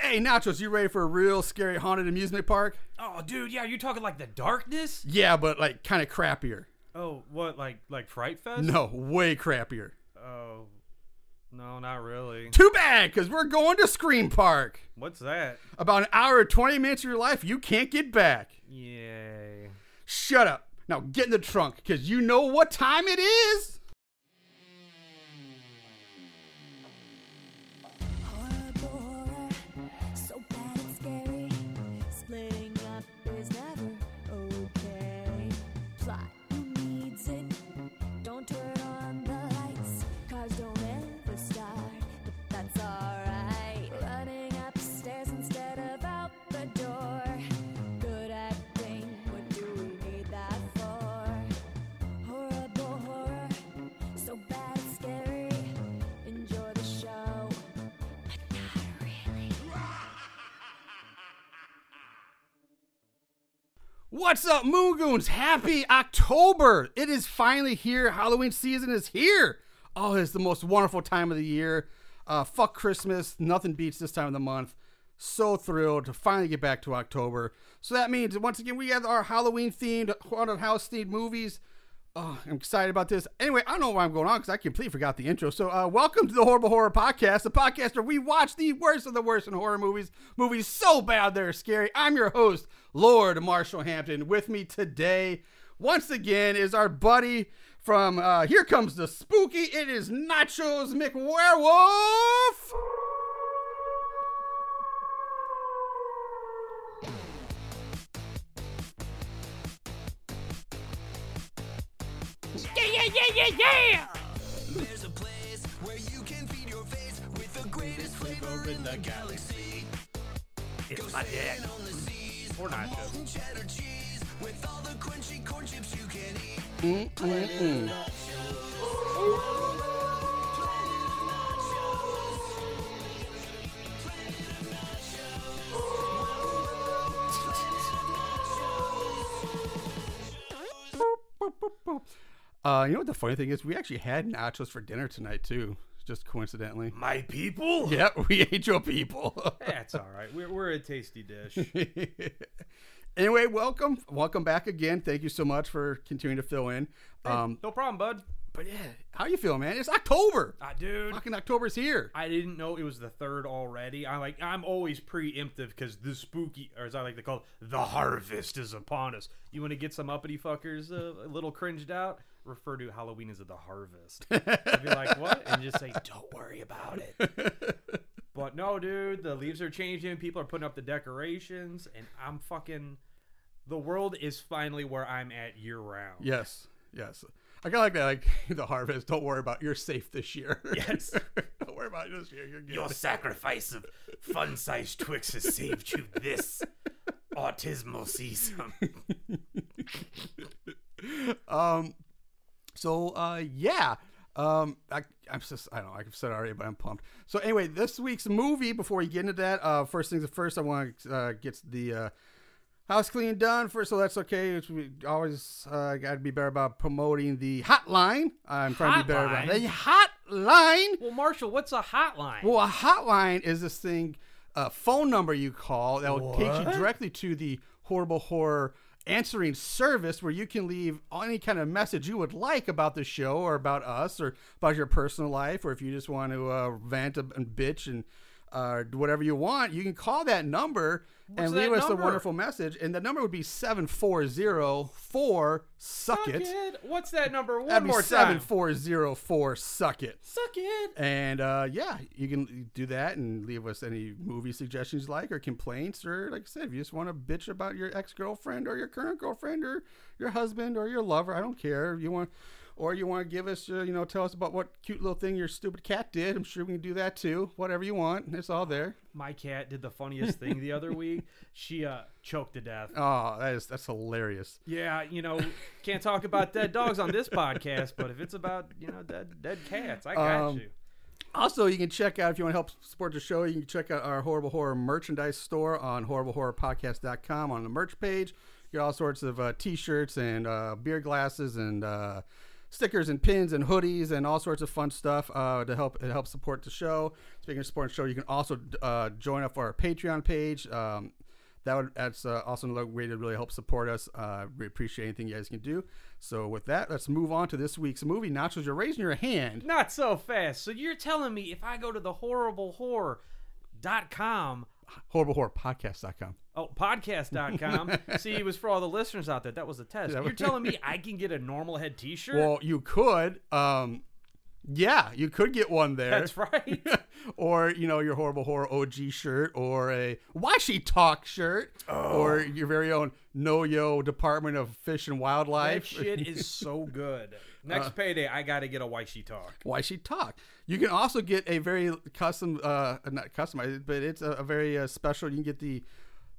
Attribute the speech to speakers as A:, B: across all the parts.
A: Hey, Nachos, you ready for a real scary haunted amusement park?
B: Oh, dude, yeah, you're talking like the darkness.
A: Yeah, but like kind of crappier.
B: Oh, what like like Fright Fest?
A: No, way crappier.
B: Oh, no, not really.
A: Too bad, because we're going to Scream Park.
B: What's that?
A: About an hour and 20 minutes of your life you can't get back.
B: Yay.
A: Shut up. Now get in the trunk, because you know what time it is.
C: Horror, horror, so bad it's scary. Splitting up is never okay. Plot who needs it? Don't turn on the lights. Cars don't ever start, but that's alright. Running upstairs instead of out the door. Good acting, what do we need that for? Horrible horror, so bad it's scary. Enjoy the show.
A: What's up, Moongoons? Happy October! It is finally here. Halloween season is here. Oh, it's the most wonderful time of the year. Uh, fuck Christmas. Nothing beats this time of the month. So thrilled to finally get back to October. So that means, once again, we have our Halloween themed, haunted house themed movies. Oh, I'm excited about this. Anyway, I don't know why I'm going on because I completely forgot the intro. So, uh, welcome to the Horrible Horror Podcast, the podcast where we watch the worst of the worst in horror movies, movies so bad they're scary. I'm your host, Lord Marshall Hampton. With me today, once again, is our buddy from uh, Here Comes the Spooky. It is Nachos McWerewolf.
D: There's a place where you can feed your face with the greatest flavor in the galaxy. Go sailing on the seas. Or Molten cheddar cheese with all the crunchy corn chips you can eat. Planet nachos. Planet nachos. Planet nachos.
A: Uh, you know what the funny thing is? We actually had nachos for dinner tonight, too, just coincidentally.
B: My people. Yeah,
A: Yep, we ate your people.
B: that's all right. We're we're a tasty dish.
A: anyway, welcome, welcome back again. Thank you so much for continuing to fill in. Um,
B: no problem, bud.
A: but yeah, how you feeling, man? It's October.
B: Ah, dude.
A: Fucking October's here.
B: I didn't know it was the third already. I like I'm always preemptive because the spooky, or as I like to call it, the harvest is upon us. You want to get some uppity fuckers uh, a little cringed out? Refer to Halloween as the harvest. I'd be like, what? And just say, don't worry about it. But no, dude, the leaves are changing. People are putting up the decorations, and I'm fucking. The world is finally where I'm at year round.
A: Yes, yes. I kind of like that. Like the harvest. Don't worry about. You're safe this year.
B: Yes.
A: Don't worry about it this year. You're good.
E: Your sacrifice of fun sized Twix has saved you this autismal season.
A: um, so uh, yeah. Um, I, I'm just, I don't know, I've said it already, but I'm pumped. So anyway, this week's movie, before we get into that, uh, first things first, I want to, uh, get the, uh, house clean done first. So that's okay. It's, we always, uh, gotta be better about promoting the hotline. I'm trying to be better about the hotline.
B: Well, Marshall, what's a hotline?
A: Well, a hotline is this thing, a phone number you call that will take you
B: What?
A: directly to the horrible horror answering service where you can leave any kind of message you would like about the show or about us or about your personal life or if you just want to uh, vent and bitch and uh, do whatever you want, you can call that number and
B: that
A: leave us a
B: number?
A: wonderful message. And the number would be 7404 Suck It.
B: Suck it. What's that number? One
A: That'd be
B: more time.
A: 7404 Suck It.
B: Suck it.
A: And uh, yeah, you can do that and leave us any movie suggestions you like or complaints or like I said, if you just want to bitch about your ex girlfriend or your current girlfriend or your husband or your lover, I don't care. If you want, or you want to give us, uh, you know, tell us about what cute little thing your stupid cat did. I'm sure we can do that too. Whatever you want, it's all there.
B: my cat did the funniest thing the other week. She uh choked to death.
A: Oh, that is that's hilarious.
B: Yeah, you know, can't talk about dead dogs on this podcast, but if it's about, you know, dead dead cats, I got
A: Um,
B: you.
A: Also, you can check out if you want to help support the show. You can check out our horrible horror merchandise store on horriblehorrorpodcast.com on the merch page. You get all sorts of uh, t-shirts and uh, beer glasses and uh, stickers and pins and hoodies and all sorts of fun stuff uh, to help it helps support the show. Speaking of supporting the show, you can also uh, join up for our Patreon page. Um, that would that's uh, also another way to really help support us. Uh, we appreciate anything you guys can do. So with that, let's move on to this week's movie. Nachos, you're raising your hand.
B: Not so fast. So you're telling me if I go to the horrible horror.com
A: Horrible Horror Podcast.com.
B: Oh, podcast.com. See, it was for all the listeners out there. That was a test.
A: Yeah,
B: You're
A: but-
B: telling me I can get a normal head t shirt?
A: Well, you could. Um, yeah, you could get one there.
B: That's right.
A: or you know your horrible horror OG shirt, or a why she talk shirt,
B: Oh.
A: or your very own No Yo Department of Fish and
B: that
A: Wildlife.
B: shit is so good. Next payday, I got to get a Why She Talk.
A: why she talk. You can also get a very custom, uh, not customized, but it's a, a very uh, special. You can get the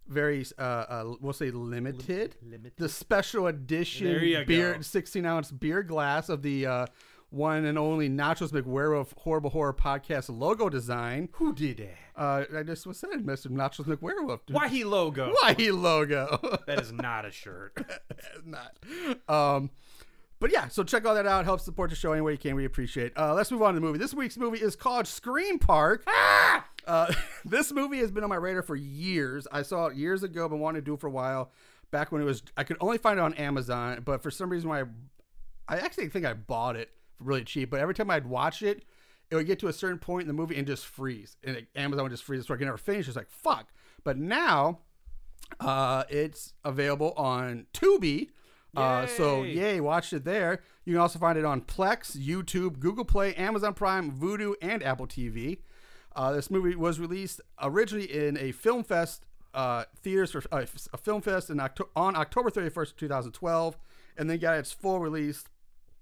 A: very, uh, uh, we'll say limited,
B: limited.
A: the special
B: There you
A: edition beer,
B: go.
A: 16 ounce beer glass of the uh, one and only Nachos McWerewolf Horrible Horror Podcast logo design.
B: Who did that?
A: Uh, I just was saying, Mr. Nachos McWerewolf.
B: Why He Logo.
A: Why he logo?
B: That is not a shirt.
A: not. Um, but yeah, so check all that out. Help support the show any way you can. We appreciate. Uh, let's move on to the movie. This week's movie is called Scream Park. Uh, this movie has been on my radar for years. I saw it years ago, been wanting to do it for a while. Back when it was, I could only find it on Amazon, but for some reason, when I, I actually think I bought it for really cheap. But every time I'd watch it, it would get to a certain point in the movie and just freeze, and it, Amazon would just freeze, so I could never finish. It's like fuck. But now uh, it's available on Tubi. Uh, so
B: Yay.
A: yay, watch it there. You can also find it on Plex, YouTube, Google Play, Amazon Prime, Vudu, and Apple TV. Uh, this movie was released originally in a film fest uh, theaters for uh, a film fest in Octo- on October 31st, 2012, and then got its full release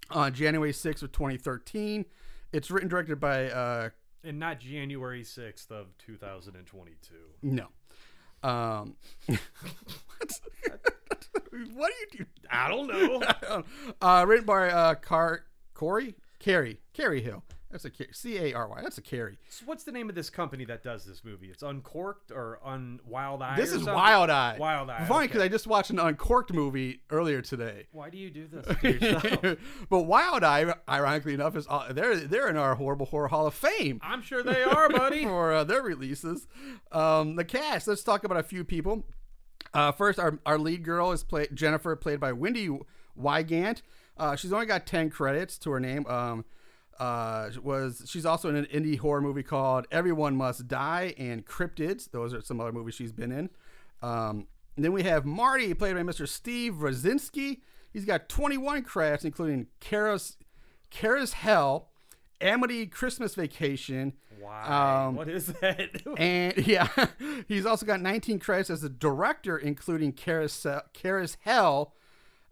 A: on January 6th of 2013. It's written and directed by uh,
B: and not January 6th of 2022.
A: no, um, what? what do you do?
B: I don't know.
A: uh, written by uh, Car Corey Carey Carey Hill. That's a C A R Y. That's a Carey.
B: So what's the name of this company that does this movie? It's Uncorked or Un Wild Eye.
A: This
B: or
A: is
B: something?
A: Wild Eye.
B: Wild Eye.
A: Funny
B: okay.
A: because I just watched an Uncorked movie earlier today.
B: Why do you do this to yourself?
A: but Wild Eye, ironically enough, is uh, they're they're in our horrible horror Hall of Fame.
B: I'm sure they are, buddy.
A: for uh, their releases. Um, the cast. Let's talk about a few people. Uh, first, our, our lead girl is played Jennifer, played by Wendy Wygant. Uh, she's only got ten credits to her name. Um, uh, was she's also in an indie horror movie called Everyone Must Die and Cryptids. Those are some other movies she's been in. Um, and then we have Marty, played by Mr. Steve Rosinski. He's got 21 credits, including Kara's, Kara's Hell, Amity Christmas Vacation,
B: Why?
A: Um,
B: what is that?
A: and yeah, he's also got 19 credits as a director, including Carousel, Carousel. Hell.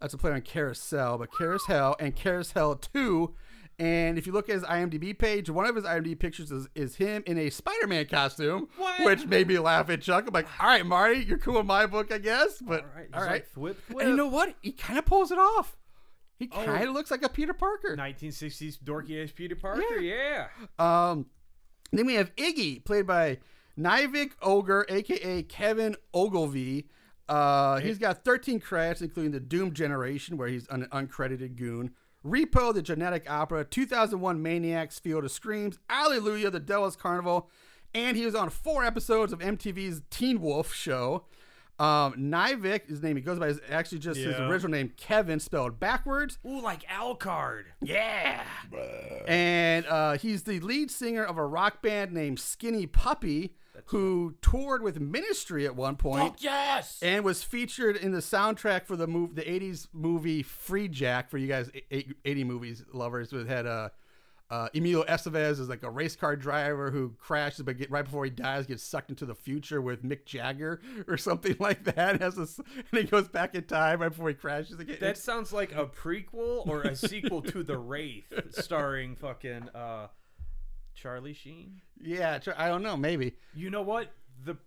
A: That's a play on Carousel, but Carousel Hell and Carousel 2. And if you look at his IMDb page, one of his IMDb pictures is, is him in a Spider Man costume,
B: What?
A: which made me laugh at Chuck. I'm like, all right, Marty, you're cool in my book, I guess. But
B: all right. He's
A: all right.
B: Like, thwip, thwip.
A: and you know what? He kind of pulls it off. He
B: Oh.
A: kind of looks like a Peter Parker.
B: 1960s dorky ass Peter Parker. Yeah.
A: Um, then we have Iggy, played by Nivik Ogre, aka Kevin Ogilvy. Uh, he's got 13 credits, including the Doom Generation, where he's an uncredited goon. Repo, the Genetic Opera, 2001 Maniacs, Field of Screams, Alleluia, the Devil's Carnival, and he was on four episodes of MTV's Teen Wolf show. Um, Nivik, his name he goes by, is actually just his
B: Yeah.
A: original name, Kevin, spelled backwards.
B: Ooh, like Alcard.
A: Yeah. And uh, he's the lead singer of a rock band named Skinny Puppy, who toured with Ministry at one point
E: yes!
A: and was featured in the soundtrack for the move the 80s movie Free Jack for you guys eight- eight- 80 movies lovers who had uh, uh, Emilio Estevez is like a race car driver who crashes, but get, right before he dies, gets sucked into the future with Mick Jagger or something like that. Has a s and he goes back in time right before he crashes again.
B: That sounds like a prequel or a sequel to The Wraith, starring fucking uh, Charlie Sheen.
A: yeah, tr- I don't know, maybe.
B: You know what? The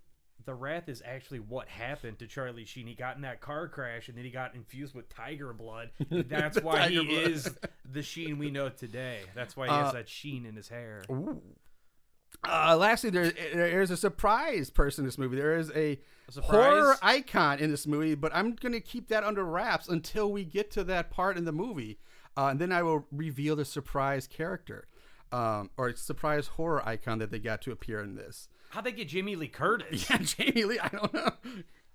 B: the wrath is actually what happened to Charlie Sheen. He got in that car crash and then he got infused with tiger blood. That's why he
A: Tiger blood.
B: is the Sheen we know today. That's why he has that sheen in his hair.
A: Uh, lastly, there there is a surprise person in this movie. There is a,
B: surprise?
A: horror icon in this movie, but I'm going to keep that under wraps until we get to that part in the movie. Uh, and then I will reveal the surprise character um, or surprise horror icon that they got to appear in this.
B: How'd they get Jimmy Lee Curtis?
A: Yeah, Jamie Lee, I don't know.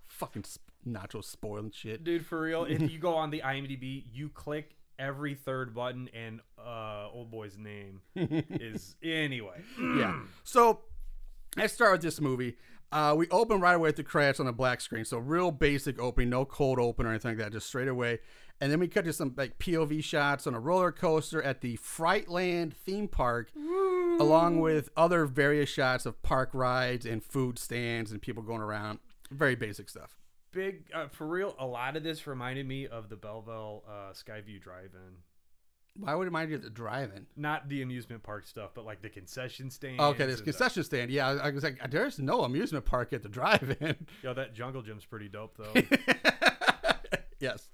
A: Fucking sp- nacho spoiling shit.
B: Dude, for real, if you go on the IMDb, you click every third button and uh old boy's name is anyway.
A: yeah. Hmm. So let's start with this movie. Uh, we open right away at the credits on a black screen, so real basic opening, no cold open or anything like that, just straight away. And then we cut to some like POV shots on a roller coaster at the Frightland theme park, along with other various shots of park rides and food stands and people going around. Very basic stuff.
B: Big uh, for real, a lot of this reminded me of the Belleville uh Skyview Drive-In.
A: Why would it remind you of the driving?
B: Not the amusement park stuff, but like the concession stand.
A: Okay, this concession stand. Yeah, I I was like, there's no amusement park at the drive-in.
B: Yo, that jungle gym's pretty dope though.
A: yes.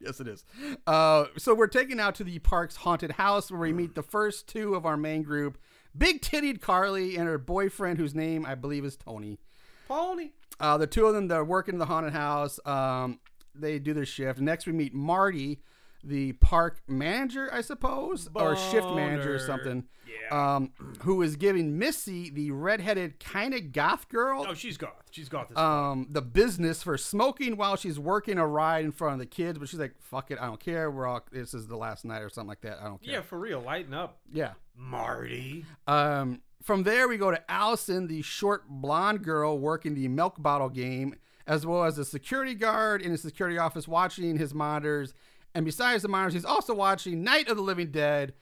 A: Yes, it is. Uh, so we're taken out to the park's haunted house where we meet the first two of our main group Big Tittied Carly and her boyfriend, whose name I believe is Tony.
B: Pony.
A: Uh, the two of them that are working in the haunted house, um, they do their shift. Next, we meet Marty, the park manager, I suppose, or shift manager or
B: Boner.
A: something, yeah. um, who is giving Missy, the redheaded kind of goth girl,
B: Oh, she's goth. She's goth. As
A: um, the business for smoking while she's working a ride in front of the kids, but she's like, "Fuck it, I don't care. We're all this is the last night or something like that. I don't
B: yeah,
A: care."
B: for real. Lighten up.
A: Yeah,
E: Marty.
A: yeah. Um, from there we go to Allison, the short blonde girl working the milk bottle game, as well as the security guard in his security office watching his monitors. And besides the monitors, he's also watching Night of the Living Dead.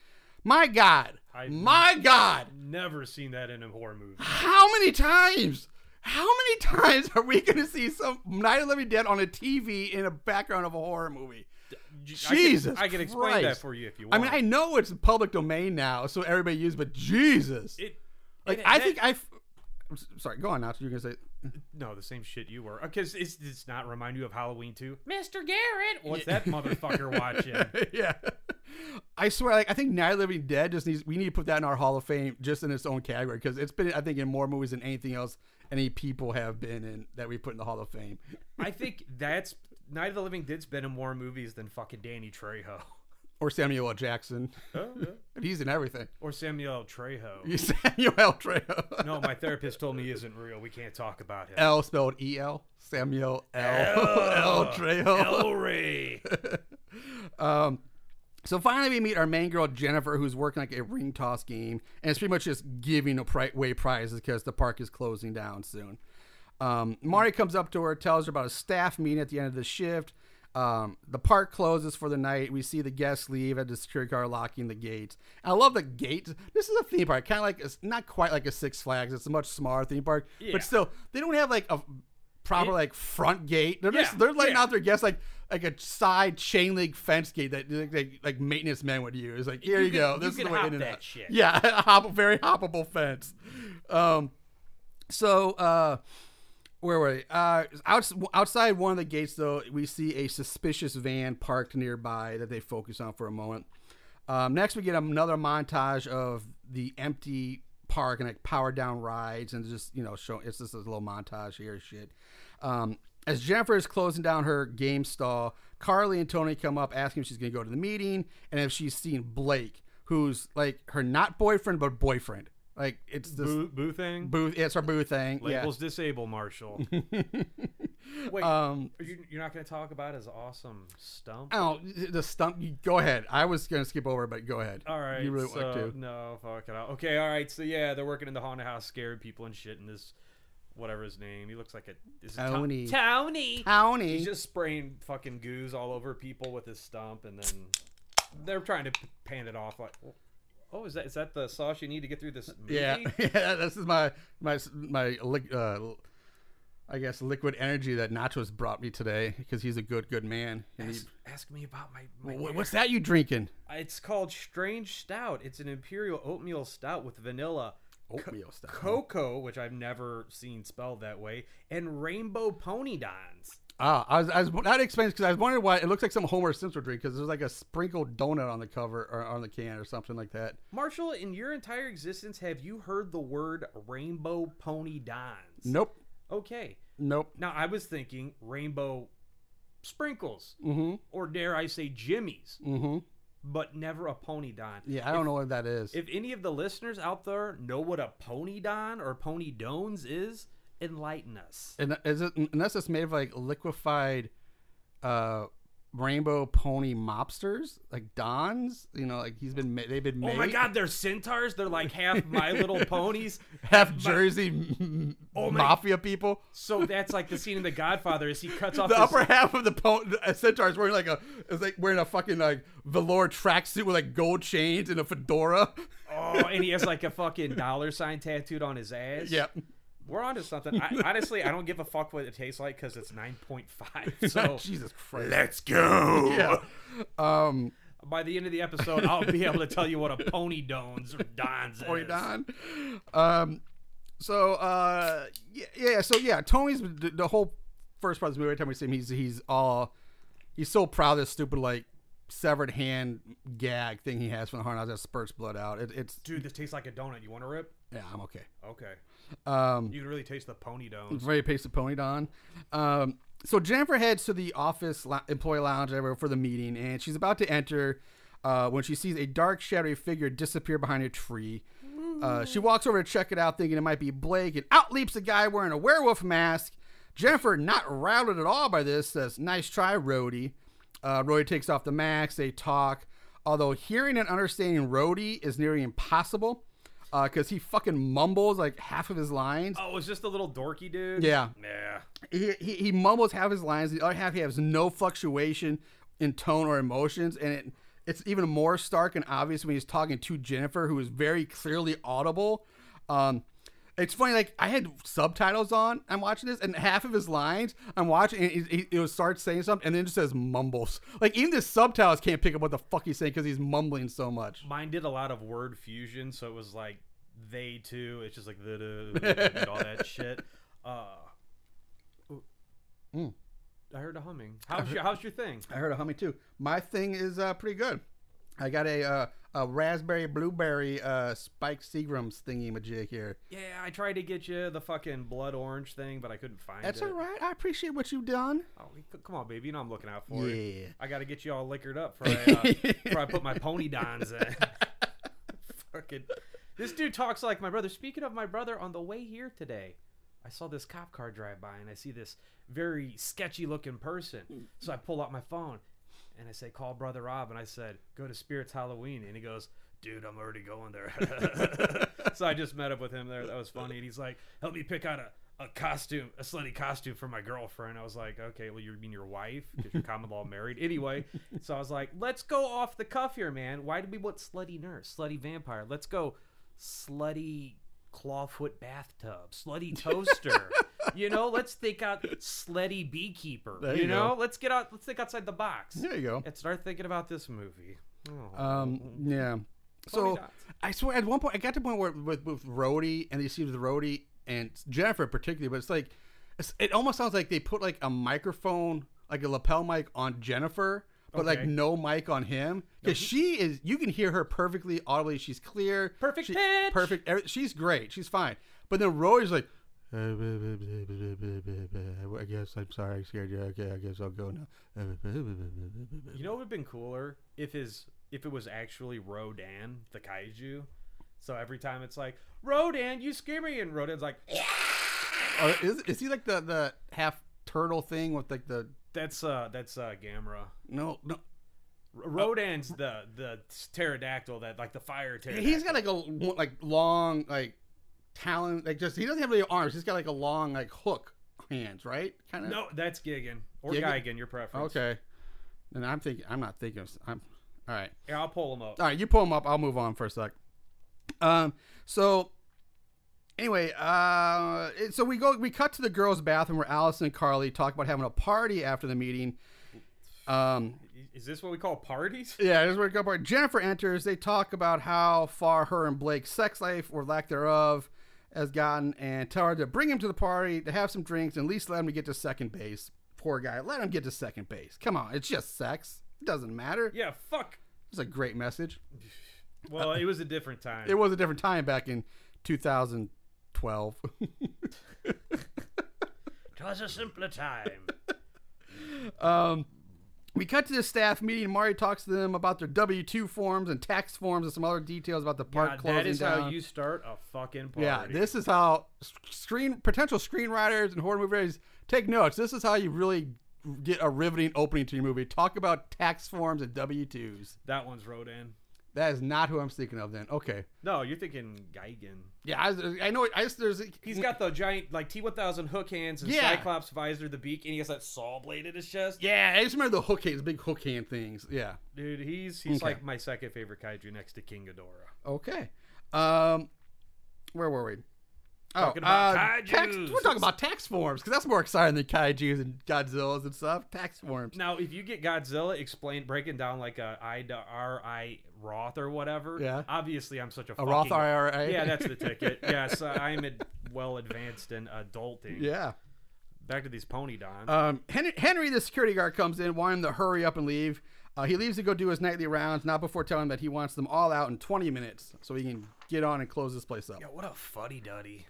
A: My God,
B: I-
A: my God,
B: Never seen that in a horror movie.
A: how many times? How many times are we going to see some Night of the Living Dead on a TV in a background of a horror movie?
B: I can-
A: Jesus
B: I can, explain that
A: Christ.
B: for you if you
A: I
B: want.
A: mean, I know it's public domain now, so everybody uses, but Jesus,
B: It,
A: like
B: it-
A: I
B: that-
A: think I. Sorry, go on now. You're gonna say
B: No, the same shit you were. Because it's, it's not remind you of Halloween 2. Mr. Garrett. What's that motherfucker watching?
A: yeah. I swear, like I think Night of the Living Dead just needs. We need to put that in our Hall of Fame, just in its own category, because it's been, I think, in more movies than anything else any people have been in that we put in the Hall of Fame.
B: I think that's Night of the Living Dead's been in more movies than fucking Danny Trejo.
A: Or Samuel L. Jackson, And he's in everything.
B: Or Samuel L. Trejo.
A: Samuel L. Trejo.
B: No, my therapist told me he isn't real. We can't talk about him.
A: L spelled E L. Samuel L. L. Trejo.
B: Ray.
A: Um, so finally, we meet our main girl Jennifer, who's working like a ring toss game, and it's pretty much just giving pri- away prizes because the park is closing down soon. Um, Mari comes up to her, tells her about a staff meeting at the end of the shift. Um, the park closes for the night. We see the guests leave at the security guard locking the gates. I love the gates. This is a theme park, kind of like it's not quite like a Six Flags. It's a much smaller theme park,
B: Yeah.
A: but still, they don't have like a proper like front gate. They're just
B: Yeah,
A: they're letting
B: yeah.
A: out their guests like like a side chain link fence gate that like, like, like maintenance men would use. Like here you,
B: can-
A: go.
B: you
A: this is
B: can
A: the way
B: hop
A: in and
B: that
A: out.
B: shit.
A: Yeah, a hop, very hoppable fence. Um, so uh, where were we? Uh, outs- outside one of the gates, though, we see a suspicious van parked nearby that they focus on for a moment. Um, next, we get another montage of the empty park and like power down rides and just you know show it's just a little montage here shit. Um, as Jennifer is closing down her game stall, Carly and Tony come up asking if she's going to go to the meeting and if she's seen Blake, who's like her not boyfriend but boyfriend. Like it's this boo,
B: Boo, boo thing?
A: yeah, it's her boo thing. yeah. Uh,
B: Labels disable, Marshall. Wait,
A: Um,
B: are you, you're not going to talk about his awesome stump?
A: Oh, the stump. you- Go ahead. I was gonna skip over, but go ahead.
B: All right.
A: You really
B: so,
A: want to?
B: No, fuck it out. Okay, all right. So yeah, they're working in the haunted house, scaring people and shit. And this, whatever his name, he looks like a is it To-
A: Tony.
B: Tony.
A: Tony.
B: He's just spraying fucking goos all over people with his stump, and then they're trying to p- paint it off like, oh, is that is that the sauce you need to get through this? Movie?
A: yeah, yeah. This is my my my. li- Uh, I guess liquid energy that Nacho's brought me today because he's a good good man. And he,
B: Ask, ask me about my. my
A: Wha- what's that you drinking?
B: It's called Strange Stout. It's an imperial oatmeal stout with vanilla.
A: Oatmeal stuff.
B: Cocoa, which I've never seen spelled that way, and rainbow pony dons.
A: Ah, I was, I was that explains because I was wondering why it looks like some Homer Simpson drink because there's like a sprinkled donut on the cover or on the can or something like that.
B: Marshall, in your entire existence, have you heard the word rainbow pony dons?
A: Nope,
B: Okay.
A: nope.
B: Now, I was thinking rainbow sprinkles,
A: Mm-hmm.
B: or dare I say, jimmies.
A: Mm-hmm.
B: but never a pony don.
A: Yeah, I don't know what that is.
B: If any of the listeners out there know what a pony don or pony dones is, enlighten us.
A: and is it unless it's made of like liquefied uh rainbow pony mobsters like dons you know like he's been ma- they've been made
B: Oh my god, they're centaurs. They're like half My Little Ponies.
A: half jersey m
B: Oh my-
A: mafia people
B: So that's like the scene in The Godfather as he cuts off
A: the
B: his-
A: upper half of the po- the centaur is wearing like a is like wearing a fucking like velour tracksuit with like gold chains and a fedora
B: Oh, and he has like a fucking dollar sign tattooed on his ass.
A: yeah
B: We're onto something. I, honestly, I don't give a fuck what it tastes like because it's 9.5. So
A: jesus christ
E: Let's go.
A: yeah um
B: by the end of the episode, I'll be able to tell you what a pony dones or dons
A: Boy
B: is.
A: Don. Um, so uh, yeah, yeah, so yeah, Tony's the, the whole first part of this movie. Every time we see him, he's he's all he's so proud of this stupid like severed hand gag thing he has from the heart that spurts blood out. It, it's
B: Dude, this tastes like a donut. You want to rip?
A: yeah, I'm okay.
B: Okay.
A: Um,
B: You can really taste the pony dones.
A: very pasted pony Don. Um, so Jennifer heads to the office lo- employee lounge ever for the meeting, and she's about to enter uh, when she sees a dark, shadowy figure disappear behind a tree. Uh, she walks over to check it out, thinking it might be Blake, and out leaps a guy wearing a werewolf mask. Jennifer, not rattled at all by this, says, "Nice try, Rhodey." Uh, Rhodey takes off the mask. They talk, although hearing and understanding Rhodey is nearly impossible because he fucking mumbles like half of his lines.
B: Oh, it's just a little dorky dude?
A: Yeah,
B: Yeah.
A: he, he, he mumbles half his lines. The other half he has no fluctuation in tone or emotions, and it it's even more stark and obvious when he's talking to Jennifer, who is very clearly audible. Um, it's funny, like I had subtitles on. I'm watching this, and half of his lines I'm watching, and he, he, he starts saying something, and then it just says mumbles. Like even the subtitles can't pick up what the fuck he's saying because he's mumbling so much.
B: Mine did a lot of word fusion, so it was like they too. It's just like the- the the- and all that shit. Uh, ooh.
A: Mm.
B: I heard a humming. How's your How's your thing?
A: I heard a humming too. My thing is uh, pretty good. I got a uh, a raspberry blueberry uh, Spike Seagram's thingy majig here.
B: Yeah, I tried to get you the fucking blood orange thing, but I couldn't find
A: That's
B: it.
A: all right. I appreciate what you've done.
B: Oh, c- come on, baby. You know I'm looking out for you.
A: Yeah.
B: I got to get you all liquored up before I, uh, before I put my pony dons in. Fucking. This dude talks like my brother. Speaking of my brother, on the way here today, I saw this cop car drive by and I see this very sketchy looking person. So I pull out my phone and I say, call brother Rob. And I said, go to Spirits Halloween. And he goes, dude, I'm already going there. so I just met up with him there. That was funny. And he's like, help me pick out a. A costume, a slutty costume for my girlfriend. I was like, okay, well, you mean your wife because you're common law married anyway. So I was like, let's go off the cuff here, man. Why did we want slutty nurse, slutty vampire? Let's go slutty clawfoot bathtub, slutty toaster. you know, let's think out slutty beekeeper.
A: There
B: you,
A: you
B: know,
A: go.
B: let's get out. Let's think outside the box
A: There you go.
B: and start thinking about this movie. Oh.
A: Um, yeah. So
B: dots.
A: I swear, at one point, I got to the point where with, with Rhodey and these scenes with Rhodey and Jennifer particularly, but it's like it's, it almost sounds like they put like a microphone, like a lapel mic on Jennifer, but like
B: Okay.
A: no mic on him because she is. You can hear her perfectly audibly. She's clear,
B: Perfect
A: she,
B: pitch.
A: perfect. every- She's great. She's fine. But then Rhodey's like. I guess I'm sorry. I scared you. Okay, I guess I'll go now.
B: You know, it would have been cooler if his if it was actually Rodan the kaiju. So every time it's like Rodan, you scare me, and Rodan's like,
A: Or is, is he like the, the half turtle thing with like the
B: that's uh, that's uh, Gamera.
A: no no? Oh.
B: R- Rodan's the the pterodactyl that like the fire pterodactyl.
A: He's got like a like long like talon like just he doesn't have any arms. He's got like a long like hook hands, right? Kind of.
B: no, that's Gigan or
A: Gigan?
B: Gigan, your preference.
A: Okay. And I'm thinking. I'm not thinking. Of, s- I'm all right.
B: Yeah, I'll pull him up.
A: All right, you pull him up. I'll move on for a sec. Um. So. Anyway, uh, it- so we go. We cut to the girls' bathroom where Allison and Carly talk about having a party after the meeting. Um,
B: Is this what we call parties?
A: Yeah, this is where it got part. Jennifer enters. They talk about how far her and Blake's sex life or lack thereof has gotten, and tell her to bring him to the party to have some drinks and at least let him to get to second base. Poor guy, let him get to second base. Come on, it's just sex. It doesn't matter.
B: Yeah, fuck.
A: It's a great message.
B: Well, it was a different time.
A: Uh, It was a different time back in 2012.
B: was a simpler time.
A: um, We cut to the staff meeting. Mari talks to them about their W two forms and tax forms and some other details about the park
B: God,
A: closing
B: that is
A: down.
B: how you start a fucking party.
A: yeah, this is how s- screen potential screenwriters and horror movie writers take notes. This is how you really get a riveting opening to your movie. Talk about tax forms and W twos.
B: that one's Rodan.
A: That is not who I'm speaking of. Then okay,
B: No, you're thinking Geigen.
A: yeah, I, I know. I just there's
B: He's got the giant like T1000 hook hands and
A: Yeah.
B: Cyclops visor, the beak, and he has that saw blade in his chest.
A: yeah. I just remember the hook hands, big hook hand things. Yeah.
B: Dude, he's he's
A: Okay.
B: like my second favorite kaiju next to King Ghidorah.
A: Okay. Um, where were we? Oh,
B: Talking about
A: tax,
B: kaijus.
A: we're talking about tax forms because that's more exciting than kaiju's and Godzillas and stuff. Tax forms.
B: Now, if you get Godzilla explained breaking down like a I to R I Roth or whatever,
A: Yeah.
B: obviously I'm such a,
A: A
B: fucking,
A: Roth IRA.
B: Yeah, that's the ticket. Yes, I'm ad- well advanced in adulting.
A: yeah.
B: Back to these pony dons.
A: Um, Henry, Henry, the security guard, comes in, wanting him to hurry up and leave. Uh, he leaves to go do his nightly rounds, not before telling him that he wants them all out in 20 minutes so he can get on and close this place up.
E: What a fuddy duddy.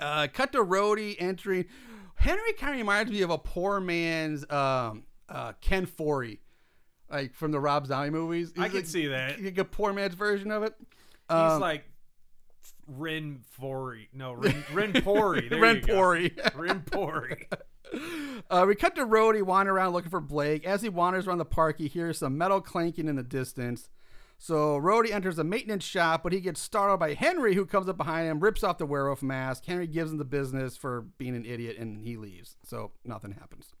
A: Uh, cut to Rhodey entering. Henry kind of reminds me of a poor man's um, uh, Ken Forey, like from the Rob Zombie movies.
B: I
A: He's
B: can
A: like-
B: see that.
A: like a poor man's version of it.
B: He's
A: um,
B: like Rin Fori. No, Rin, Rin Pori. There
A: Ren
B: you go.
A: Pori.
B: Rin Pori.
A: uh, we cut to Rhodey wandering around looking for Blake. As he wanders around the park, he hears some metal clanking in the distance. So Rhodey enters a maintenance shop, but he gets startled by Henry, who comes up behind him, rips off the werewolf mask. Henry gives him the business for being an idiot, and he leaves. So nothing happens.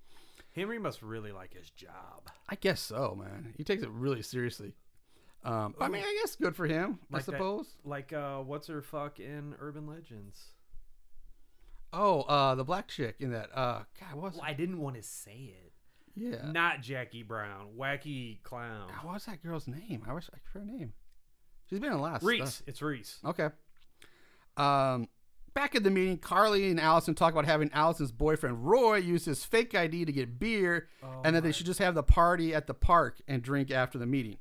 B: Henry must really like his job.
A: I guess so, man. He takes it really seriously. Um, I mean, I guess good for him, I
B: Like that-
A: suppose.
B: Like, uh, what's her fuck in Urban Legends?
A: Oh, uh, the black chick in that. Uh, God, what was
B: I didn't want to say it.
A: yeah?
B: Uh, Not Jackie Brown. Wacky clown.
A: God, what was that girl's name? I wish I could remember her name. She's been in a lot of
B: Reese.
A: stuff.
B: It's Reese.
A: Okay. Um, back at the meeting, Carly and Allison talk about having Allison's boyfriend Roy use his fake ID to get beer, and that they should just have the party at the park and drink after the meeting.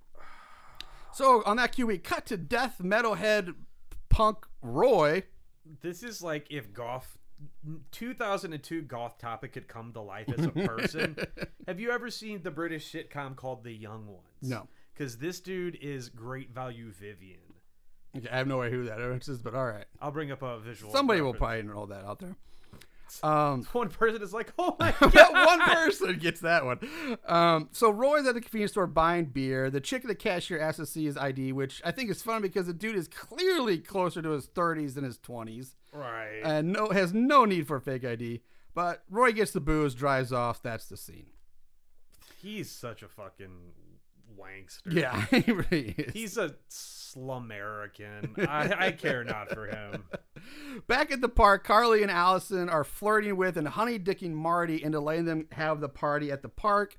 A: So on that cue, we cut to death metalhead punk Roy.
B: This is like if goth 2002 goth topic could come to life as a person. Have you ever seen the British sitcom called The Young Ones?
A: No.
B: Because this dude is great value Vivian.
A: Okay, I have no idea who that is, but all right.
B: I'll bring up a visual.
A: Somebody will
B: reference.
A: probably know that out there. Um,
B: One person is like, oh my
A: that one person gets that one. Um, so Roy's at the convenience store buying beer. The chick at the cashier asks to see his ID, which I think is fun because the dude is clearly closer to his 30s than his 20s,
B: Right.
A: and no has no need for a fake ID. But Roy gets the booze, drives off. That's the scene.
B: He's such a fucking wankster.
A: Yeah, he really is.
B: He's a slumerican. I, I care not for him.
A: Back at the park, Carly and Allison are flirting with and honey dicking Marty into letting them have the party at the park.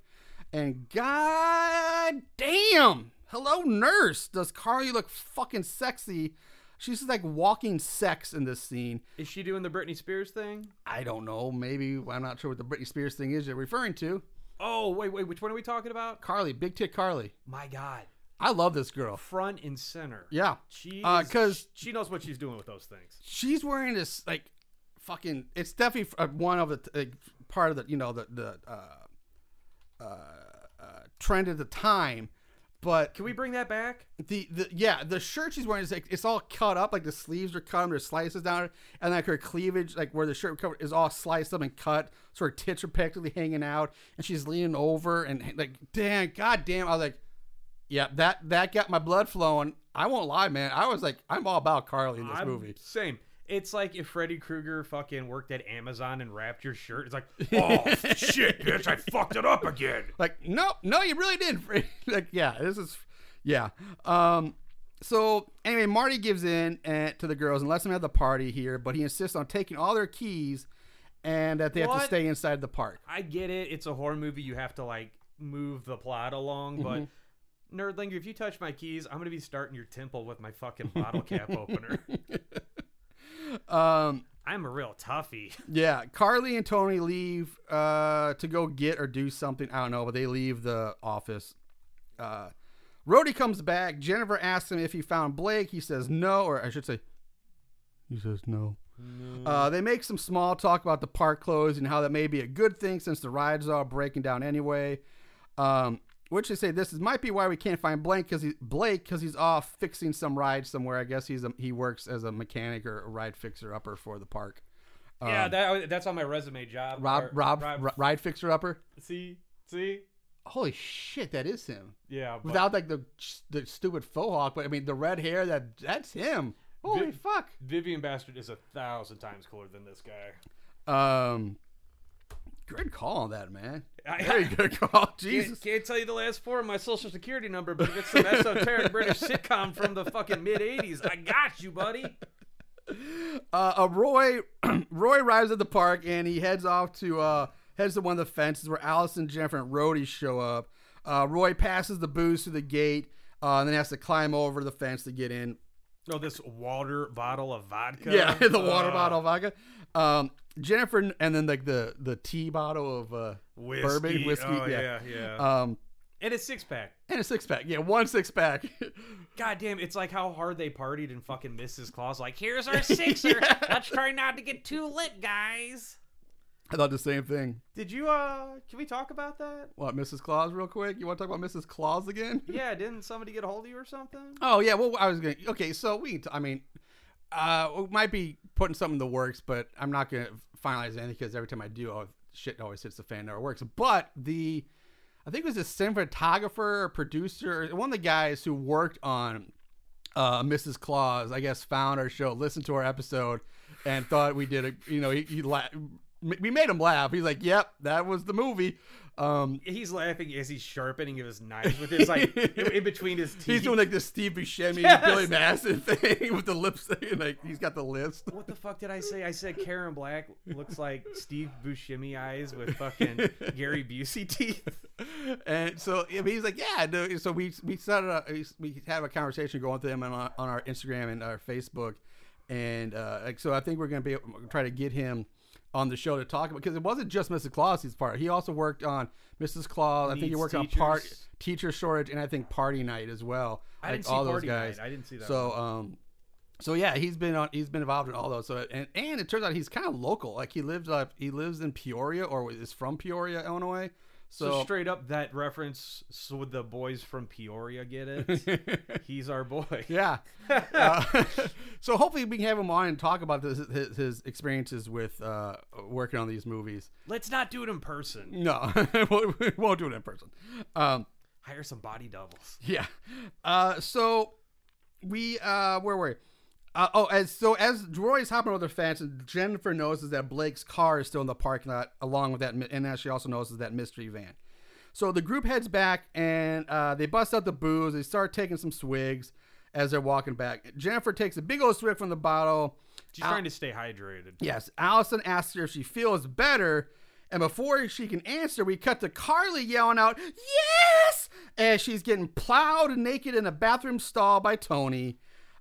A: And god damn! Hello, nurse! Does Carly look fucking sexy? She's just like walking sex in this scene.
B: Is she doing the Britney Spears thing?
A: I don't know. Maybe I'm not sure what the Britney Spears thing is you're referring to.
B: Oh, wait, wait. Which one are we talking about?
A: Carly, big tit Carly.
B: My God.
A: I love this girl.
B: Front and center.
A: Yeah.
B: She
A: Uh,
B: is-
A: 'cause-
B: she knows what she's doing with those things.
A: she's wearing this like fucking it's definitely f- uh, one of the t- like, part of the you know the the uh, uh, uh, trend at the time but
B: Can we bring that back?
A: the, the yeah the shirt she's wearing is like it's all cut up like the sleeves are cut there's slices down it, and like her cleavage like where the shirt cover is all sliced up and cut so her tits are practically hanging out and she's leaning over and like damn god damn i was like yeah that that got my blood flowing i won't lie man i was like i'm all about carly in this
B: I'm-
A: movie
B: Same. It's like if Freddy Krueger fucking worked at Amazon and wrapped your shirt. It's like, oh,
E: Shit, bitch, I fucked it up again.
A: like no no you really didn't like yeah this is yeah um so anyway marty gives in uh to the girls and lets them have the party here but he insists on taking all their keys and that they have to
B: What?
A: stay inside the park
B: I get it. It's a horror movie. You have to like move the plot along, but
A: Mm-hmm.
B: nerdlinger, if you touch my keys, I'm gonna be starting your temple with my fucking bottle cap opener.
A: um
B: I'm a real toughie.
A: yeah carly and tony leave uh to go get or do something i don't know but they leave the office uh Rhodey comes back. Jennifer asks him if he found Blake. He says no, or I should say, he says no. Uh, they make some small talk about the park closed and how that may be a good thing since the rides are all breaking down anyway. Um, which they say this is might be why we can't find Blake because he Blake because he's off fixing some ride somewhere. I guess he's a, he works as a mechanic or a ride fixer upper for the park.
B: yeah, that, oh, that's on my resume job.
A: um, Rob
B: Or-
A: Rob, R- ride fixer upper.
B: see, see,
A: Holy shit, that is him.
B: yeah. But,
A: Without like the the stupid faux hawk, but I mean the red hair. That that's him. Holy
B: Vi-
A: fuck.
B: Vivian Bastard is a thousand times cooler than this guy.
A: Um, good call on that, man.
B: I-
A: Very good call. Jesus.
B: Can't, can't tell you the last four of my social security number, but if it's some esoteric British sitcom from the fucking mid '80s, I got you, buddy.
A: Uh, uh, Roy Roy arrives at the park and he heads off to uh, heads to one of the fences where Allison, Jennifer, and Rhodey show up. Uh, Roy passes the booze through the gate uh, and then has to climb over the fence to get in.
B: No, Oh, this water bottle of vodka.
A: Yeah, the water
B: Uh,
A: bottle of vodka. Um, Jennifer, and then like the the tea bottle of uh,
B: whiskey.
A: bourbon whiskey.
B: Oh,
A: yeah.
B: yeah, yeah.
A: Um,
B: and a six pack.
A: and a six pack. Yeah, one six pack.
B: God damn, it's like how hard they partied and fucking Mrs. Claus. Like, here's our sixer. Let's try not to get too lit, guys.
A: I thought the same thing.
B: Did you, uh, can we talk about that?
A: What, Mrs. Claus, real quick? You want to talk about Mrs. Claus again?
B: Yeah, didn't somebody get a hold of you or something?
A: Oh yeah, well I was gonna. Okay, so we. can t- I mean, uh, we might be putting something in the works, but I'm not gonna finalize anything because every time I do, oh, shit always hits the fan. Never works. But the, I think it was a cinematographer or producer, one of the guys who worked on. Uh, Mrs. Claus, I guess, found our show, listened to our episode, and thought we did a, you know, he, he la- we made him laugh. He's like, "Yep, that was the movie." Um,
B: He's laughing as he's sharpening his knives with his, like, in in between his teeth.
A: He's doing like this Steve Buscemi,
B: Yes.
A: Billy Madison thing with the lips, and like he's got the list.
B: what the fuck did I say? I said Karen Black looks like Steve Buscemi eyes with fucking Gary Busey teeth.
A: And so I mean, he's like, yeah. dude." So we we started a, we had a conversation going with him on our- on our Instagram and our Facebook, and uh, like so I think we're gonna be try to get him on the show to talk about because it wasn't just Mrs. Claus's part. He also worked on Mrs. Claus. I think he
B: Needs
A: worked on part
B: Teachers.
A: teacher shortage and I think party night as well.
B: I
A: like
B: didn't see
A: all
B: Party
A: those
B: Night.
A: guys.
B: I didn't see that
A: So um, so yeah, he's been on. He's been involved in all those. So and and it turns out he's kind of local. Like he lives up. He lives in Peoria or is from Peoria, Illinois. So,
B: So, straight up, that reference, so the boys from Peoria get it. he's our boy.
A: yeah. Uh, so hopefully we can have him on and talk about this, his, his experiences with uh, working on these movies.
B: Let's not do it in person.
A: No, we won't do it in person. Um,
B: Hire some body doubles.
A: Yeah. Uh, so we uh, where were we? Uh, oh, as so as Roy's hopping over the fence, and Jennifer notices that Blake's car is still in the parking lot, along with that, mi- and now she also notices that mystery van. So the group heads back, and uh, they bust out the booze. They start taking some swigs as they're walking back. Jennifer takes a big old swig from the bottle.
B: She's trying to stay hydrated.
A: Yes, Allison asks her if she feels better, and before she can answer, we cut to Carly yelling out, Yes! As she's getting plowed naked in a bathroom stall by Tony.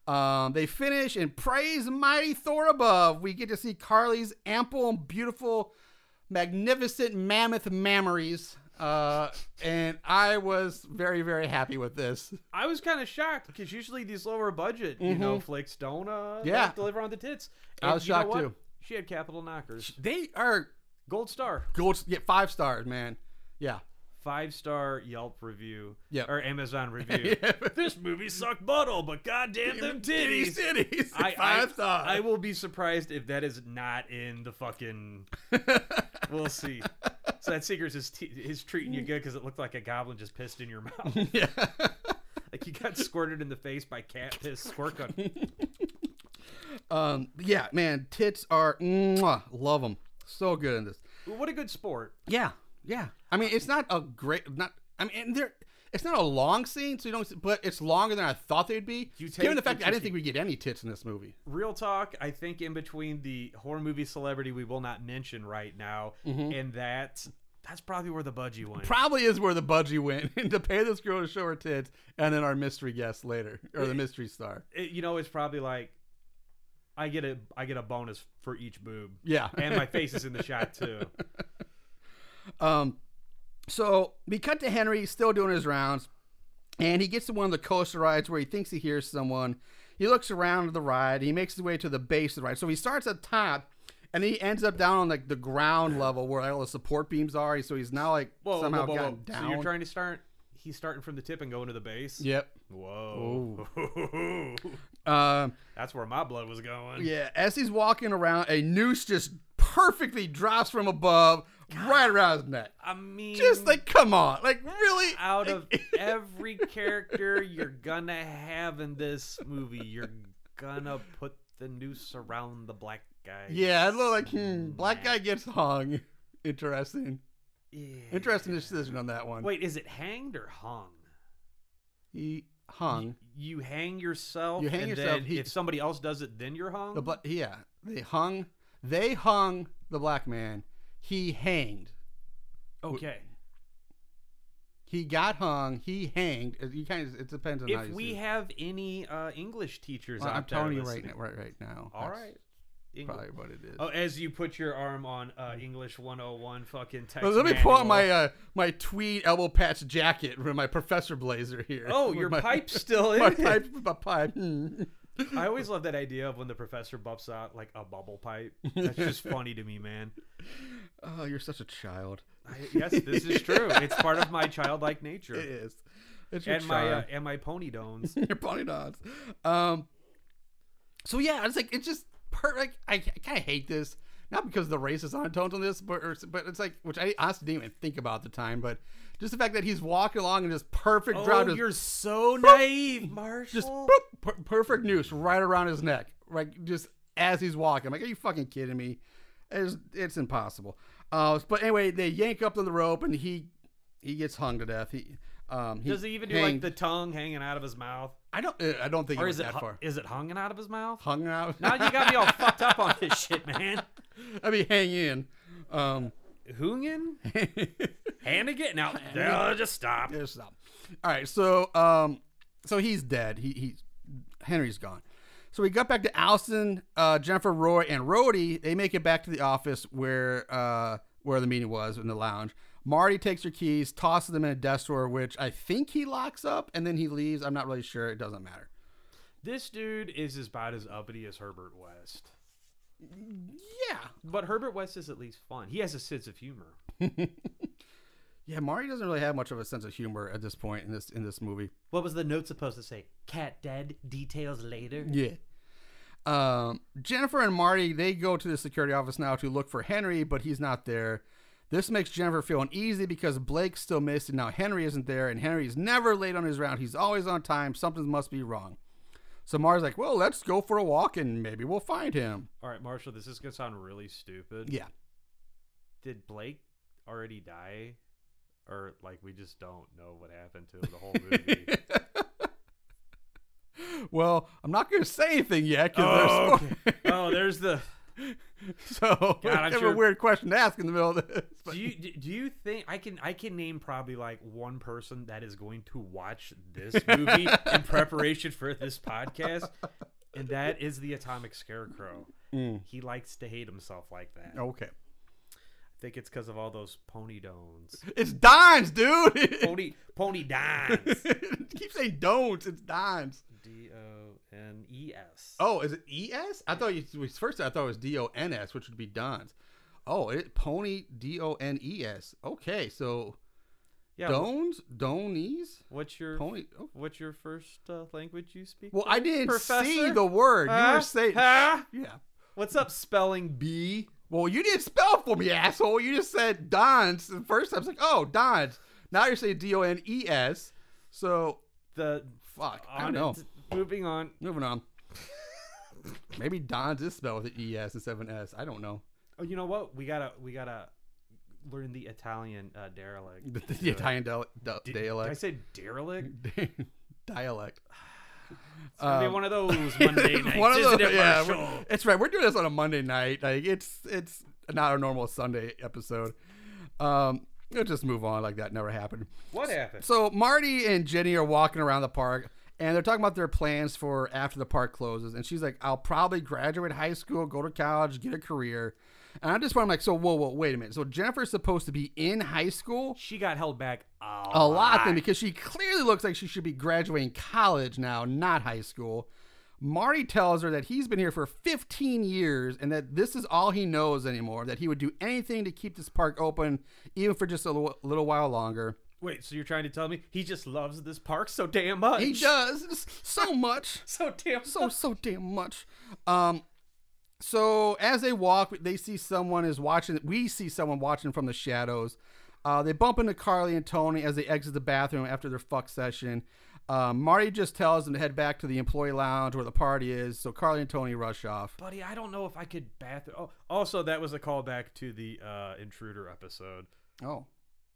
A: Um, they finish, and praise mighty Thor above, we get to see Carly's ample and beautiful, magnificent mammoth mammaries. Uh, and I was very, very happy with this.
B: I was kind of shocked because usually these lower budget, you know, flicks don't uh
A: Mm-hmm. Yeah.
B: don't deliver on the tits.
A: I was
B: you know
A: shocked,
B: what?
A: too.
B: She had capital knockers.
A: They are
B: Gold star,
A: gold, yeah, five stars, man. Yeah.
B: five star Yelp review,
A: Yep.
B: or Amazon review. This movie sucked butthole, but goddamn them titties.
A: Titties,
B: I,
A: five
B: I,
A: stars.
B: I will be surprised if that is not in the fucking. we'll see. So that Seekers is t- is treating you good because it looked like a goblin just pissed in your mouth.
A: Yeah.
B: like you got squirted in the face by cat piss squirt gun.
A: um. Yeah, man. Tits are mwah, love them. So good in this.
B: what a good sport.
A: Yeah. Yeah. I mean, it's not a great. Not. I mean, and there. It's not a long scene, so you don't. But it's longer than I thought they'd be.
B: You take-
A: given the fact
B: you
A: that I didn't think
B: take-
A: we'd get any tits in this movie.
B: Real talk, I think in between the horror movie celebrity we will not mention right now
A: Mm-hmm.
B: and that, that's probably where the budgie went.
A: Probably is where the budgie went to pay this girl to show her tits, and then our mystery guest later, or the mystery star.
B: It- you know, it's probably like I get a I get a bonus for each boob.
A: Yeah.
B: And my face is in the shot too.
A: Um, so we cut to Henry still doing his rounds, and he gets to one of the coaster rides where he thinks he hears someone. He looks around the ride. He makes his way to the base of the ride. So he starts at the top, and he ends up down on like the ground level where all the support beams are. So he's now like
B: Whoa,
A: somehow
B: whoa, whoa,
A: gotten
B: whoa.
A: down.
B: So you're trying to start. He's starting from the tip and going to the base.
A: Yep.
B: Whoa.
A: Um,
B: That's where my blood was going.
A: yeah. As he's walking around, a noose just perfectly drops from above right around his neck.
B: I mean,
A: Just like, come on, like really?
B: out of every character you're gonna have in this movie, you're gonna put the noose around the black guy.
A: yeah, I look like hmm, black guy gets hung. Interesting.
B: Yeah.
A: Interesting decision on that one.
B: Wait, is it hanged or hung?
A: he hung.
B: You hang yourself.
A: You hang
B: and
A: yourself,
B: Then
A: he-
B: if somebody else does it, then you're hung.
A: The bla- yeah, they hung. They hung the black man. He hanged.
B: okay.
A: He got hung. He hanged. It- You kind of. It depends on how
B: If
A: you
B: we
A: see it.
B: have any uh, English teachers,
A: Well,
B: out
A: I'm
B: there
A: telling you right,
B: listening.
A: now, right, right now.
B: All
A: that's
B: right. Engli-
A: probably what it is.
B: Oh, as you put your arm on uh, English 101 fucking text.
A: Let me pull out my
B: manual.
A: uh, my tweed elbow patch jacket with my professor blazer here.
B: Oh,
A: With
B: your
A: my-
B: pipe's still in.
A: My
B: it.
A: pipe, my pipe. Hmm.
B: I always love that idea of when the professor buffs out like a bubble pipe. That's just funny to me, man.
A: Oh, you're such a child.
B: I, yes, this is true. It's part of my childlike nature.
A: It is. It's your
B: and my uh,
A: charm.
B: and my pony dones.
A: your pony dogs. Um. So yeah, it's like it's just per like I, I kind of hate this not because of the racist undertones on this, but or, but it's like which I honestly didn't even think about at the time, but just the fact that he's walking along in this perfect drought,
B: oh,
A: just,
B: you're so naive, Marshall.
A: just boop, per- perfect noose right around his neck, right just as he's walking. I'm like, are you fucking kidding me? It's it's impossible. Uh, but anyway, they yank up on the rope and he he gets hung to death. He um he
B: Does he even do like
A: hanged.
B: the tongue hanging out of his mouth,
A: I don't uh, I don't think
B: or
A: it was
B: is it
A: that
B: hu-
A: far.
B: is it hanging out of his mouth?
A: Hung out.
B: Now you got me all fucked up on this shit, man.
A: I mean, hang in. Um,
B: Hungin, Hannigan. Now, no, just stop.
A: there's some. All right, so um, so he's dead. He he's Henry's gone. So we got back to Allison, uh, Jennifer, Roy, and Rhodey. They make it back to the office where uh, where the meeting was in the lounge. Marty takes her keys, tosses them in a desk drawer, which I think he locks up, and then he leaves. I'm not really sure. It doesn't matter.
B: This dude is as bad as uppity as Herbert West.
A: Yeah,
B: But Herbert West is at least fun. He has a sense of humor.
A: yeah. Marty doesn't really have much of a sense of humor at this point in this in this movie.
B: What was the note supposed to say? Cat dead. Details later.
A: Yeah. Um, Jennifer and Marty they go to the security office now to look for Henry, but he's not there. This makes Jennifer feel uneasy because Blake's still missed, and now Henry isn't there, and Henry's never late on his round. He's always on time. Something must be wrong. So Marty's like, "Well, let's go for a walk, and maybe we'll find him."
B: All right, Marshall. This is gonna sound really stupid.
A: Yeah.
B: Did Blake already die, or like we just don't know what happened to him the whole movie?
A: Well, I'm not going to say anything yet
B: oh,
A: because there's
B: okay. oh, there's the.
A: so
B: God, I'm
A: it's
B: sure-
A: a weird question to ask in the middle of this. but-
B: Do you do do you think I can I can name probably like one person that is going to watch this movie in preparation for this podcast, and that is the Atomic Scarecrow.
A: Mm.
B: He likes to hate himself like that.
A: okay,
B: I think it's because of all those pony dones.
A: it's dimes, dude.
B: Pony pony dons.
A: Keep saying don'ts. It's dimes.
B: D O N E S.
A: Oh, is it E S? I thought you we- first. I thought it was D O N S, which would be Don's. Oh, it pony D O N E S. Okay, so
B: yeah. wh-
A: Dones, Donies,
B: What's your
A: pony. Oh.
B: What's your first uh, language you speak?
A: Well, I didn't see
B: Professor? Uh,
A: the word you
B: Huh?
A: were saying.
B: Huh?
A: Yeah.
B: What's up, spelling bee?
A: Well, you didn't spell for me, asshole. You just said Don's. The first time, I was like, oh, Don's. Now you're saying D O N E S. So
B: The
A: fuck. I
B: on
A: don't know.
B: it. Moving on.
A: Moving on. Maybe Don's is spelled with an E S instead of an S. I don't know.
B: Oh, you know what? We gotta we gotta learn the Italian uh, derelict.
A: The, the
B: Do it.
A: Italian dialect.
B: Did- Did I
A: dialect.
B: say derelict?
A: dialect.
B: It's gonna be
A: Um,
B: one of those Monday nights,
A: One of
B: isn't
A: those-
B: it,
A: yeah, we're-
B: Marshall?
A: it's right. We're doing this on a Monday night. Like it's it's not a normal Sunday episode. Um, let's just move on. Like that never happened.
B: What happened?
A: So Marty and Jenny are walking around the park, and they're talking about their plans for after the park closes. And she's like, "I'll probably graduate high school, go to college, get a career." And I just want, I'm like, so whoa, whoa, wait a minute. So Jennifer's supposed to be in high school
B: she got held back a,
A: a lot then because she clearly looks like she should be graduating college now, not high school. Marty tells her that he's been here for 15 years and that this is all he knows anymore, that he would do anything to keep this park open, even for just a little, little while longer.
B: Wait, so you're trying to tell me he just loves this park so damn much?
A: He does s- so much.
B: so damn
A: so so damn much. Um, so as they walk, they see someone is watching. We see someone watching from the shadows. Uh, they bump into Carly and Tony as they exit the bathroom after their fuck session. Uh, Marty just tells them to head back to the employee lounge where the party is. So Carly and Tony rush off.
B: buddy. I don't know if I could bathroom. Oh, also that was a callback to the uh, intruder episode.
A: Oh,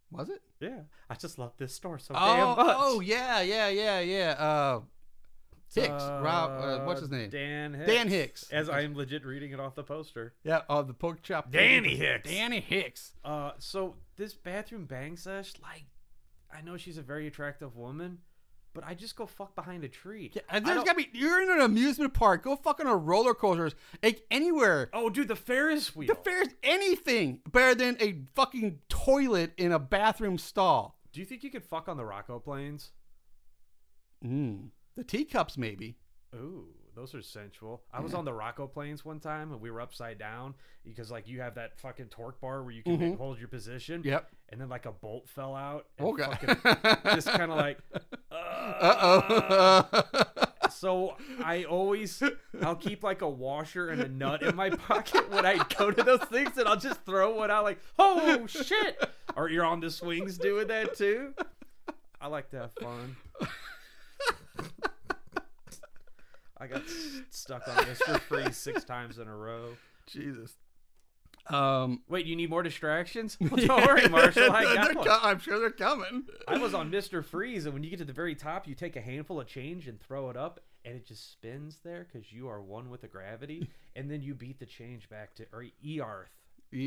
A: was it?
B: Yeah, I just love this store so
A: Oh,
B: damn much.
A: oh yeah, yeah, yeah, yeah. Uh, Hicks, Rob, uh, what's his name?
B: Dan Hicks.
A: Dan Hicks.
B: As I am legit reading it off the poster.
A: yeah, oh, the pork chop.
E: Danny Hicks.
A: Danny Hicks.
B: Uh, so this bathroom bang sesh, like, I know she's a very attractive woman, but I just go fuck behind a tree.
A: Yeah,
B: I
A: and there's
B: don't-
A: gotta be. You're in an amusement park. Go fucking a roller coasters. Like anywhere.
B: Oh, dude, the Ferris wheel.
A: The fair's anything better than a fucking toilet in a bathroom stall.
B: Do you think you could fuck on the Rocco planes?
A: Mm. The teacups, maybe.
B: Ooh, those are sensual. I was on the Rocco planes one time, and we were upside down because, like, you have that fucking torque bar where you can like, hold your position.
A: Mm-hmm. Yep.
B: And then, like, a bolt fell out. And
A: Oh god.
B: fucking- just kind of like,
A: Uh oh.
B: So I always I'll keep like a washer and a nut in my pocket when I go to those things and I'll just throw one out like, oh shit. Or you're on the swings doing that too. I like to have fun. I got s- stuck on this for free six times in a row.
A: Jesus. Um.
B: Wait, you need more distractions? Well, don't worry, Marshall. I
A: They're
B: got
A: co-
B: one.
A: I'm sure they're coming.
B: I was on Mr. Freeze, and when you get to the very top, you take a handful of change and throw it up, and it just spins there because you are one with the gravity, and then you beat the change back to or Earth,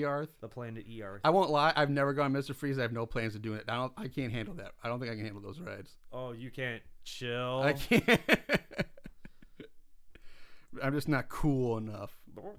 A: Earth.
B: the planet Earth.
A: E I won't lie. I've never gone Mr. Freeze. I have no plans of doing it. I don't. I can't handle that. I don't think I can handle those rides.
B: Oh, you can't chill.
A: I can't. I'm just not cool enough.
B: Blow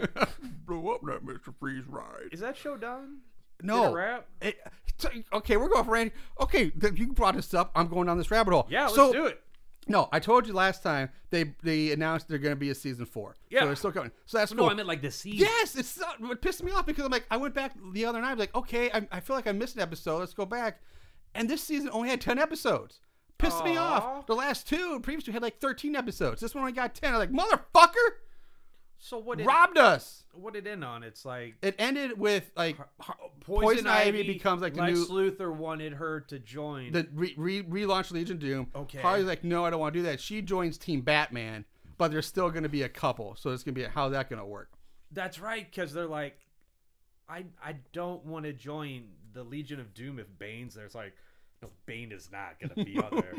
B: it up.
A: Blow up that Mr. Freeze ride.
B: Is that show done? Did a
A: No.
B: wrap?
A: It, t- okay, we're going for Randy. Okay, th- you brought this up. I'm going down this rabbit hole.
B: Yeah, let's
A: so,
B: do it.
A: No, I told you last time they they announced they're going to be a season four.
B: Yeah.
A: So they're still coming. So that's
B: No,
A: cool.
B: I meant like the season.
A: Yes, it's not, it pissed me off because I'm like I went back the other night. I was like, okay, I, I feel like I missed an episode. Let's go back. And this season only had ten episodes. Pissed me
B: Aw.
A: off. The last two previous two had like thirteen episodes. This one only got ten. I was like, motherfucker,
B: So what? It,
A: robbed us.
B: What it end on? It's like
A: It ended with like
B: poison,
A: Ivy becomes like the new-
B: Lex Luthor wanted her to join.
A: the re, re, relaunch Legion of Doom.
B: Okay.
A: Harley's like, no, I don't want to do that. She joins Team Batman, but they're still going to be a couple. So it's going to be how's that going to work?
B: That's right, because they're like, I I don't want to join the Legion of Doom if Bane's there. It's like, no, Bane is not gonna be on there.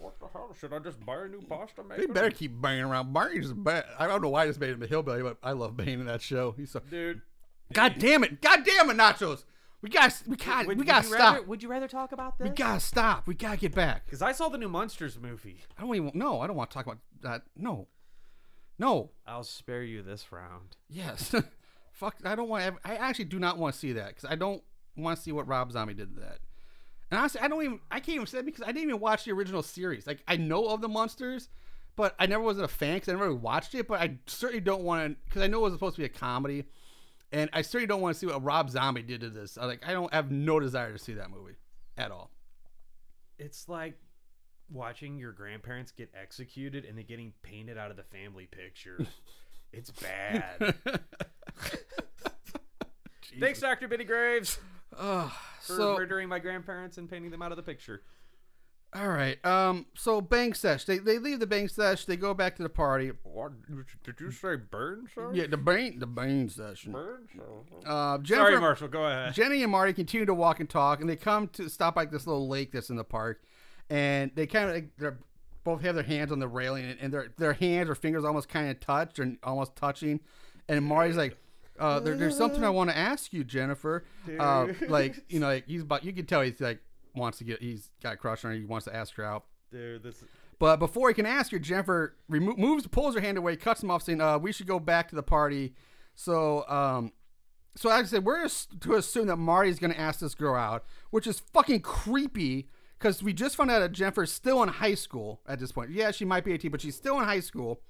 B: what the hell? Should I just buy a new pasta maker?
A: They better keep banging around. Barney's bad. I don't know why I just made him a hillbilly, but I love Bane in that show. He's so
B: dude.
A: God damn it, God damn it, Nachos. We got we got
B: Would,
A: we
B: would
A: got to
B: you
A: stop.
B: Rather, would you rather talk about
A: we
B: this?
A: got to stop. We got to get back.
B: Because I saw the new Monsters movie.
A: I don't even no. I don't want to talk about that. No, no.
B: I'll spare you this round.
A: Yes. Fuck. I don't want. I actually do not want to see that because I don't want to see what Rob Zombie did to that. And honestly, I don't even. I can't even say that because I didn't even watch the original series. Like I know of the monsters, but I never was a fan because I never really watched it. But I certainly don't want to because I know it was supposed to be a comedy, and I certainly don't want to see what Rob Zombie did to this. I like. I don't I have no desire to see that movie at all.
B: It's like watching your grandparents get executed and then getting painted out of the family picture. it's bad. Thanks, Doctor Biddy Graves.
A: Ugh,
B: for
A: so
B: murdering my grandparents and painting them out of the picture.
A: all right. Um. So bang sesh. They they leave the bang sesh. They go back to the party.
B: What did you say, burn sir?
A: Yeah, the Bane, the Bane session.
B: burn
A: Uh, Jennifer,
B: Sorry, Marshall. Go ahead.
A: Jenny and Marty continue to walk and talk, and they come to stop by this little lake that's in the park, and they kind of like, they're both have their hands on the railing, and, and their their hands or fingers almost kind of touched and almost touching, and Marty's like. Uh, there, there's something I want to ask you, Jennifer. Uh, like you know, like he's about. You can tell he's like wants to get. He's got a crush on her. He wants to ask her out.
B: Dude, this.
A: But before he can ask her, Jennifer remo- moves, pulls her hand away, cuts him off, saying, uh, "We should go back to the party." So, um, so like I said, we're ass- to assume that Marty's going to ask this girl out, which is fucking creepy because we just found out that Jennifer's still in high school at this point. Yeah, she might be 18, but she's still in high school.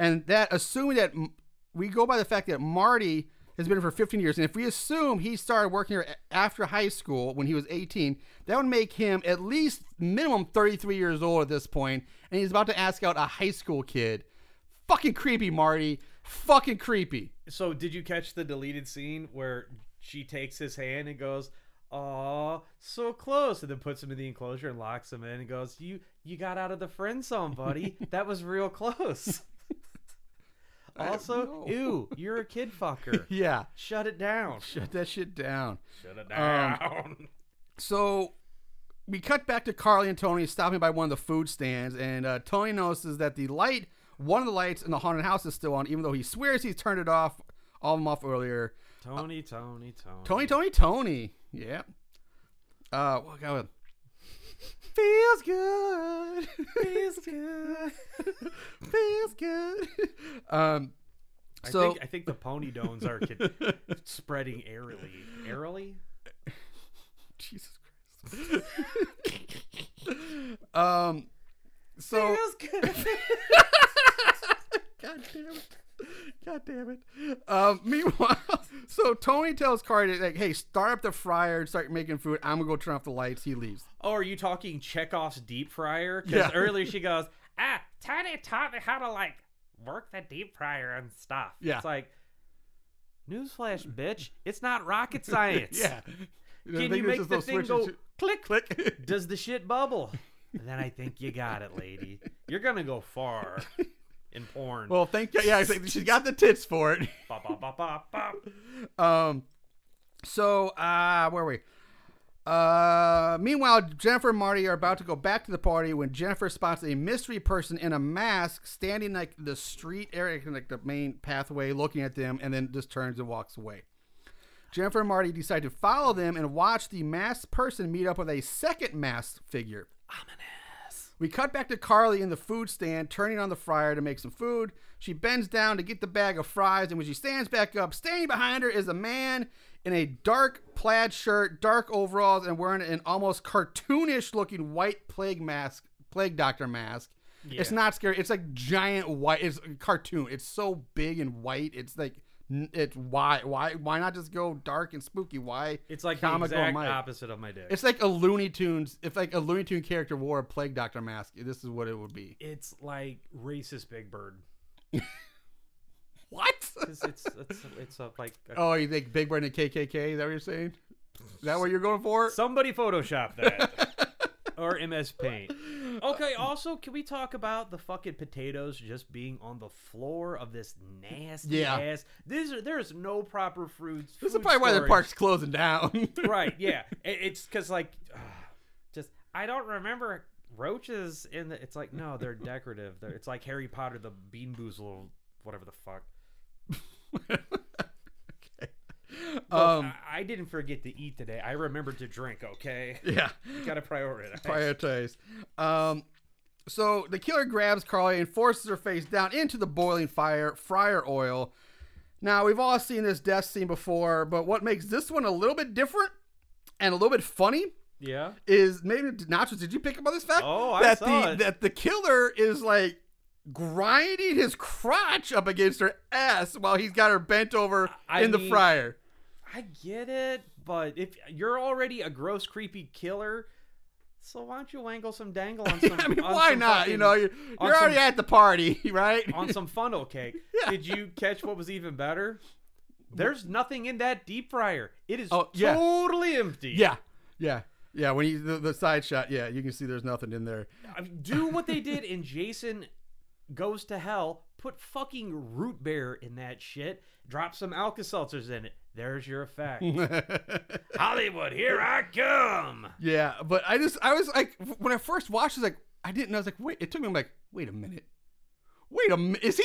A: And that, assuming that m- we go by the fact that Marty has been here for 15 years, and if we assume he started working here a- after high school when he was 18, that would make him at least minimum 33 years old at this point, and he's about to ask out a high school kid. Fucking creepy, Marty. Fucking creepy.
B: So did you catch the deleted scene where she takes his hand and goes, "Aw, so close," and then puts him in the enclosure and locks him in and goes, "You you got out of the friend zone, buddy. that was real close." also,
A: know.
B: ew, you're a kid fucker.
A: Yeah.
B: Shut it down. Um,
A: Shut that shit down.
B: Shut it down.
A: So we cut back to Carly and Tony stopping by one of the food stands, and uh, Tony notices that the light, one of the lights in the haunted house, is still on, even though he swears he's turned it off, all of them off earlier.
B: Tony, Tony, Tony.
A: Tony, Tony, Tony. Yeah. Uh, what God. Feels good. Feels good. Feels good. Um,
B: I
A: so
B: think I think the pony dones are kid- spreading airily. Airily?
A: Jesus Christ. um, so God damn it. God damn it. Um, meanwhile, so Tony tells Cardi, like, hey, start up the fryer and start making food. I'm going to go turn off the lights. He leaves.
B: Oh, are you talking Chekhov's deep fryer? Because
A: Yeah.
B: earlier she goes, ah, Tony taught me how to like work the deep fryer and stuff.
A: Yeah.
B: It's like, newsflash, bitch, it's not rocket science.
A: I
B: Can
A: think
B: you
A: it's
B: make
A: just
B: the
A: those
B: thing
A: switches
B: go
A: you-
B: click?
A: click?
B: Does the shit bubble? then I think you got it, lady. You're gonna go far in porn.
A: Well, thank you. Yeah, it's like she's got the tits for it.
B: Bop, bop, bop, bop, bop.
A: Um, so uh, where are we? Uh, meanwhile, Jennifer and Marty are about to go back to the party when Jennifer spots a mystery person in a mask standing like the street area, like the main pathway, looking at them, and then just turns and walks away. Jennifer and Marty decide to follow them and watch the masked person meet up with a second masked figure. We cut back to Carly in the food stand, turning on the fryer to make some food. She bends down to get the bag of fries, and when she stands back up, standing behind her is a man in a dark plaid shirt, dark overalls, and wearing an almost cartoonish looking white plague mask, plague doctor mask. It's not scary. It's like giant white. It's a cartoon. It's so big and white. It's like n- it's why why why not just go dark and spooky? Why
B: It's like
A: comical
B: the exact
A: Mike?
B: opposite of my dick.
A: It's like a Looney Tunes. If like a Looney Tune character wore a plague doctor mask, this is what it would be.
B: it's like racist Big Bird.
A: What?
B: 'Cause it's it's it's a, like a-
A: oh, you think Big Bird and the KKK? Is that what you're saying? Is that what you're going for?
B: somebody Photoshop that or MS Paint. Okay. Also, can we talk about the fucking potatoes just being on the floor of this nasty
A: Yeah.
B: ass? These are there's no proper fruits.
A: this is probably why the park's closing down.
B: right. Yeah. It, it's because like ah, just I don't remember roaches in the. It's like no, they're decorative. They're, it's like Harry Potter, the Bean Boozle, whatever the fuck. Look,
A: Um,
B: I, I didn't forget to eat today. I remembered to drink. Okay,
A: yeah.
B: gotta prioritize.
A: Prioritize. Um, so the killer grabs Carly and forces her face down into the boiling fire fryer oil. Now we've all seen this death scene before, but what makes this one a little bit different and a little bit funny
B: yeah.
A: is maybe Nachos. Did you pick up on this fact?
B: Oh, I
A: that
B: saw
A: the
B: it.
A: that the killer is like grinding his crotch up against her ass while he's got her bent over
B: I
A: in the
B: mean-
A: fryer.
B: I get it, but if you're already a gross, creepy killer, so why don't you wangle some dangle on some?
A: I mean,
B: on
A: why
B: some
A: not?
B: fucking-
A: you know, you're,
B: on
A: you're
B: some-
A: already at the party, right?
B: on some funnel cake.
A: Yeah.
B: Did you catch what was even better? There's nothing in that deep fryer. It is
A: Oh, yeah.
B: totally empty.
A: yeah, yeah, yeah. When you the, the side shot, yeah, you can see there's nothing in there.
B: I mean, do what they did in Jason Goes to Hell. Put fucking root beer in that shit. Drop some Alka Seltzers in it. There's your effect. Hollywood, here I come.
A: yeah, but I just I was like when I first watched, it, like I didn't. know. I was like, wait. It took me. I'm like, wait a minute. Wait a minute. Is he?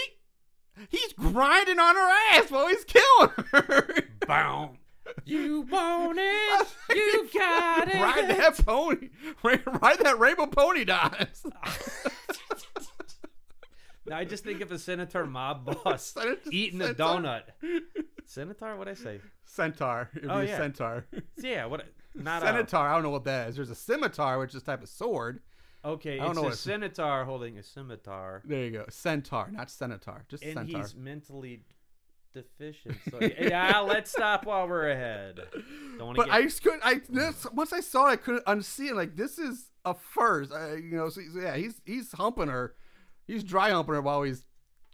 A: He's grinding on her ass while he's killing her.
B: Boom. You want it. You
A: Like,
B: got it.
A: Ride that pony. Ride that rainbow pony, Don.
B: Now I just think of a Senator mob boss
A: Senator-
B: eating a
A: Centaur.
B: donut. Senator, what'd I say?
A: Centaur. It'd
B: Oh,
A: be
B: yeah.
A: a centaur.
B: Yeah, what? Not
A: Centaur. I don't know what that is. There's a scimitar, which is a type of sword.
B: A, okay,
A: I don't
B: it's
A: know
B: a
A: what it's-
B: Senator holding a scimitar,
A: There you go. Centaur, not centaur. Just
B: and
A: centaur.
B: he's mentally deficient. So yeah, let's stop while we're ahead. Don't want to
A: But
B: get
A: I just couldn't. I this once I saw it, I couldn't unsee it. Like this is a first. I, you know. So, so yeah, he's he's humping her. He's dry humping her while he's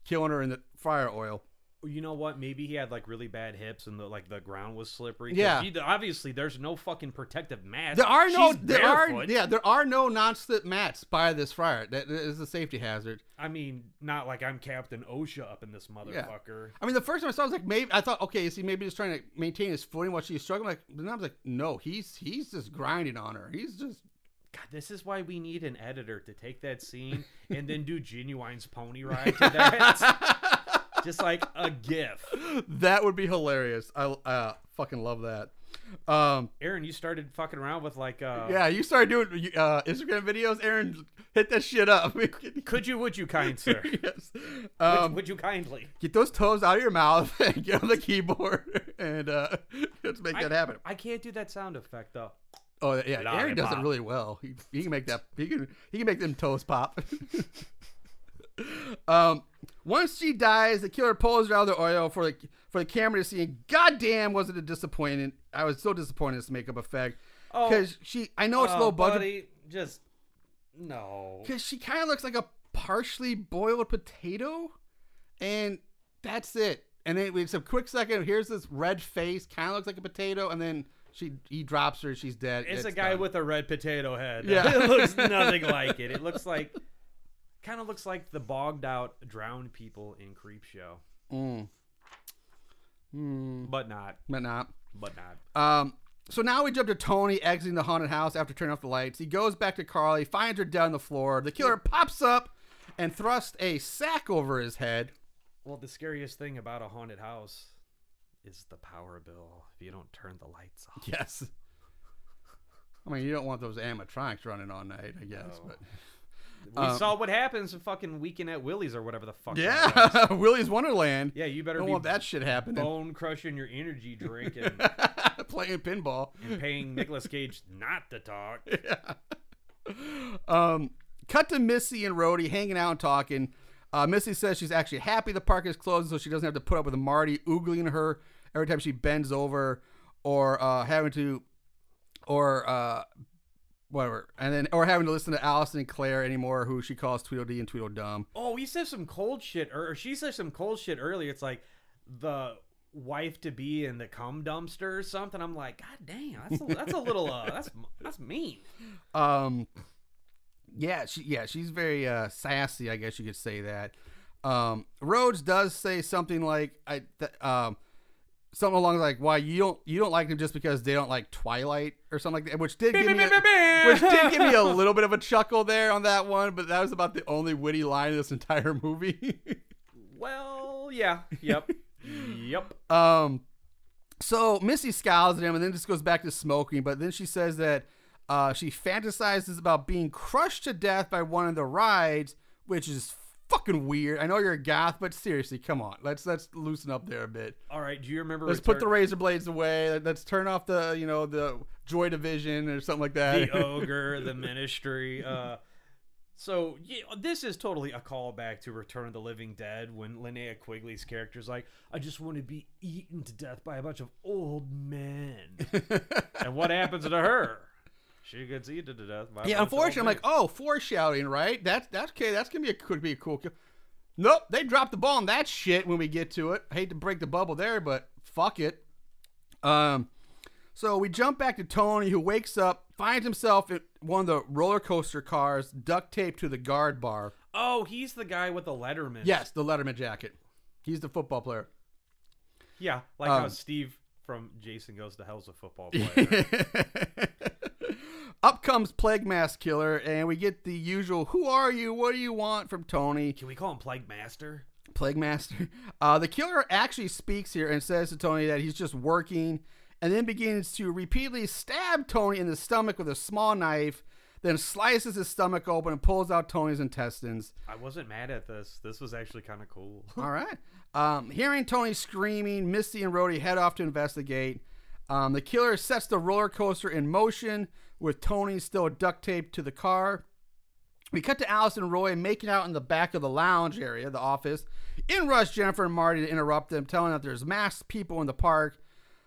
A: killing her in the fire oil.
B: you know what? Maybe he had like really bad hips and the like the ground was slippery. 'cause
A: Yeah.
B: he- obviously there's no fucking protective mask.
A: There are no.
B: She's
A: There are
B: barefoot.
A: yeah. There are no non-slip mats by this fire. That that is a safety hazard.
B: I mean, not like I'm Captain OSHA up in this motherfucker.
A: I mean, the first time I saw, it, I was like, maybe I thought, okay, see, maybe he's trying to maintain his footing while she's struggling. Like, but then I was like, no, he's he's just grinding on her. He's just
B: God, this is why we need an editor to take that scene and then do Genuine's pony ride to that. Just like a gif.
A: that would be hilarious. I uh, fucking love that. Um,
B: Aaron, you started fucking around with like uh
A: yeah, you started doing uh, Instagram videos, Aaron. Hit that shit up.
B: could you would you kind sir? Would-
A: yes. Um,
B: would you kindly?
A: get those toes out of your mouth and get on the keyboard and uh, let's make that happen.
B: I can't do that sound effect though.
A: Oh yeah, Aaron does it
B: Lollipop.
A: really well. He, he can make that. He can he can make them toes pop. um, once she dies, the killer pulls her out of the oil for the for the camera to see. And goddamn, was it a disappointing? I was so disappointed in this makeup effect
B: Oh.
A: because she. I know it's
B: Oh,
A: low budget
B: buddy, just no.
A: because she kind of looks like a partially boiled potato, and that's it. And then it's a quick second. Here's this red face, kind of looks like a potato, and then she he drops her. She's dead.
B: It's a guy
A: done.
B: with a red potato head.
A: Yeah.
B: it looks nothing like it. It looks like kind of looks like the bogged out drowned people in Creep Show.
A: Mm. Hmm.
B: But not.
A: but not.
B: But not.
A: Um, so now we jump to Tony exiting the haunted house after turning off the lights. He goes back to Carly, finds her dead on the floor. The killer pops up and thrusts a sack over his head.
B: Well, the scariest thing about a haunted house is the power bill if you don't turn the lights off.
A: Yes. I mean, you don't want those animatronics running all night, I guess. But
B: We saw what happens in fucking Weekend at Willie's or whatever the fuck. that was.
A: um, yeah, Willy's Wonderland.
B: Yeah, you better
A: don't
B: be
A: want that shit happening.
B: bone crushing your energy drink and,
A: Playing pinball.
B: and paying Nicolas Cage not to talk.
A: Um, cut to Missy and Rhodey hanging out and talking. Uh, Missy says she's actually happy the park is closed so she doesn't have to put up with Marty oogling her every time she bends over or uh, having to, or uh, whatever, and then or having to listen to Allison and Claire anymore, who she calls Tweedledee and Tweedledum.
B: Oh, he said some cold shit, or, or she said some cold shit earlier. It's like the wife to be in the cum dumpster or something. I'm like, God damn, that's a, that's a little uh, that's that's mean.
A: Um, yeah, she yeah she's very uh, sassy, I guess you could say that. Um, Rhodes does say something like I th- um, something along like why you don't you don't like them just because they don't like Twilight or something like that, which did give me a, which did give me a little bit of a chuckle there on that one, but that was about the only witty line in this entire movie.
B: Well, yeah, yep, yep.
A: Um, so Missy scowls at him and then just goes back to smoking. But then she says that uh, she fantasizes about being crushed to death by one of the rides, which is fucking weird. I know you're a goth, but seriously, come on, let's let's loosen up there a bit.
B: All right, do you remember?
A: Let's put the razor blades away. Let's turn off the you know the Joy Division or something like that.
B: the ogre, the ministry. Uh, so yeah, this is totally a callback to Return of the Living Dead when Linnea Quigley's character's like, "I just want to be eaten to death by a bunch of old men," and what happens to her? She gets eaten to death by. a bunch
A: yeah,
B: of
A: unfortunately, I'm
B: old
A: like, oh, foreshadowing, right? That's that's okay. That's gonna be a could be a cool. kill. Nope, they dropped the ball on that shit when we get to it. hate to break the bubble there, but fuck it. Um, so we jump back to Tony, who wakes up, finds himself in one of the roller coaster cars, duct taped to the guard bar.
B: men. oh, he's the guy with the Letterman.
A: Yes, the Letterman jacket. He's the football player.
B: yeah, like how
A: Um,
B: Steve from Jason Goes to Hell's a football player.
A: Up comes Plague Mask Killer, and we get the usual "Who are you? What do you want?" from Tony.
B: Can we call him Plague Master?
A: Plague Master. Uh, the killer actually speaks here and says to Tony that he's just working and then begins to repeatedly stab Tony in the stomach with a small knife. then slices his stomach open and pulls out Tony's intestines.
B: I wasn't mad at this. This was actually kind of cool.
A: All right. Um, hearing Tony screaming, Misty and Rhodey head off to investigate. Um, the killer sets the roller coaster in motion with Tony still duct taped to the car. We cut to Alice and Roy making out in the back of the lounge area, the office. In rush Jennifer and Marty to interrupt them, telling them that there's masked people in the park.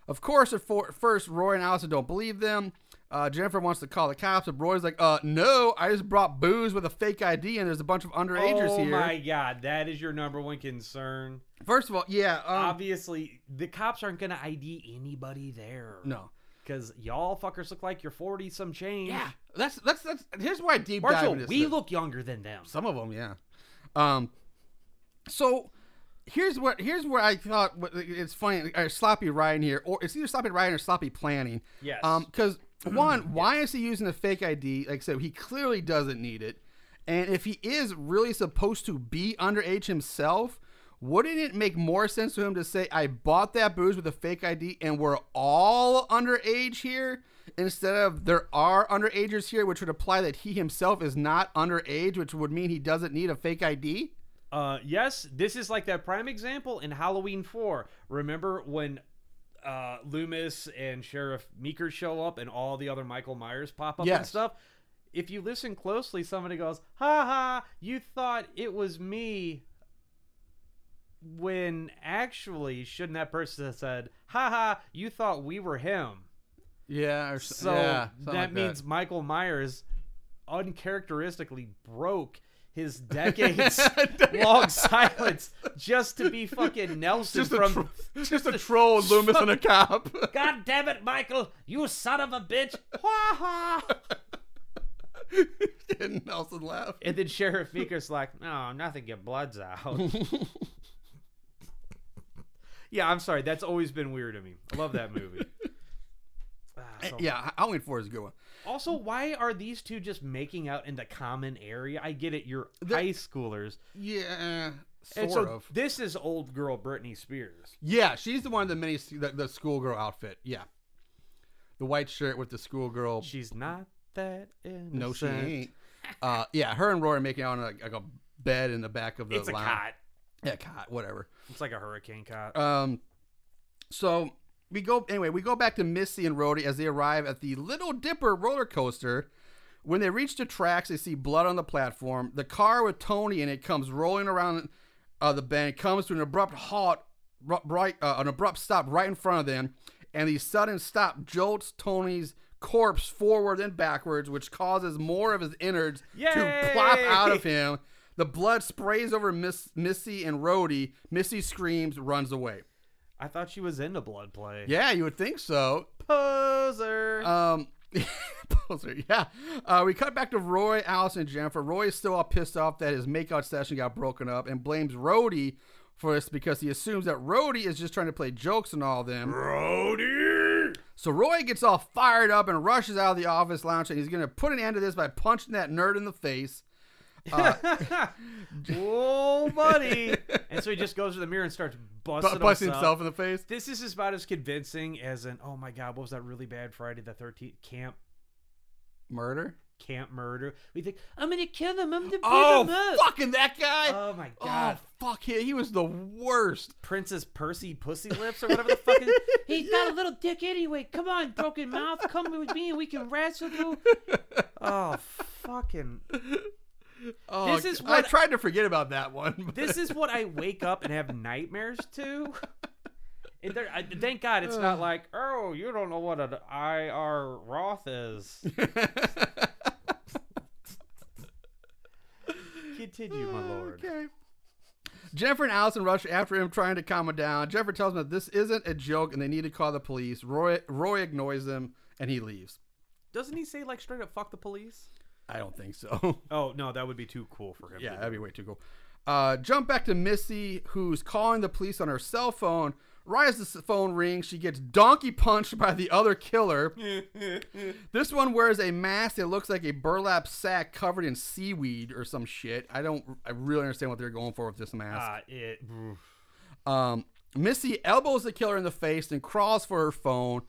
A: Of course, at for- first, Roy and Allison don't believe them. Uh, Jennifer wants to call the cops, but Roy's like, uh, no, I just brought booze with a fake ID, and there's a bunch of underagers
B: oh
A: here.
B: my god, that is your number one concern.
A: First of all, yeah, um,
B: Obviously, the cops aren't gonna ID anybody there.
A: no.
B: because y'all fuckers look like you're forty some change.
A: Yeah, that's, that's, that's, here's why I deep dive
B: Marshall,
A: into this
B: we
A: thing.
B: look younger than them.
A: Some of them, yeah. Um, so here's what here's where I thought what- it's funny or sloppy Ryan here, or it's either sloppy Ryan or sloppy planning.
B: Yes.
A: Um, because one, why is he using a fake ID? Like I said, he clearly doesn't need it. And if he is really supposed to be underage himself, wouldn't it make more sense to him to say, "I bought that booze with a fake ID, and we're all underage here"? Instead of there are underagers here, which would imply that he himself is not underage, which would mean he doesn't need a fake ID.
B: Uh, yes, this is like that prime example in Halloween Four. Remember when uh, Loomis and Sheriff Meeker show up, and all the other Michael Myers pop up and
A: Yes.
B: stuff. If you listen closely, somebody goes, "Ha ha! You thought it was me." When actually, shouldn't that person have said, "Ha ha! You thought we were him."
A: Yeah. Or,
B: So that means Michael Myers uncharacteristically broke his decades long silence just to be fucking Nelson
A: just a
B: from
A: tro- just a troll, Loomis and a cop.
B: God damn it, Michael, you son of a bitch. Ha ha.
A: and Nelson laughed.
B: And then Sheriff Meeker's like, no, nothing, your blood's out. yeah, I'm sorry. That's always been weird to me. I love that movie. Ah, so
A: Uh, Yeah, Halloween Four is a good one.
B: Also, why are these two just making out in the common area? I get it, you're high schoolers.
A: Yeah, sort
B: And so
A: of.
B: this is old girl Britney Spears.
A: Yeah, she's the one in the mini the, the schoolgirl outfit. Yeah, the white shirt with the schoolgirl.
B: She's not that innocent.
A: no, she ain't. Uh, yeah, her and Roy are making out on like, like a bed in the back of the
B: It's a
A: lounge.
B: cot.
A: Yeah, cot, whatever.
B: It's like a hurricane cot.
A: Um, so we go anyway. We go back to Misty and Rhodey as they arrive at the Little Dipper roller coaster. When they reach the tracks, they see blood on the platform. The car with Tony in it comes rolling around uh, the bend, comes to an abrupt halt, ru- right uh, an abrupt stop right in front of them, and the sudden stop jolts Tony's corpse forward and backwards, which causes more of his innards to plop
B: Yay!
A: out of him. The blood sprays over Miss Missy and Rhodey. Missy screams, runs away.
B: I thought she was into blood play.
A: Yeah, you would think so.
B: Poser.
A: Um, poser, yeah. Uh, we cut back to Roy, Allison, and Jennifer. Roy is still all pissed off that his makeout session got broken up and blames Rhodey for this because he assumes that Rhodey is just trying to play jokes on all of them.
E: Brody!
A: So Roy gets all fired up and rushes out of the office lounge, and he's going to put an end to this by punching that nerd in the face. uh,
B: oh, buddy. and so he just goes to the mirror and starts busting,
A: Bu- busting himself
B: himself.
A: in the face.
B: This is as about as convincing as an, oh my God, what was that really bad Friday the 13th camp?
A: Murder?
B: Camp murder. We think I'm gonna kill them. I'm gonna beat them
A: Oh,
B: up.
A: fucking that guy!
B: Oh my
A: oh,
B: god.
A: fuck him. He was the worst.
B: Princess Percy Pussy Lips or whatever the fuck. Is. He's got a little dick anyway. Come on, broken mouth. Come with me and we can wrestle you. Oh fucking.
A: Oh,
B: This is
A: I
B: what-
A: tried to forget about that one. but-
B: This is what I wake up and have nightmares to. And there, I, thank God it's not like, oh, you don't know what an IR Roth is. Continue, my lord.
A: Okay. Jennifer and Allison rush after him, trying to calm him down. Jennifer tells him that this isn't a joke and they need to call the police. Roy Roy ignores them and he leaves.
B: Doesn't he say like straight up, fuck the police?
A: I don't think so.
B: Oh no, that would be too cool for him.
A: yeah, that'd be way too cool. Uh, jump back to Missy, who's calling the police on her cell phone. Right as the phone rings, she gets donkey punched by the other killer. this one wears a mask that looks like a burlap sack covered in seaweed or some shit. I don't, I really understand what they're going for with this mask.
B: Uh, it,
A: Um, Missy elbows the killer in the face and crawls for her phone.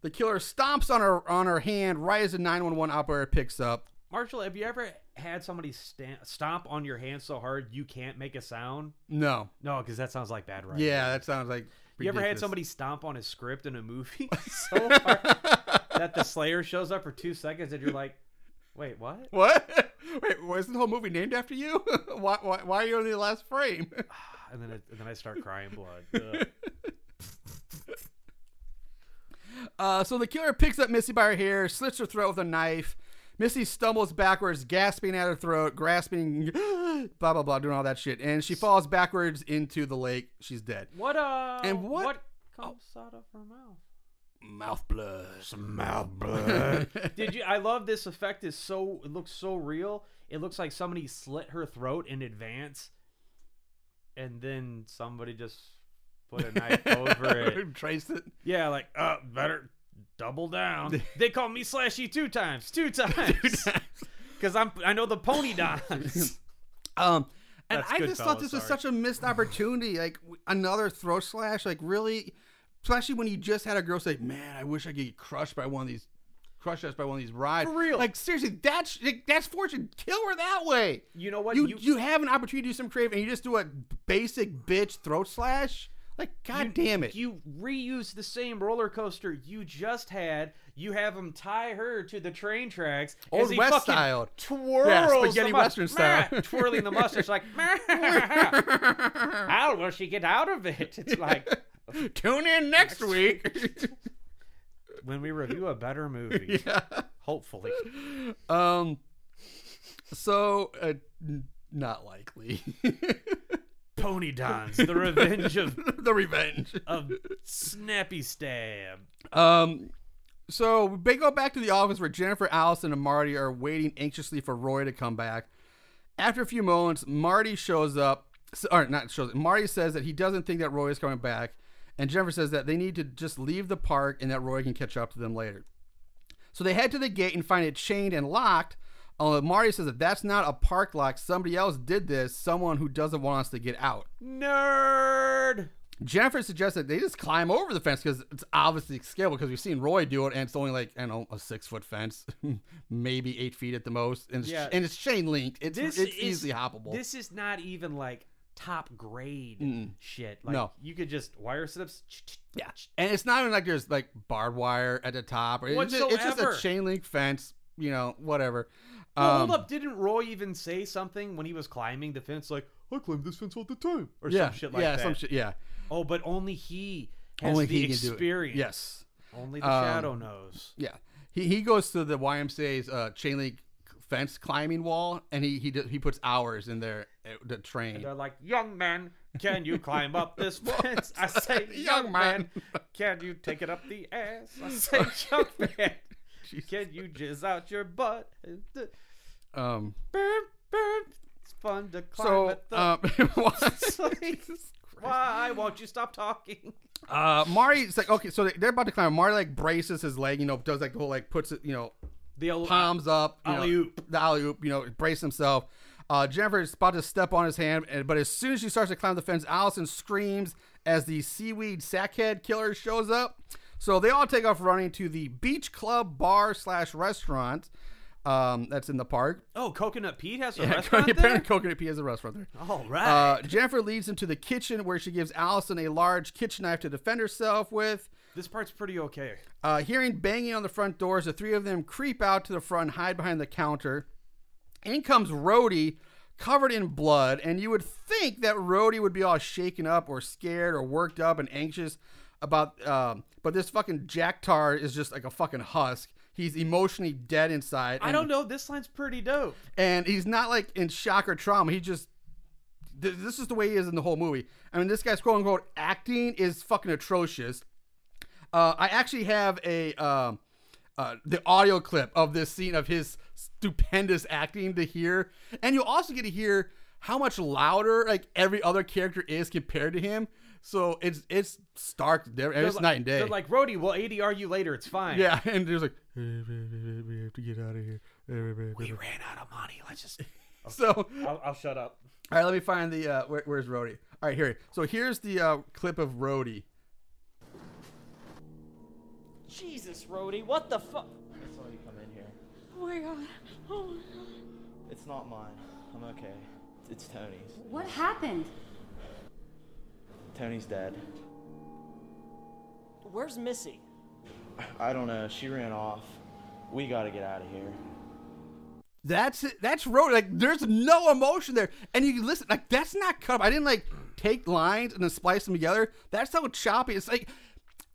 A: The killer stomps on her on her hand right as the 911 operator picks up.
B: Marshall, have you ever had somebody stamp, stomp on your hand so hard you can't make a sound?
A: No.
B: No, because that sounds like bad writing.
A: Yeah, that sounds like.
B: You ever had
A: ridiculous.
B: somebody stomp on a script in a movie so hard that the Slayer shows up for two seconds and you're like, wait, what?
A: What? Wait, was the whole movie named after you? why, why, why are you only the last frame?
B: And then, it, and then I start crying blood. Ugh.
A: Uh, so the killer picks up Missy by her hair, slits her throat with a knife. Missy stumbles backwards, gasping at her throat, grasping, blah, blah, blah, doing all that shit. And she falls backwards into the lake. She's dead.
B: What, uh,
A: And what- Oh.
B: comes out of her mouth?
A: Mouth blood.
E: Mouth blood.
B: Did you? I love this effect. is so it looks so real. It looks like somebody slit her throat in advance, and then somebody just put a knife over it.
A: Traced it.
B: Yeah, like uh, better double down. They call me Slashy two times, two times, because I'm I know the pony dons.
A: Um, and
B: That's
A: I
B: good,
A: just thought
B: fellas,
A: this was
B: sorry.
A: such a missed opportunity. Like w- another throat slash. Like really, especially when you just had a girl say, "Man, I wish I could get crushed by one of these, crushed us by one of these rides."
B: For real.
A: Like seriously, that's like, that's fortune. Kill her that way.
B: You know what?
A: You, you have an opportunity to do some creative, and you just do a basic bitch throat slash. Like god damn it.
B: You reuse the same roller coaster you just had. You have him tie her to the train tracks. as
A: Old
B: he
A: West
B: fucking
A: style.
B: Twirls
A: Yeah,
B: the
A: spaghetti
B: must-
A: Western style.
B: Meh, twirling the mustache like, how will she get out of it? It's like
A: Tune in next week.
B: when we review a better movie, hopefully.
A: um. So, uh, n- not likely.
B: Pony Dons, the revenge of,
A: the revenge.
B: of Snappy Stab.
A: Um, so they go back to the office where Jennifer, Allison, and Marty are waiting anxiously for Roy to come back. After a few moments, Marty shows up. s- Or not shows. up. Marty says that he doesn't think that Roy is coming back, and Jennifer says that they need to just leave the park and that Roy can catch up to them later. So they head to the gate and find it chained and locked. Although Marty says that that's not a park lock. Somebody else did this. Someone who doesn't want us to get out.
B: Nerd!
A: Jennifer suggests that they just climb over the fence because it's obviously scalable because we've seen Roy do it and it's only like, I don't know, a six foot fence, maybe eight feet at the most. And it's,
B: Yeah.
A: and it's chain linked. It's,
B: This
A: it's
B: is-
A: easily hoppable.
B: This is not even like top grade shit. Like
A: No.
B: you could just wire sit-ups.
A: yeah. And it's not even like there's like barbed wire at the top. Or it's, just, it's just a
B: Whatsoever.
A: chain link fence, you know, whatever.
B: Well,
A: Um,
B: hold up! Didn't Roy even say something when he was climbing the fence? Like I climb this fence all the time, or
A: yeah.
B: some shit like
A: yeah,
B: that.
A: some shit. Yeah.
B: Oh, but only he has
A: Only
B: the
A: he can do it.
B: experience.
A: Yes.
B: Only the
A: Um,
B: shadow knows.
A: Yeah, he he goes to the YMCA's uh, chain link fence climbing wall, and he he d- he puts hours in there uh, the train.
B: They're like, young man, can you climb up this fence? I say, young man, can you take it up the ass? I say, young man, can you jizz out your butt?
A: Um,
B: It's fun to climb
A: so
B: at the.
A: um,
B: It's like, why won't you stop talking?
A: uh, Mari's like okay, so they- they're about to climb. Mari like braces his leg, you know, does like the whole like puts it, you know,
B: The old
A: palms up, you know,
B: Alley-oop.
A: the alley oop, you know, brace himself. Uh, Jennifer is about to step on his hand, and, but as soon as she starts to climb the fence, Allison screams as the seaweed sackhead killer shows up. So they all take off running to the beach club bar slash restaurant um, that's in the park.
B: Oh, Coconut Pete has a restaurant there.
A: Apparently, Coconut Pea has a restaurant there.
B: All right.
A: Uh, Jennifer leads him to the kitchen where she gives Allison a large kitchen knife to defend herself with.
B: this part's pretty okay.
A: Uh, hearing banging on the front doors, the three of them creep out to the front, hide behind the counter. In comes Rhodey, covered in blood, and you would think that Rhodey would be all shaken up or scared or worked up and anxious about. Um, but this fucking Jack Tar is just like a fucking husk. He's emotionally dead inside.
B: I
A: and-
B: don't know. This line's pretty dope.
A: and he's not like in shock or trauma. He just th- this is the way he is in the whole movie. I mean, this guy's quote unquote acting is fucking atrocious. Uh, I actually have a um, uh, the audio clip of this scene of his stupendous acting to hear, and you'll also get to hear how much louder like every other character is compared to him. So it's it's stark. There,
B: They're
A: it's
B: like-
A: night and day.
B: They're like, Rody, we'll ADR you later. It's fine.
A: yeah, and there's like we have to get out of here.
B: We ran out of money. Let's just.
A: So
B: I'll, I'll shut up.
A: All right, let me find the uh, where, where's Rhodey. All right, here. So here's the uh, clip of Rhodey.
F: Jesus, Rhodey, what the fuck? I saw you come in here.
C: Oh my god. Oh my god.
F: It's not mine. I'm okay. It's Tony's.
G: What happened?
F: Tony's dead.
H: Where's Missy?
F: I don't know. She ran off. We gotta get out of here.
A: That's it. That's road. Like there's no emotion there, and you listen. Like that's not cut. up. I didn't like take lines and then splice them together. That's how choppy. It's like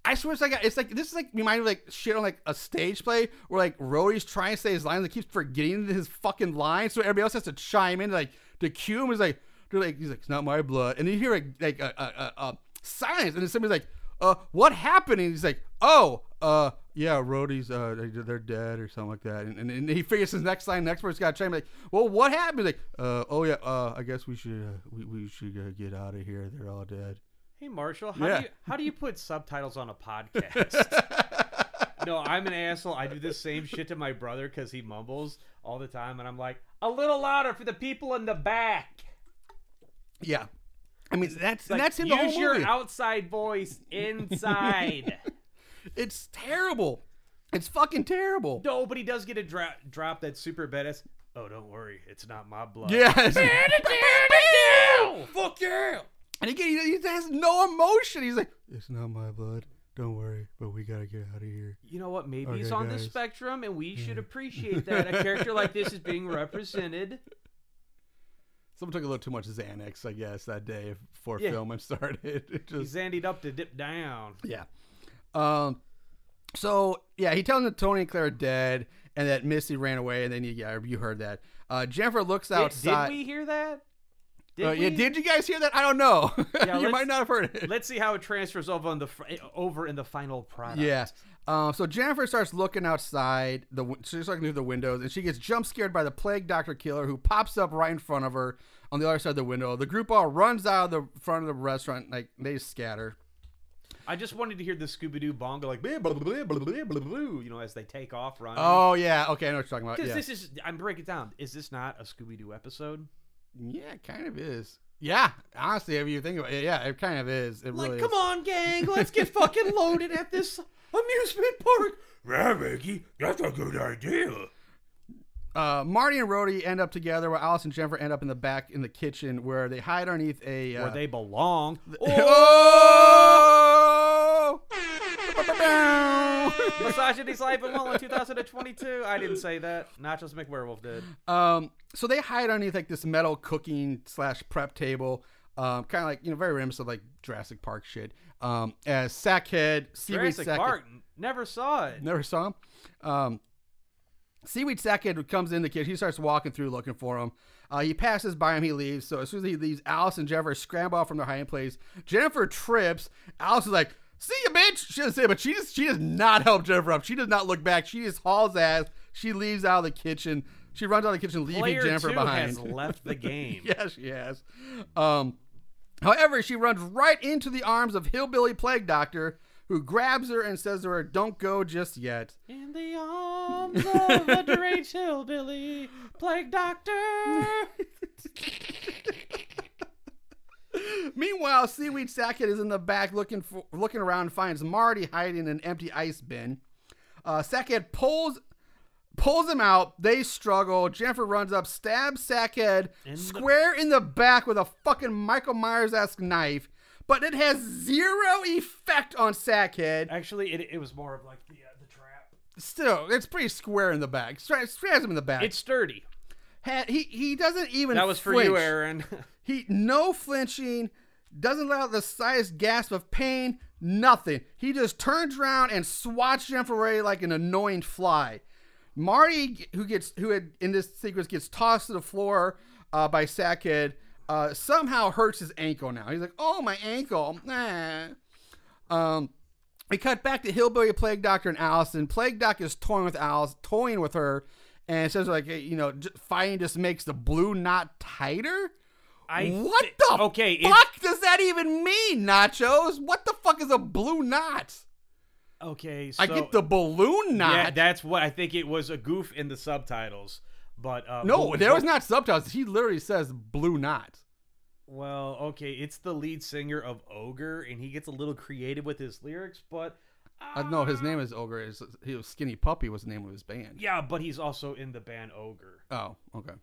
A: I swear it's like it's like this is like reminded me of, like shit on like a stage play where like Rhodey's trying to say his lines, and keeps forgetting his fucking lines, so everybody else has to chime in. Like the cue is like they're like he's like it's not my blood, and you hear like like a uh, uh, uh, silence, and then somebody's like, uh, what happened? And he's like, oh, uh, yeah, Rhodey's uh, they- they're dead or something like that, and, and, and he figures his next line, next person's got to chime in, like, well, what happened? Like, uh, oh yeah, uh, I guess we should uh, we we should uh, get out of here. They're all dead.
B: Hey Marshall, how
A: Yeah.
B: do you how do you put subtitles on a podcast? no, I'm an asshole. I do the same shit to my brother because he mumbles all the time, and I'm like, a little louder for the people in the back.
A: Yeah, I mean that's
B: Like,
A: that's in the whole
B: use
A: movie.
B: your outside voice inside.
A: It's terrible. It's fucking terrible.
B: no, but he does get a dra- drop that's super badass. Oh, don't worry, it's not my blood.
A: Yes. Fuck yeah. And again, he, he has no emotion. He's like, it's not my blood. Don't worry, but we gotta get out of here.
B: You know what? Maybe he's
A: Okay,
B: on
A: guys. Hmm.
B: the spectrum, and we should appreciate that a character like this is being represented.
A: Someone took a little too much Xanax, I guess, that day before
B: Yeah.
A: filming started. It just
B: He's zandied up to dip down.
A: Yeah. Um. So yeah, he tells him that Tony and Claire are dead, and that Missy ran away, and then you yeah, you heard that. Uh, Jennifer looks
B: Did, did
A: outside.
B: we hear that? Did
A: Uh, yeah,
B: we?
A: did you guys hear that? I don't know.
B: Yeah,
A: you
B: let's-
A: might not have heard it.
B: Let's see how it transfers over on the fr- over in the final product.
A: Yeah. Um, so Jennifer starts looking outside the win- she's looking through the windows, and she gets jump scared by the plague doctor killer who pops up right in front of her on the other side of the window. The group all runs out of the front of the restaurant, like they scatter.
B: I just wanted to hear the Scooby Doo bongo like blah, blah, blah, blah, blah, blah, blah, you know as they take off running.
A: Oh yeah, okay, I know what you're talking about.
B: because
A: Yeah,
B: this is I'm breaking it down. Is this not a Scooby Doo episode?
A: yeah, it kind of is. Yeah, honestly, if you think about it, yeah, it kind of is. It really
B: like,
A: is.
B: come on, gang, let's get fucking loaded at this amusement park.
E: Right, Ricky, that's a good idea.
A: Uh, Marty and Rhodey end up together, while Alice and Jennifer end up in the back in the kitchen where they hide underneath a. Uh,
B: Where they belong.
A: oh!
B: Misogyny's life and well in 2022. I didn't say that. Nachos McWerewolf did.
A: Um, so they hide underneath like this metal cooking slash prep table, um, kind of like you know very reminiscent of like Jurassic Park shit. Um, as Sackhead, Seaweed
B: Jurassic
A: Sackhead,
B: Park never saw it.
A: never saw him. Um, Seaweed Sackhead comes in the kitchen. He starts walking through looking for him. Uh, he passes by him. He leaves. So as soon as he leaves, Alice and Jennifer scramble off from their hiding place. Jennifer trips. Alice is like, "See you, bitch." She doesn't say, it, but she just she does not help Jennifer up. She does not look back. She just hauls ass. She leaves out of the kitchen. She runs out of the kitchen, leaving
B: Player
A: Jennifer
B: two
A: behind.
B: has left the game.
A: Yes, she has. Um, however, she runs right into the arms of Hillbilly Plague Doctor, who grabs her and says to her, Don't go just yet.
B: In the arms of a deranged hillbilly, plague doctor.
A: Meanwhile, Seaweed Sackett is in the back looking for, looking around and finds Marty hiding in an empty ice bin. Uh, Sackhead pulls pulls him out. They struggle. Jennifer runs up, stabs Sackhead
B: In the-
A: square in the back with a fucking Michael Myers esque knife, but it has zero effect on Sackhead.
B: Actually, it, it was more of like the uh, the trap.
A: still, it's pretty square in the back. Stra- Stabs him in the back.
B: It's sturdy.
A: Had- he he doesn't even.
B: That was for
A: flinch.
B: you, Aaron.
A: He no flinching, doesn't let out the slightest gasp of pain. Nothing. He just turns around and swats Jennifer Ray like an annoying fly. Marty, who gets who had in this sequence gets tossed to the floor uh, by Sackhead, uh, somehow hurts his ankle. Now he's like, "Oh, my ankle!" Ah. Um, we cut back to Hillbilly Plague Doctor and Allison. Plague Doc is toying with Alice, toying with her, and says like, hey, you know, j- fighting just makes the blue knot tighter.
B: I
A: what
B: thi-
A: the
B: okay? it-
A: fuck does that even mean, Nachos? What the fuck is a blue knot?
B: okay.
A: I
B: so-
A: get the balloon knot.
B: Yeah, that's what I think. It was a goof in the subtitles, but uh,
A: no,
B: but-
A: there was not subtitles. He literally says blue knot.
B: Well, okay, it's the lead singer of Ogre, and he gets a little creative with his lyrics, but
A: Uh, no, his name is Ogre. It's- He was Skinny Puppy was the name of his band.
B: Yeah, but he's also in the band Ogre.
A: Oh, okay.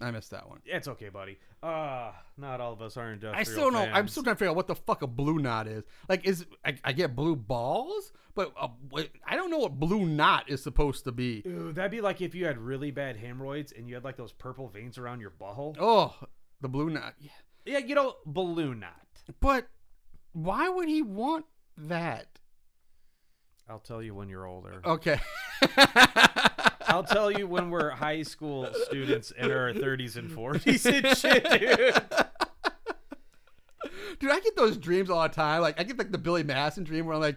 A: I missed that one.
B: It's okay, buddy. Uh not all of us are industrial.
A: I still know. I'm
B: fans.
A: still trying to figure out what the fuck a blue knot is. Like, is I, I get blue balls, but uh, wait, I don't know what blue knot is supposed to be.
B: Ooh, that'd be like if you had really bad hemorrhoids and you had like those purple veins around your butthole.
A: Oh, the blue knot. Yeah.
B: Yeah, you know, balloon knot.
A: But why would he want that?
B: I'll tell you when you're older.
A: Okay.
B: I'll tell you when we're high school students in our 30s and 40s and shit, dude.
A: Dude, I get those dreams all the time. Like I get like the Billy Madison dream where I'm like,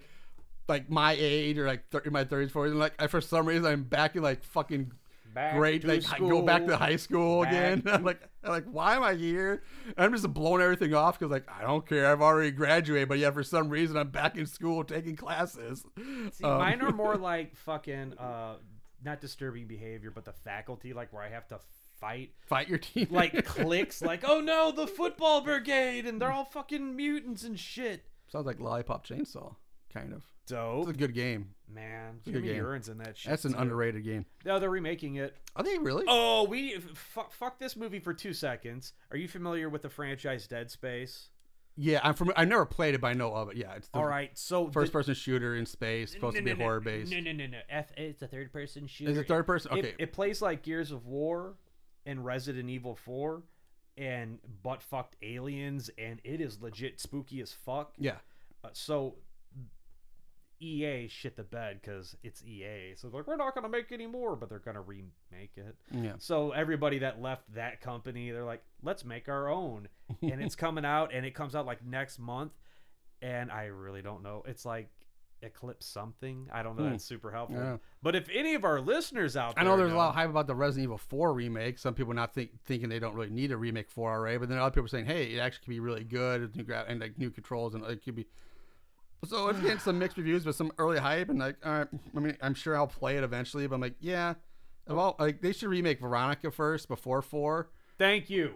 A: like my age or like thir- in my thirties, forties, and like I, for some reason I'm back in like fucking
B: Back
A: great,
B: to
A: like I go back to
B: school.
A: high school
B: Back
A: again. I'm like, I'm like why am I here? And I'm just blowing everything off because like I don't care. I've already graduated, but yeah, for some reason I'm back in school taking classes.
B: See,
A: Um,
B: mine are more like fucking uh, not disturbing behavior, but the faculty, like where I have to fight
A: fight your team
B: like clicks, like oh no, the football brigade, and they're all fucking mutants and shit.
A: sounds like Lollipop Chainsaw, kind of. It's a
B: Dope,
A: good game.
B: man.
A: a good
B: Jimmy
A: game.
B: Urans in that shit.
A: That's an
B: too.
A: underrated game.
B: No, they're remaking it.
A: Are they really?
B: Oh, we fuck, fuck this movie for two seconds. Are you familiar with the franchise Dead Space?
A: Yeah, I'm from. I never played it, but I know of it. Yeah, it's the
B: All right, so
A: first
B: the-
A: person shooter in space, supposed to be horror based.
B: No, no, no, no. F, it's a third person shooter.
A: Is it third person?
B: It-
A: Okay,
B: It, plays like Gears of War and Resident Evil 4 and butt fucked aliens, and it is legit spooky as fuck.
A: yeah.
B: Uh, so EA shit the bed because it's EA. So they're like, we're not going to make any more, but they're going to remake it.
A: Yeah.
B: So everybody that left that company, they're like, let's make our own. And it's coming out, and it comes out like next month. And I really don't know. It's like Eclipse something. I don't know.
A: Hmm.
B: That's super helpful.
A: Yeah.
B: But if any of our listeners out
A: I
B: there,
A: know there's a lot
B: know-
A: of hype about the Resident Evil 4 remake. Some people not think, thinking they don't really need a remake for already, but then other people are saying, "Hey, it actually could be really good with new gra- and like new controls and it could be." So it's getting some mixed reviews, but some early hype and like, all right, I mean, I'm sure I'll play it eventually, but I'm like, yeah, of all like they should remake Veronica first before four.
B: Thank you.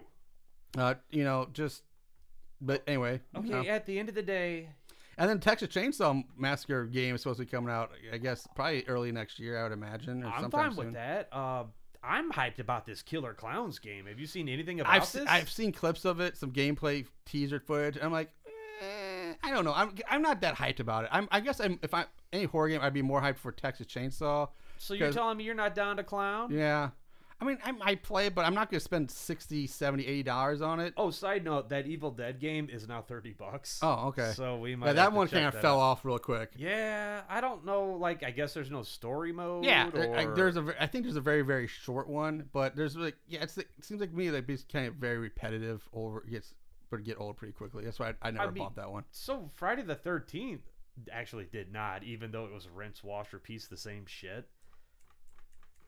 A: Uh, you know, just. But anyway,
B: Okay,
A: you know.
B: at the end of the day,
A: And then Texas Chainsaw Massacre game is supposed to be coming out, I guess, probably early next year, I would imagine. Or
B: I'm
A: sometime
B: fine with
A: soon.
B: that. Uh, I'm hyped about this Killer Clowns game. Have you seen anything about
A: I've
B: this?
A: se- I've seen clips of it, some gameplay teaser footage. and I'm like, eh, I don't know. I'm I'm not that hyped about it. I'm I guess I'm, if I any horror game, I'd be more hyped for Texas Chainsaw.
B: so you're
A: 'cause-
B: telling me you're not down to clown?
A: Yeah. I mean, I might play it, but I'm not going to spend 60 70 80 dollars on it.
B: Oh, side note, that Evil Dead game is now thirty bucks.
A: Oh, okay.
B: So we might.
A: yeah,
B: have
A: that
B: to
A: one
B: check
A: kind of
B: that
A: fell
B: out.
A: off real quick.
B: Yeah, I don't know. Like, I guess there's no story mode.
A: Yeah, there- I,
B: or-
A: there's a. ve- I think there's a very very short one, but there's like yeah, it's it seems like me that it's kind of very repetitive over gets but get old pretty quickly. That's why I, I never
B: mean-
A: bought that one.
B: So Friday the Thirteenth actually did not, even though it was rinse, wash, repeat the same shit.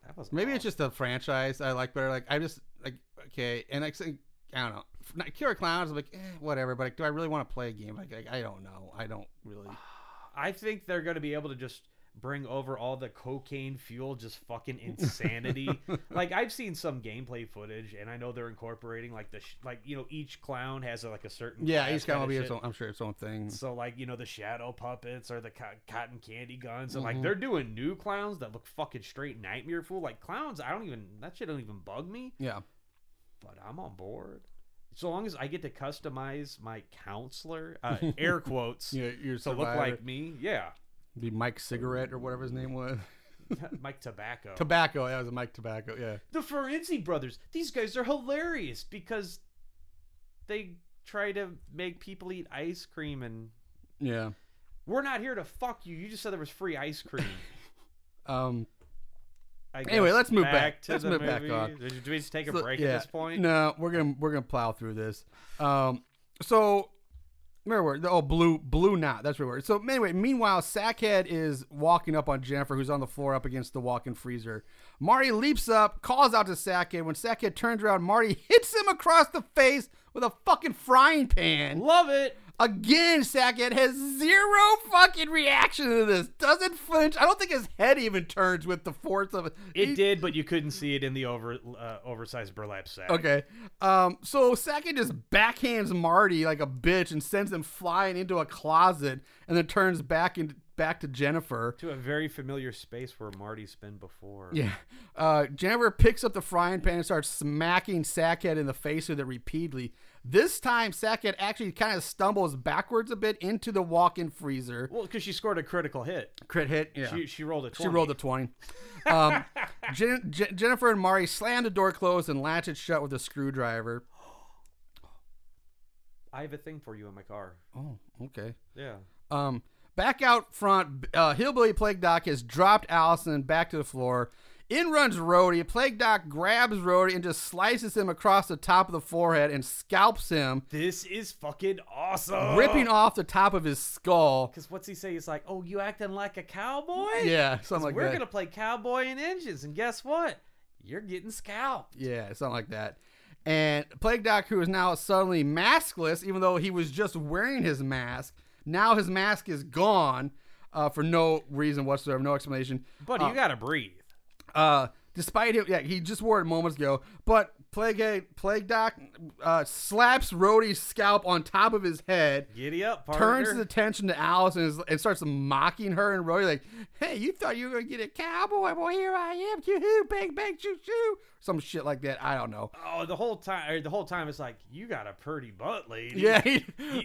B: That was
A: Maybe it's
B: awesome.
A: just the franchise I like better. Like I just like okay, and like say- I don't know. F- Not Killer Clowns, I'm like eh, whatever. But like, do I really want to play a game? Like, like I don't know. I don't really.
B: Ah, I think they're going to be able to just bring over all the cocaine fuel, just fucking insanity. like I've seen some gameplay footage, and I know they're incorporating like the sh- like you know each clown has a, like a certain
A: Yeah,
B: class
A: each guy will
B: kinda
A: be its
B: shit.
A: own. I'm sure its own thing.
B: So like you know the shadow puppets or the co- cotton candy guns and
A: Mm-hmm.
B: like they're doing new clowns that look fucking straight nightmare fool like clowns I don't even that shit don't even bug me
A: Yeah,
B: but I'm on board so long as I get to customize my counselor uh, air quotes
A: you know, your
B: to look
A: survivor.
B: like me yeah
A: the Mike Cigarette or whatever his name was.
B: Mike Tobacco
A: Tobacco. That was a Mike Tobacco. Yeah.
B: the Ferenzi brothers. These guys are hilarious because they try to make people eat ice cream, and
A: Yeah.
B: we're not here to fuck you. You just said there was free ice cream.
A: Um.
B: I
A: Anyway,
B: guess.
A: let's move back.
B: to
A: Let's
B: the
A: move back
B: movie.
A: on.
B: Did you- Do we just take a
A: So,
B: break
A: yeah.
B: at this point?
A: No, we're gonna we're gonna plow through this. Um, so remember where- oh blue blue knot that's where we're. So anyway, meanwhile, Sackhead is walking up on Jennifer, who's on the floor up against the walk-in freezer. Marty leaps up, calls out to Sackhead. When Sackhead turns around, Marty hits him across the face with a fucking frying pan.
B: Love it.
A: Again, Sackhead has zero fucking reaction to this. Doesn't flinch. I don't think his head even turns with the force of it.
B: It
A: He-
B: did, but you couldn't see it in the over uh, oversized burlap sack.
A: Okay. Um, so Sackett just backhands Marty like a bitch and sends him flying into a closet and then turns back and back to Jennifer.
B: To a very familiar space where Marty's been before.
A: Yeah. Uh, Jennifer picks up the frying pan and starts smacking Sackhead in the face with it repeatedly. This time, Sackhead actually kind of stumbles backwards a bit into the walk in freezer.
B: Well, because she scored a critical hit.
A: Crit hit. Yeah.
B: She, she rolled a 20.
A: She rolled a 20. Um, Jen- Jen- Jennifer and Mari slam the door closed and latch it shut with a screwdriver.
B: I have a thing for you in my car.
A: Oh, okay.
B: Yeah.
A: Um, back out front, uh, Hillbilly Plague Doc has dropped Allison back to the floor. In runs Rhodey. Plague Doc grabs Rhodey and just slices him across the top of the forehead and scalps him,
B: This is fucking awesome.
A: ripping off the top of his skull.
B: Because what's he say? He's like, oh, you acting like a cowboy?
A: Yeah, something like
B: We're
A: that.
B: going to play cowboy and engines. And guess what? You're getting scalped.
A: Yeah, something like that. And Plague Doc, who is now suddenly maskless, even though he was just wearing his mask, now his mask is gone uh, for no reason whatsoever, no explanation.
B: Buddy, you got to breathe.
A: Uh, despite him, yeah, he just wore it moments ago. But Plague Plague Doc uh, slaps Rhodey's scalp on top of his head,
B: Giddy up, partner.
A: turns his attention to Alice and, is, and starts mocking her. And Rhodey like, "Hey, you thought you were gonna get a cowboy? Well, here I am, choo bang bang, choo choo, some shit like that. I don't know.
B: Oh, the whole time, or the whole time, it's like you got a pretty butt, lady.
A: Yeah, he,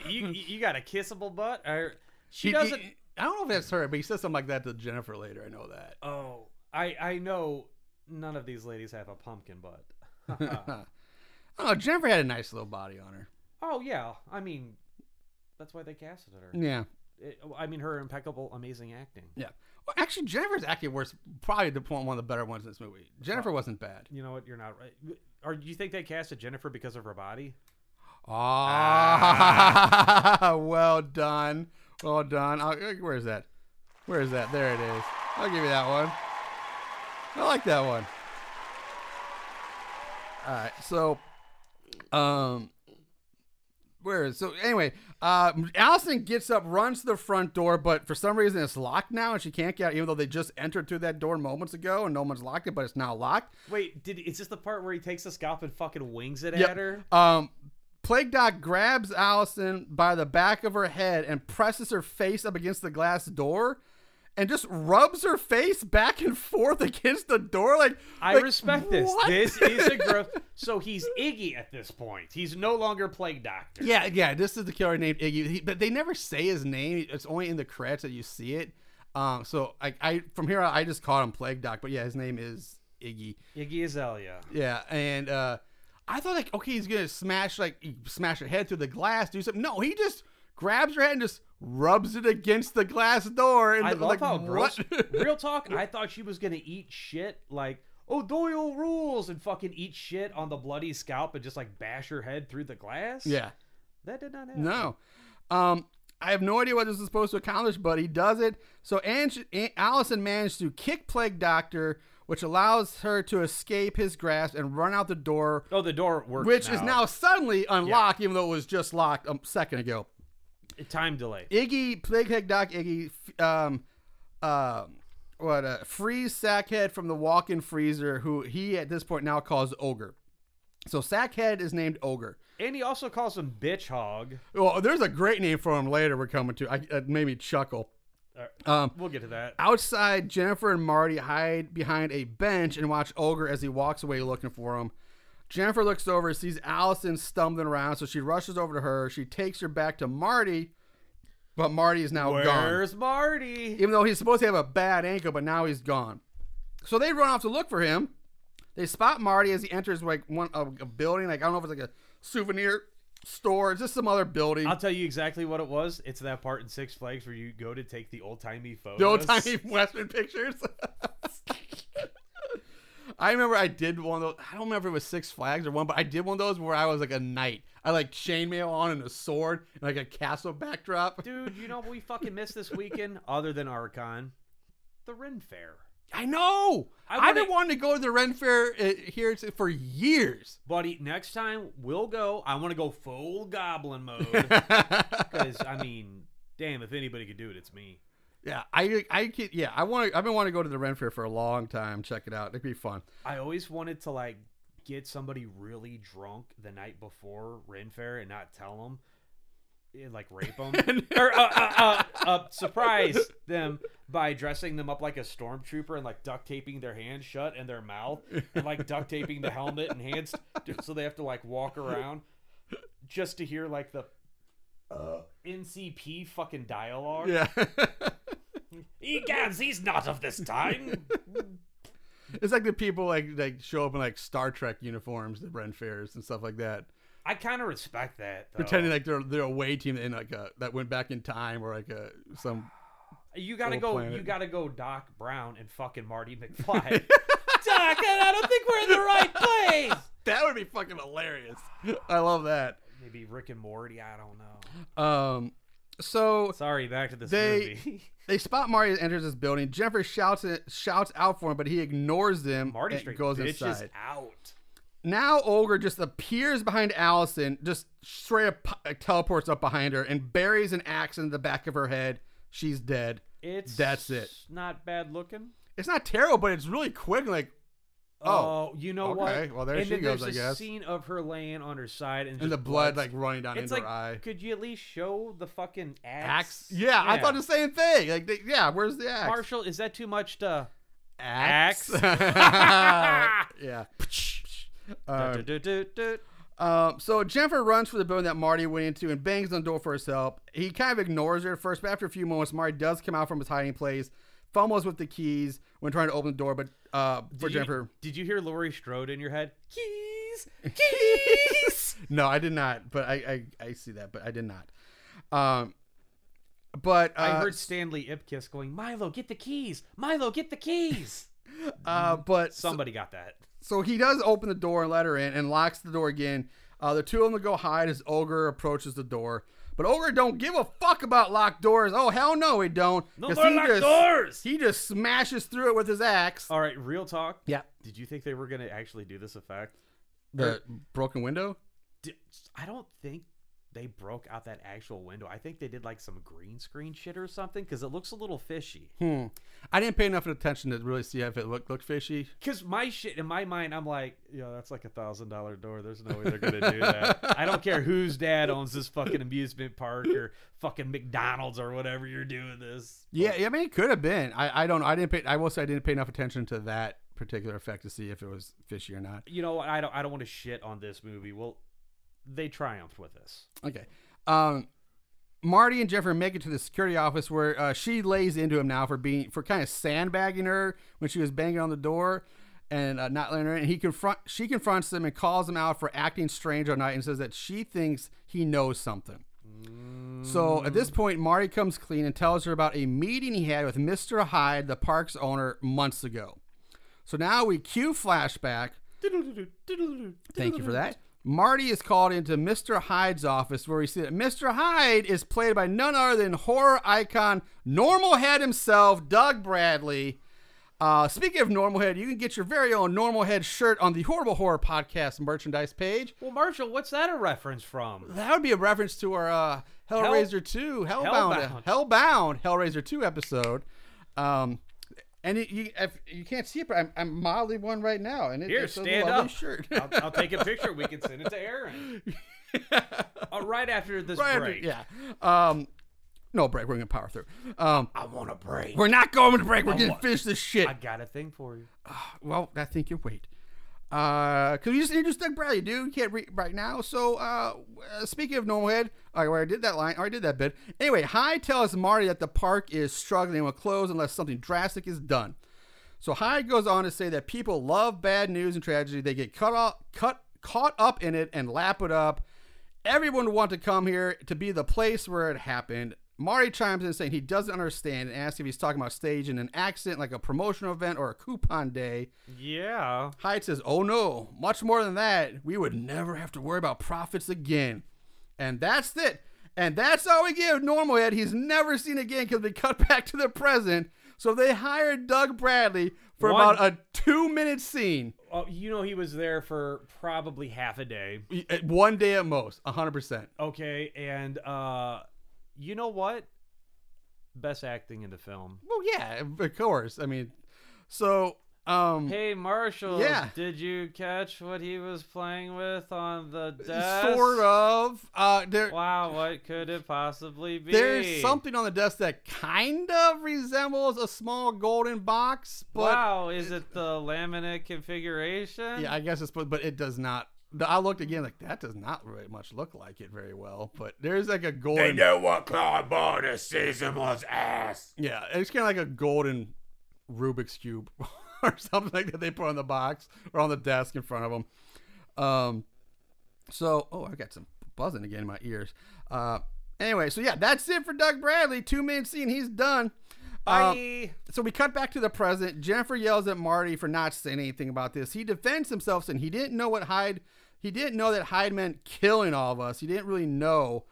B: you, you, you got a kissable butt. Or she
A: he-
B: doesn't.
A: he- I don't know if that's her, but he says something like that to Jennifer later. I know that.
B: oh, I I know none of these ladies have a pumpkin butt.
A: Oh, Jennifer had a nice little body on her.
B: oh yeah, I mean that's why they casted her.
A: Yeah.
B: It- I mean her impeccable, amazing acting.
A: Yeah. Well, actually, Jennifer's acting worse. Probably the point one of the better ones in this movie. Jennifer wasn't bad.
B: You know what? You're not right. Or do you think they casted Jennifer because of her body?
A: Ah, well done, well done. I'll, uh, where is that? Where is that? There it is. I'll give you that one. I like that one. All right, so, um, where is so anyway? Uh, Allison gets up, runs to the front door, but for some reason it's locked now, and she can't get out. Even though they just entered through that door moments ago, and no one's locked it, but it's now locked.
B: Wait, did is this the part where he takes the scalp and fucking wings it
A: Yep.
B: at her?
A: Um, Plague Doc grabs Allison by the back of her head and presses her face up against the glass door, and just rubs her face back and forth against the door. Like
B: I
A: like,
B: respect this.
A: what?
B: This is a gross. So he's Iggy at this point. He's no longer Plague Doctor.
A: yeah, yeah. This is the killer named Iggy, he, but they never say his name. It's only in the credits that you see it. Um, so I, I from here on, I just called him Plague Doc, but yeah, his name is Iggy.
B: Iggy Azalea.
A: Yeah, and uh, I thought like, okay, he's gonna smash like he smash her head through the glass, do something. No, he just grabs her head and just rubs it against the glass door. And
B: I love
A: like,
B: how
A: what?
B: gross. Real talk. I thought she was gonna eat shit like oh Doyle rules and fucking eat shit on the bloody scalp and just like bash her head through the glass.
A: yeah,
B: that did not happen.
A: no. Um, I have no idea what this is supposed to accomplish, but he does it. So Ange- An- Allison managed to kick Plague Doctor, which allows her to escape his grasp and run out the door
B: Oh, the door works.
A: which is now suddenly unlocked, even though it was just locked a second ago.
B: time delay.
A: Iggy, Plague Head Doc Iggy, f- um, um, what, uh, frees Sackhead from the walk in freezer, who he at this point now calls Ogre. So Sackhead is named Ogre.
B: And he also calls him bitch hog.
A: Well, there's a great name for him later we're coming to. I, it made me chuckle. Um,
B: We'll get to that.
A: Outside, Jennifer and Marty hide behind a bench and watch Ogre as he walks away looking for him. Jennifer looks over, sees Allison stumbling around, so she rushes over to her. She takes her back to Marty, but Marty is now gone.
B: Where's Marty?
A: even though he's supposed to have a bad ankle, but now he's gone. So they run off to look for him. They spot Marty as he enters like one a, a building. Like I don't know if it's like a souvenir store, it's just some other building.
B: I'll tell you exactly what it was. It's that part in Six Flags where you go to take the old timey photos.
A: the old timey Western pictures. I remember I did one of those. I don't remember if it was Six Flags or one, but I did one of those where I was like a knight. I like chainmail on and a sword and like a castle backdrop.
B: Dude, you know what we fucking missed this weekend other than Archon? The Ren Fair.
A: I know.
B: I
A: I've been
B: wanna-
A: wanting to go to the Ren Fair uh, here for years.
B: Buddy, next time we'll go. I want to go full goblin mode. Because, I mean, damn, if anybody could do it, it's me.
A: Yeah, I I could, yeah, I want to I've been wanting to go to the Ren Fair for a long time. Check it out. It'd be fun.
B: I always wanted to, like, get somebody really drunk the night before Ren Fair and not tell them. eh, like rape them or uh, uh, uh, uh, surprise them by dressing them up like a stormtrooper and like duct taping their hands shut and their mouth and like duct taping the helmet and hands so they have to like walk around just to hear like the NCP fucking dialogue.
A: Yeah.
B: Egads, he's not of this time.
A: it's like the people like like show up in like Star Trek uniforms at Ren Fairs and stuff like that.
B: I kind of respect that. Though.
A: Pretending like they're they're away team in like a that went back in time or like a some
B: You gotta
A: Whole
B: go.
A: planet.
B: You gotta go. Doc Brown and fucking Marty McFly. Doc, I don't think we're in the right place.
A: That would be fucking hilarious. I love that.
B: Maybe Rick and Morty. I don't know.
A: Um so
B: Sorry, back to this
A: They-
B: movie.
A: They spot Marty and enters this building. Jennifer shouts shouts out for him, but he ignores them
B: Marty
A: and
B: straight
A: goes
B: bitches
A: inside.
B: out.
A: Now Olger just appears behind Allison, just straight up uh, teleports up behind her and buries an axe in the back of her head. She's dead.
B: It's
A: That's it.
B: Not bad looking.
A: It's not terrible, but it's really quick. Like, Oh,
B: Uh, you know
A: okay.
B: what?
A: Well, there
B: and
A: she
B: then
A: goes,
B: There's
A: I
B: a
A: guess.
B: scene of her laying on her side and,
A: and
B: just
A: the blood like
B: blood's-
A: running down
B: It's
A: into
B: like,
A: her eye.
B: could you at least show the fucking axe?
A: Axe. Yeah, I thought the same thing. Like, they, yeah, where's the axe?
B: Marshall, is that too much to?
A: axe.
B: Axe.
A: yeah.
B: Du-
A: Um,
B: du- du- du-
A: Um, so Jennifer runs for the building that Marty went into and bangs on the door for his help. He kind of ignores her at first, but after a few moments, Marty does come out from his hiding place, fumbles with the keys when trying to open the door, but uh, for
B: Did you-
A: Jennifer,
B: did you hear Laurie Strode in your head? Keys, keys.
A: no, I did not. But I, I, I see that, but I did not. Um, but uh,
B: I heard Stanley Ipkiss going, Milo, get the keys. Milo, get the keys.
A: uh, but
B: Somebody got that.
A: So he does open the door and let her in and locks the door again. Uh, the two of them go hide as Ogre approaches the door. But Ogre don't give a fuck about locked doors. Oh hell no, he don't.
B: No
A: 'Cause
B: more
A: he
B: locked
A: just,
B: doors!
A: He just smashes through it with his axe.
B: All right, real talk.
A: yeah,
B: Did you think they were going to actually do this effect?
A: the broken window.
B: Did, I don't think they broke out that actual window. I think they did like some green screen shit or something because it looks a little fishy.
A: Hmm. I didn't pay enough attention to really see if it looked looked fishy.
B: Because my shit, in my mind, I'm like, yo, that's like a thousand dollar door. There's no way they're gonna do that. I don't care whose dad owns this fucking amusement park or fucking McDonald's or whatever you're doing this.
A: Yeah, I mean it could have been. I, I don't. know. I didn't pay. I will say I didn't pay enough attention to that particular effect to see if it was fishy or not.
B: You know, what? I don't. I don't want to shit on this movie. Well, they triumphed with this.
A: Okay. Um, Marty and Jeffrey make it to the security office where uh, she lays into him now for being for kind of sandbagging her when she was banging on the door and uh, not letting her in. And he confront she confronts him and calls him out for acting strange all night and says that she thinks he knows something. So at this point, Marty comes clean and tells her about a meeting he had with Mr. Hyde, the park's owner, months ago. So now we cue flashback. Thank you for that. Marty is called into Mr. Hyde's office where we see that Mr. Hyde is played by none other than horror icon Normal Head himself, Doug Bradley. Uh, speaking of Normal Head, you can get your very own Normal Head shirt on the Horrible Horror Podcast merchandise page.
B: Well, Marshall, what's that a reference from?
A: That would be a reference to our uh, Hellraiser 2, Hellbound,
B: Hellbound.
A: Hellbound, Hellraiser 2 episode. Um, and it, you, if you can't see it, but I'm, I'm modeling one right now. And it,
B: Here,
A: it's a
B: stand
A: lovely
B: up.
A: shirt.
B: I'll, I'll take a picture. We can send it to Aaron. Uh, right after this
A: Right after-
B: break.
A: yeah. Um, no break. We're gonna power through. Um,
E: I want a break.
A: we're not going to break. We're gonna finish this shit.
B: I got a thing for you.
A: well, I think you wait. Uh, cause you just introduced Doug Bradley, dude. You can't read right now. So, uh, uh, speaking of normal head, I already did that line. I already did that bit. Anyway, Hyde tells Marty that the park is struggling with close unless something drastic is done. So Hyde goes on to say that people love bad news and tragedy. They get cut off, cut caught up in it and lap it up. Everyone would want to come here to be the place where it happened. Mari chimes in saying he doesn't understand and asks if he's talking about stage in an accident like a promotional event or a coupon day.
B: Yeah.
A: Hyde says, Oh no, much more than that. We would never have to worry about profits again. And that's it. And that's all we give Normal Head. He's never seen again because we cut back to the present. So they hired Doug Bradley for
B: One-
A: about a two minute scene.
B: Oh, you know he was there for probably half a day.
A: Uh, One day at most, 100%.
B: Okay, and uh you know what? Best acting in the film.
A: Well, yeah, of course. I mean, so Um,
B: Hey Marshall,
A: Yeah.
B: did you catch what he was playing with on the desk?
A: Uh, sort of. Uh, there,
B: Wow, what could it possibly be?
A: there's something on the desk that kind of resembles a small golden box, but
B: wow, is it the laminate configuration?
A: yeah, I guess it's but, but it does not. the- I looked again, like that does not really much look like it very well. But there's like a
E: They
A: golden.
E: know what cardboard is Sesamore's ass.
A: Yeah, it's kind of like a golden Rubik's cube or something like that they put on the box or on the desk in front of them. Um, so oh, I've got some buzzing again in my ears. Uh, anyway, so yeah, that's it for Doug Bradley. Two minute scene, he's done. Uh,
B: Bye.
A: so we cut back to the present. Jennifer yells at Marty for not saying anything about this. He defends himself saying he didn't know what Hyde he didn't know that Hyde meant killing all of us. He didn't really know.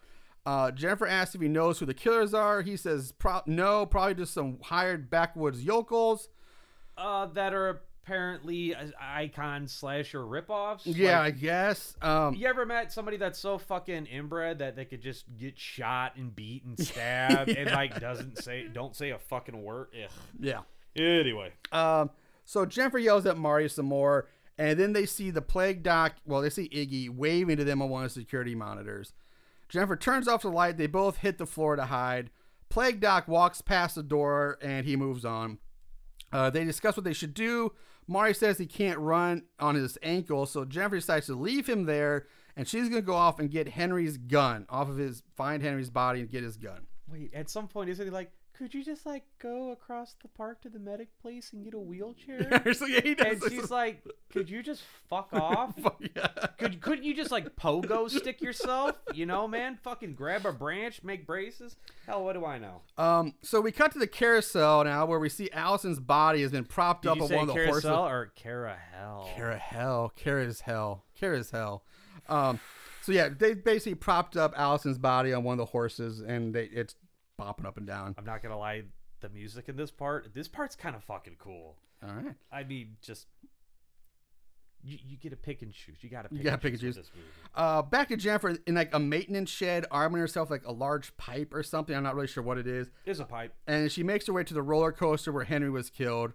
A: Uh, Jennifer asks if he knows who the killers are. He says Pro- no, probably just some hired backwoods yokels.
B: uh, that are apparently i- icon slasher ripoffs.
A: Yeah,
B: Like,
A: I guess. Um,
B: you ever met somebody that's so fucking inbred that they could just get shot and beat and stabbed and like doesn't say don't say a fucking word? Ugh.
A: yeah.
B: Anyway,
A: Um, so Jennifer yells at Mario some more, and then they see the plague doc. Well, they see Iggy waving to them on one of the security monitors. Jennifer turns off the light. They both hit the floor to hide. Plague doc walks past the door, and he moves on. Uh, they discuss what they should do. Mari says he can't run on his ankle, so Jennifer decides to leave him there, and she's gonna go off and get Henry's gun off of his, find Henry's body and get his gun.
B: wait. At some point, isn't he like? Could you just like go across the park to the medic place and get a wheelchair?
A: so yeah, he
B: and she's like, "Could you just fuck off?
A: yeah.
B: Could couldn't you just like pogo stick yourself? You know, man, fucking grab a branch, make braces. Hell, what do I know?
A: Um, so we cut to the carousel now, where we see Allison's body has been propped
B: Did
A: up
B: you
A: on
B: say
A: one of the horses.
B: carousel or cara hell?
A: Cara hell, Cara is hell, Cara is hell. Um, so yeah, they basically propped up Allison's body on one of the horses, and they it's bopping up and down.
B: I'm not gonna lie, the music in this part, this part's kind of fucking cool.
A: All right,
B: I mean, just you, you get to pick and choose. You gotta pick.
A: you gotta
B: and
A: pick and
B: choose
A: choose.
B: with this movie.
A: Uh, back to Jennifer in like a maintenance shed, arming herself like a large pipe or something. I'm not really sure what it is.
B: It's a pipe.
A: and she makes her way to the roller coaster where Henry was killed.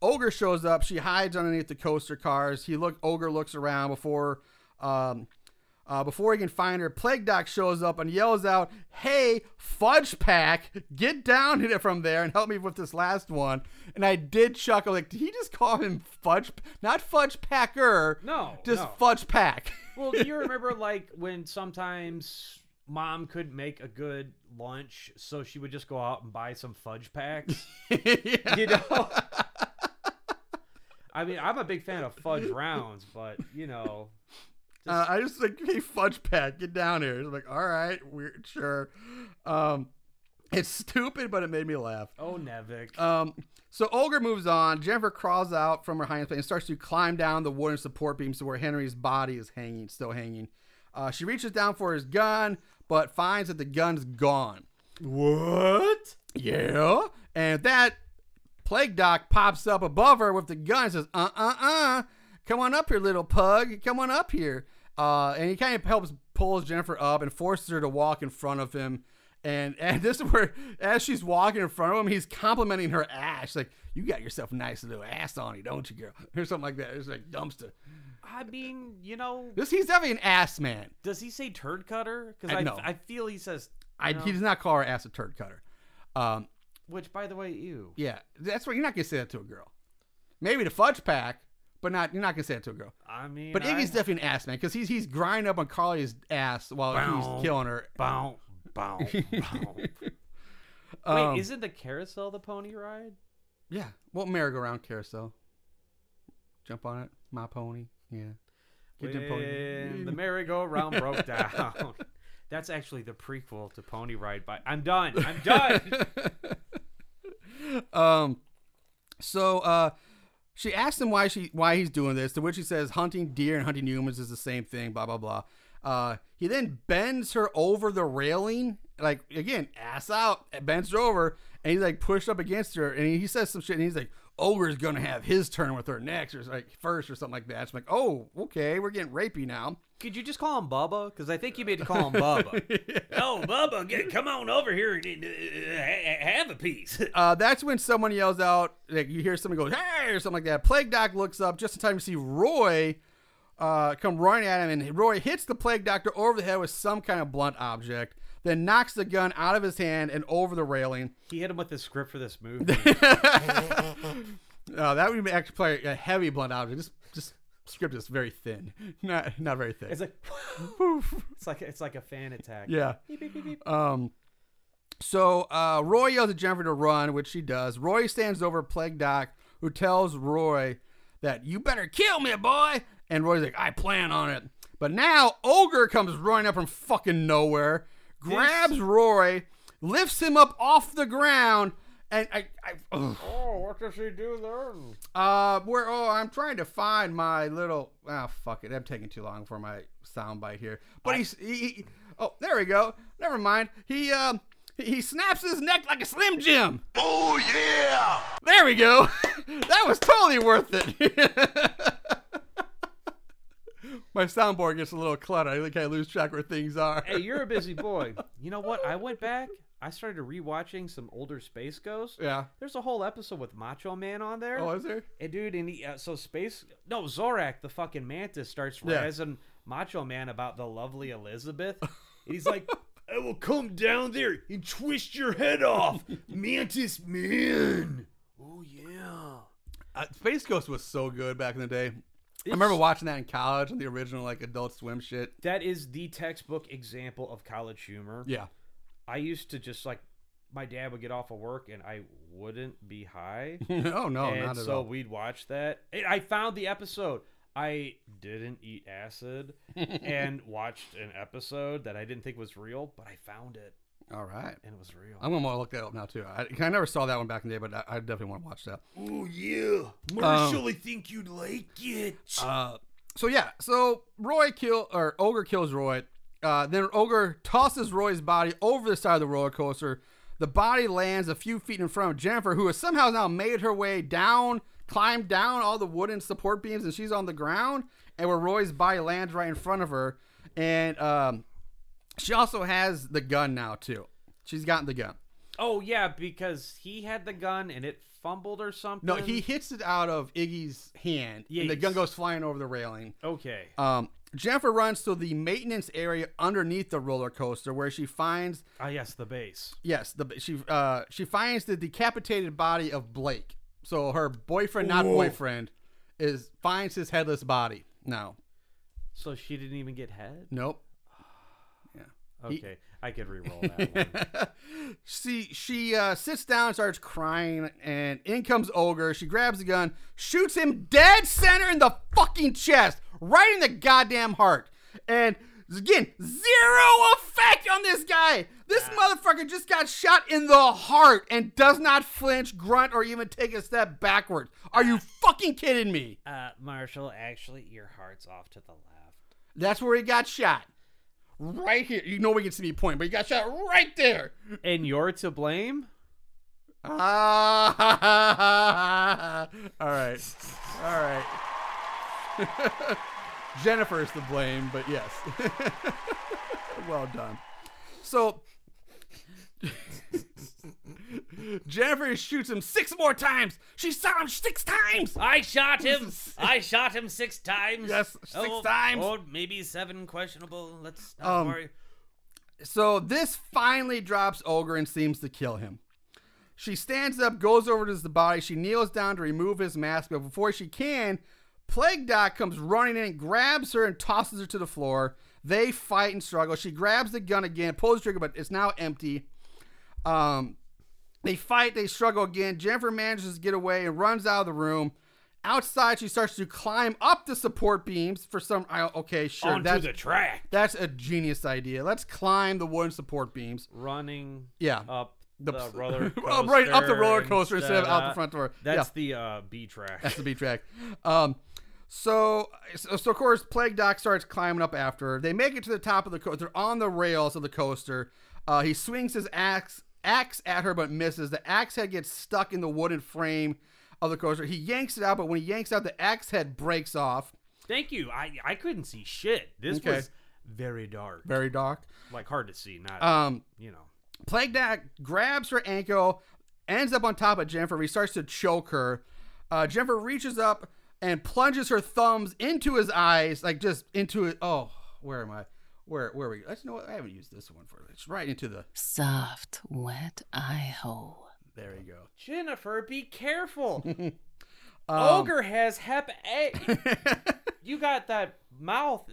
A: Ogre shows up. She hides underneath the coaster cars. He look Ogre looks around before um, uh, before he can find her. Plague Doc shows up and yells out, "Hey, Fudge Pack, get down here from there and help me with this last one." And I did chuckle. Like, did he just call him Fudge? P- Not Fudge Packer.
B: No,
A: just
B: no.
A: Fudge Pack.
B: Well, do you remember like when sometimes mom couldn't make a good lunch, so she would just go out and buy some fudge packs?
A: Yeah.
B: You know? I mean, I'm a big fan of fudge rounds, but you know,
A: Uh, I just like, hey, fudge pack, get down here. It's like, all right, weird, sure. Um, it's stupid, but it made me laugh.
B: oh Nevik.
A: Um, so Ogre moves on. Jennifer crawls out from her hiding place and starts to climb down the wooden support beams to where Henry's body is hanging, still hanging. Uh, she reaches down for his gun, but finds that the gun's gone.
B: what?
A: Yeah. And that plague doc pops up above her with the gun and says, uh uh uh, come on up here, little pug. Come on up here. Uh, and he kind of helps pulls Jennifer up and forces her to walk in front of him. And, and this is where, as she's walking in front of him, he's complimenting her ass. Like, you got yourself a nice little ass on you, don't you, girl? Or something like that. It's like dumpster.
B: I mean, you know,
A: This He's definitely an ass man.
B: does he say turd cutter?
A: I-
B: Because I,
A: no.
B: I feel he says.
A: I,
B: you know,
A: He does not call her ass a turd cutter. Um,
B: which, by the way, ew.
A: Yeah, that's what you're not gonna say that to a girl. Maybe the fudge pack, but not you're not gonna say that to a girl.
B: I mean,
A: But
B: I,
A: Iggy's definitely an ass man because he's he's grinding up on Carly's ass while
E: Bow.
A: he's killing her.
E: Bow, bow, bow.
B: Wait,
A: Um,
B: isn't the carousel the pony ride?
A: yeah, well, merry-go-round carousel. Jump on it, my pony. Yeah, get them
B: When the
A: pony.
B: merry-go-round broke down. That's actually the prequel to Pony Ride by. I'm done. I'm done.
A: um, so uh, she asks him why she why he's doing this. To which he says, "Hunting deer and hunting humans is the same thing." Blah blah blah. Uh, he then bends her over the railing, like again, ass out, bends her over, and he's like pushed up against her, and he says some shit, and he's like, Ogre's gonna have his turn with her next, or like first, or something like that. It's like, oh, okay, we're getting rapey now.
B: Could you just call him Bubba? Because I think you made to call him Bubba.
E: Oh, Bubba, get, come on over here and uh, uh, ha- have a piece.
A: Uh, that's when someone yells out, like you hear someone go, hey, or something like that. Plague Doc looks up just in time to see Roy uh, come running at him, and Roy hits the Plague Doctor over the head with some kind of blunt object, then knocks the gun out of his hand and over the railing.
B: he hit him with the script for this movie.
A: Uh, that would be actually play a heavy blunt object. Just, just script is very thin, not not very thick.
B: It's like it's like it's like a fan attack.
A: yeah. Um. So uh, Roy yells at Jennifer to run, which she does. Roy stands over Plague Doc, who tells Roy that you better kill me, boy. And Roy's like, I plan on it. But now Ogre comes running up from fucking nowhere, grabs Roy, lifts him up off the ground, and I, I ugh.
B: Oh, what does he do then?
A: Uh, where? Oh, I'm trying to find my little. Ah, fuck it. I'm taking too long for my soundbite here. But he's. He, he- oh, there we go. Never mind. He um. He he snaps his neck like a Slim Jim. Oh yeah! There we go. that was totally worth it. my soundboard gets a little cluttered. I think I lose track where things are.
B: Hey, you're a busy boy. You know what? I went back. I started rewatching some older Space Ghost.
A: Yeah.
B: There's a whole episode with Macho Man on there.
A: Oh, is there?
B: And dude, and he, uh, so Space No Zorak, the fucking mantis, starts
A: Yeah.
B: razzing Macho Man about the lovely Elizabeth. And he's like, "I will come down there and twist your head off, mantis man."
E: Oh, yeah.
A: Uh, Space Ghost was so good back in the day. I remember watching that in college on the original like Adult Swim shit.
B: That is the textbook example of college humor.
A: Yeah.
B: I used to just like my dad would get off of work and I wouldn't be high.
A: no, Oh, no,
B: and
A: not at
B: so
A: all.
B: we'd watch that. And I found the episode. I didn't eat acid and watched an episode that I didn't think was real, but I found it
A: All right.
B: and it was real.
A: I'm gonna wanna look that up now too. I, 'cause I never saw that one back in the day, but I, I definitely want to watch that.
E: Oh, yeah. Marshall,
A: um,
E: I think you'd like it.
A: Uh, so yeah, so Roy kill or Ogre kills Roy. Uh, then Ogre tosses Roy's body over the side of the roller coaster. The body lands a few feet in front of Jennifer, who has somehow now made her way down, climbed down all the wooden support beams, and she's on the ground. And where Roy's body lands right in front of her, and um, she also has the gun now too. She's gotten the gun.
B: oh yeah, because he had the gun and it fumbled or something.
A: No, he hits it out of Iggy's hand, and the
B: Yes.
A: gun goes flying over the railing.
B: Okay.
A: Um, Jennifer runs to the maintenance area underneath the roller coaster, where she finds
B: Ah yes, the base.
A: yes, the she uh, she finds the decapitated body of Blake. So her boyfriend, not boyfriend, is finds his headless body. No,
B: So she didn't even get head?
A: nope.
B: Okay. I could re-roll that one.
A: she she uh, sits down, and starts crying, and in comes Ogre. She grabs the gun, shoots him dead center in the fucking chest, right in the goddamn heart. And again, zero effect on this guy. This motherfucker just got shot in the heart and does not flinch, grunt, or even take a step backwards. Are you fucking kidding me?
B: Uh, Marshall, actually, your heart's off to the left.
A: That's where he got shot. Right here. You know we can see me point, but he got shot right there.
B: And you're to blame?
A: Ah, all right, all right. Jennifer's to blame, but yes, well done. So Jennifer shoots him six more times. She shot him six times.
E: I shot him. I shot him six times.
A: Yes, six
E: six
B: Oh,
A: times.
E: Or maybe seven questionable. Let's not
A: Um,
E: worry.
A: So this finally drops Ogre and seems to kill him. She stands up, goes over to the body. She kneels down to remove his mask, but before she can, Plague Doc comes running in, grabs her, and tosses her to the floor. They fight and struggle. She grabs the gun again, pulls the trigger, but it's now empty. Um, they fight, they struggle again. Jennifer manages to get away and runs out of the room. Outside, she starts to climb up the support beams for some. I, okay, sure.
E: Onto
A: that's-
E: the track.
A: that's a genius idea. Let's climb the wooden support beams.
B: Running
A: Yeah.
B: up
A: The-
B: the, roller
A: Up- right, up the roller coaster instead of out the
B: uh,
A: front door.
B: That's
A: Yeah.
B: the uh, B track.
A: That's the B track. Um, so, so, so of course, Plague Doc starts climbing up after her. They make it to the top of the coaster. They're on the rails of the coaster. Uh, he swings his axe axe at her but misses. The axe head gets stuck in the wooden frame. of the coaster. He yanks it out, but when he yanks out, the axe head breaks off.
B: Thank you. I I couldn't see shit. This
A: Okay.
B: was very dark,
A: Very dark.
B: like hard to see. Not
A: Um,
B: you know.
A: Plague Doc grabs her ankle, ends up on top of Jennifer. He starts to choke her. Uh, Jennifer reaches up and plunges her thumbs into his eyes, like just into it. Oh, where am I? Where where are we? Let's know what I haven't used this one for. It's right into the.
G: Soft, wet eye hole.
A: There you go.
B: Jennifer, be careful.
A: Um,
B: Ogre has Hep A. you got that mouth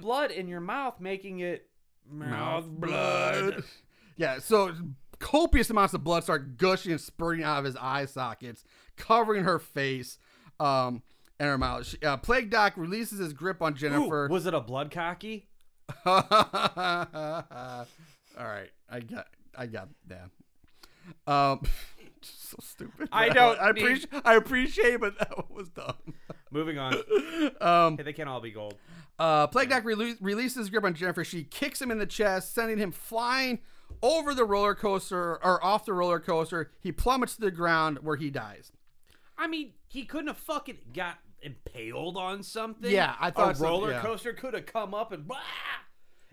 B: blood in your mouth, making it mouth blood.
A: Yeah, so copious amounts of blood start gushing and spurting out of his eye sockets, covering her face um, and her mouth. She, uh, Plague Doc releases his grip on Jennifer.
B: Ooh, was it a blood cocky?
A: All right, I got, I got that. Um, so stupid.
B: I
A: That one-
B: don't
A: I
B: need-
A: appreciate. I appreciate, but that one was dumb.
B: Moving on.
A: Um,
B: Hey, they can't all be gold.
A: uh, Plague Doc rele- releases his grip on Jennifer. She kicks him in the chest, sending him flying over the roller coaster or off the roller coaster. He plummets to the ground where he dies.
B: I mean, he couldn't have fucking got impaled on something.
A: Yeah, I thought
B: a
A: so,
B: roller
A: yeah.
B: coaster could have come up and blah.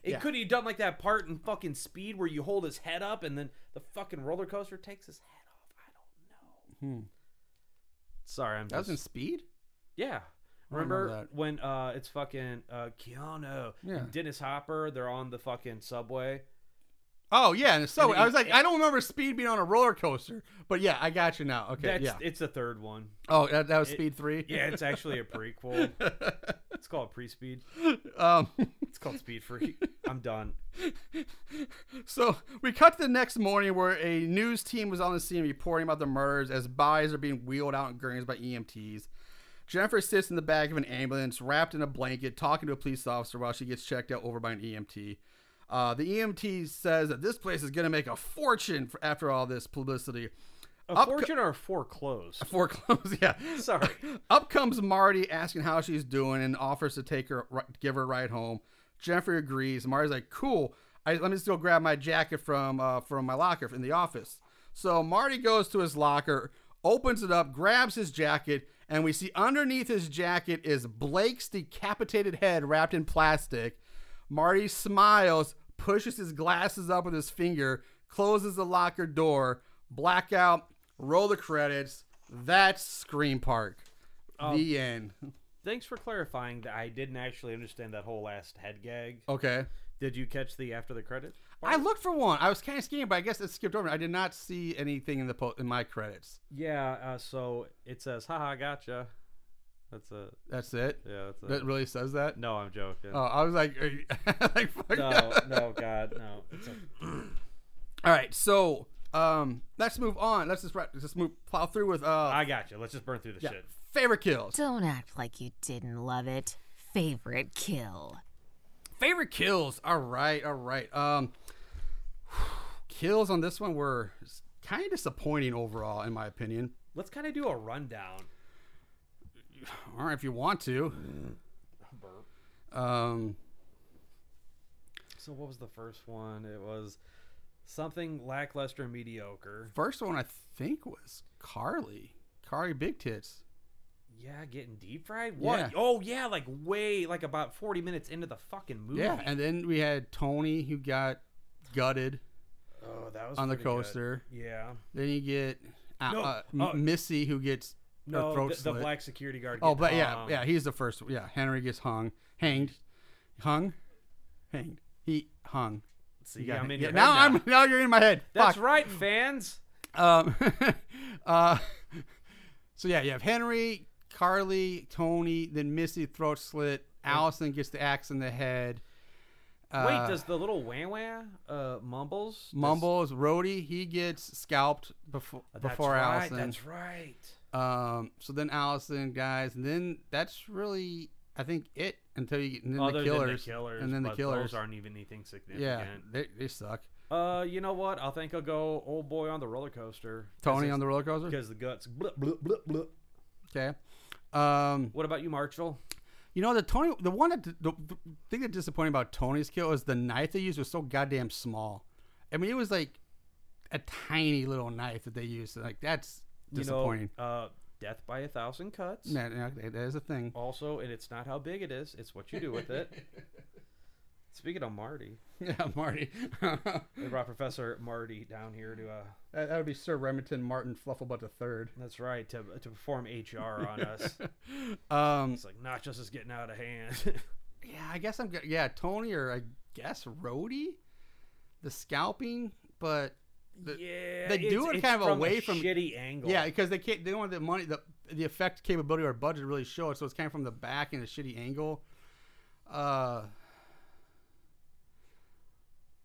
B: It
A: Yeah.
B: could have done like that part in fucking Speed where you hold his head up and then the fucking roller coaster takes his head off. I don't know.
A: Hmm.
B: Sorry, I'm
A: That was in
B: just
A: Speed.
B: yeah.
A: don't remember
B: Remember
A: that.
B: when uh, it's fucking uh, Keanu
A: Yeah.
B: and Dennis Hopper? They're on the fucking subway.
A: Oh yeah, and so
B: And
A: I was
B: he-
A: like, I don't remember Speed being on a roller coaster, but yeah, I got you now. Okay,
B: That's
A: yeah.
B: it's the third one.
A: oh, that, that was
B: it-
A: Speed Three.
B: Yeah, it's actually a prequel. it's called pre-speed.
A: um,
B: It's called Speed Freak. I'm done.
A: so we cut to the next morning where a news team was on the scene reporting about the murders as bodies are being wheeled out in gurneys by EMTs. Jennifer sits in the back of an ambulance, wrapped in a blanket, talking to a police officer while she gets checked out over by an EMT. Uh, the EMT says that this place is going to make a fortune for, after all this publicity.
B: A
A: Upco-
B: fortune or foreclosed?
A: Foreclosed, yeah.
B: Sorry.
A: Up comes Marty asking how she's doing and offers to take her, ri- give her a ride home. Jeffrey agrees. Marty's like, "Cool, I, let me just go grab my jacket from uh, from my locker in the office." So Marty goes to his locker, opens it up, grabs his jacket, and we see underneath his jacket is Blake's decapitated head wrapped in plastic. Marty smiles, pushes his glasses up with his finger, closes the locker door, blackout, roll the credits. That's Scream Park. the end.
B: Thanks for clarifying that I didn't actually understand that whole last head gag.
A: Okay.
B: Did you catch the after the credits?
A: I looked for one. I was kind of skiing, but I guess it skipped over. I did not see anything in the po- in my credits.
B: Yeah, uh, so it says, haha, gotcha. That's a,
A: That's it.
B: yeah, that's a.
A: That really says that.
B: no, I'm joking.
A: Oh, I was like, are you- like fuck.
B: No, no, God, no. It's a,
A: All right, so um, let's move on. Let's just wrap, let's just move plow through with uh
B: I got you. Let's just burn through the
A: yeah,
B: shit.
A: favorite kills.
G: Don't act like you didn't love it. Favorite kill.
A: Favorite kills. All right, all right. Um, kills on this one were kind of disappointing overall, in my opinion.
B: Let's kind of do a rundown.
A: All right, if you want to.
B: Mm.
A: Um,
B: So what was the first one? It was something lackluster, and mediocre.
A: first one I think was Carly. Carly Big Tits.
B: Yeah, getting deep fried. What?
A: Yeah.
B: Oh yeah, like way, like about forty minutes into the fucking movie.
A: Yeah, and then we had Tony who got gutted.
B: oh, that was
A: on the
B: pretty good.
A: coaster.
B: Yeah.
A: Then you get uh,
B: No,
A: uh,
B: uh,
A: Missy who gets her
B: No,
A: throat
B: the, the
A: slit.
B: black security guard.
A: Oh,
B: getting
A: but yeah,
B: hung.
A: yeah, he's the first. one. Yeah, Henry gets hung, hanged, hung, hanged. He hung.
B: See,
A: You got
B: I'm
A: it.
B: in
A: Yeah,
B: your head
A: now,
B: now.
A: I'm now you're in my head.
B: That's
A: Fuck.
B: right, fans.
A: Um, uh, so yeah, you have Henry, Carly, Tony, then Missy throat slit. Allison gets the axe in the head. Uh,
B: Wait, does the little wah wah uh, mumbles? Does-
A: Mumbles Rhodey he gets scalped before
B: Uh, That's
A: before
B: right,
A: Allison.
B: That's right.
A: Um, so then Allison, guys, and then that's really I think it until you get and then
B: Other
A: the killers,
B: than the killers,
A: and then the
B: but
A: killers.
B: those aren't even anything significant.
A: yeah, they, they suck.
B: Uh, you know what? I think I'll go old boy on the roller coaster.
A: Tony on the roller coaster.
B: because the guts. Blip, blip, blip, blip.
A: Okay. Um,
B: What about you, Marshall?
A: you know the Tony, the one that the, the thing that disappointing about Tony's kill is the knife they used was so goddamn small. I mean, it was like a tiny little knife that they used. Like that's disappointing.
B: You know, uh, Death by a Thousand Cuts.
A: That, that that is a thing.
B: Also, and it's not how big it is, it's what you do with it. Speaking of Marty,
A: Yeah, Marty. that,
B: they brought Professor Marty down here to, uh,
A: that would be Sir Remington Martin Flufflebutt the Third.
B: that's right, to, to perform HR on us.
A: Um,
B: It's like, not just is getting out of hand.
A: yeah, I guess I'm. g- Yeah, Tony or I guess Rhodey, the scalping, but The-
B: yeah.
A: they do
B: it's-
A: it
B: it's
A: kind of away
B: a
A: from-
B: shitty angle.
A: yeah, because they can't. They don't want the money, the the effect capability or budget to really show it. So it's kind of from the back in a shitty angle. Uh,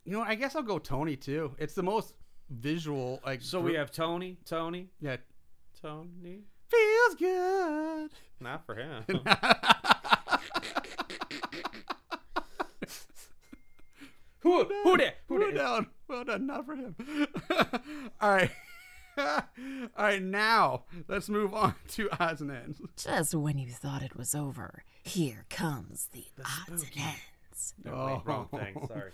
A: you know, what, I guess I'll go Tony too. It's the most visual. Like
B: So
A: gr-
B: we have Tony, Tony,
A: yeah,
B: Tony.
A: feels good.
B: Not for him. who who did? Who
A: Well
B: did?
A: done. Well done. Not for him. All right. All right. Now let's move on to odds and ends.
G: Just when you thought it was over, here comes the, odds and ends.
B: No, wait, wrong thing.
A: Oh.
B: Sorry.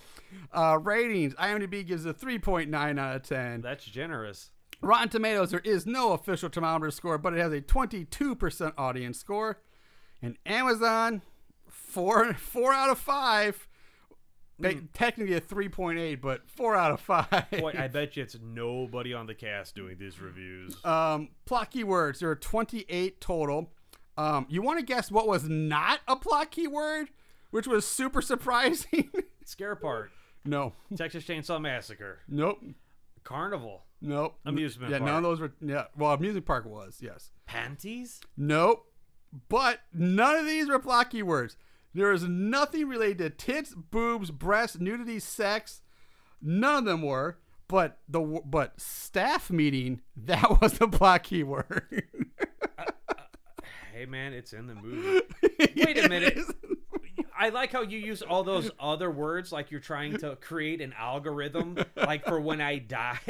A: Uh, ratings. IMDb gives a 3.9 out of 10.
B: That's generous.
A: Rotten Tomatoes, there is no official Tomato score, but it has a 22% audience score. And Amazon, four four out of five. Ba- Technically a 3.8, but four out of five.
B: Hmm. Boy, I bet you it's nobody on the cast doing these reviews.
A: Um, plot keywords. There are 28 total. Um, you want to guess what was not a plot keyword, which was super surprising?
B: Scare part.
A: no.
B: Texas Chainsaw Massacre.
A: Nope.
B: Carnival.
A: Nope.
B: Amusement
A: Yeah, none
B: park.
A: of those were. Yeah. Well, amusement park was, yes.
E: Panties?
A: Nope. But none of these were plot keywords. There is nothing related to tits, boobs, breasts, nudity, sex. None of them were. But the w- but staff meeting that was the plot keyword.
B: Hey man, it's in the movie. Wait a minute. I like how you use all those other words like you're trying to create an algorithm like for when I die.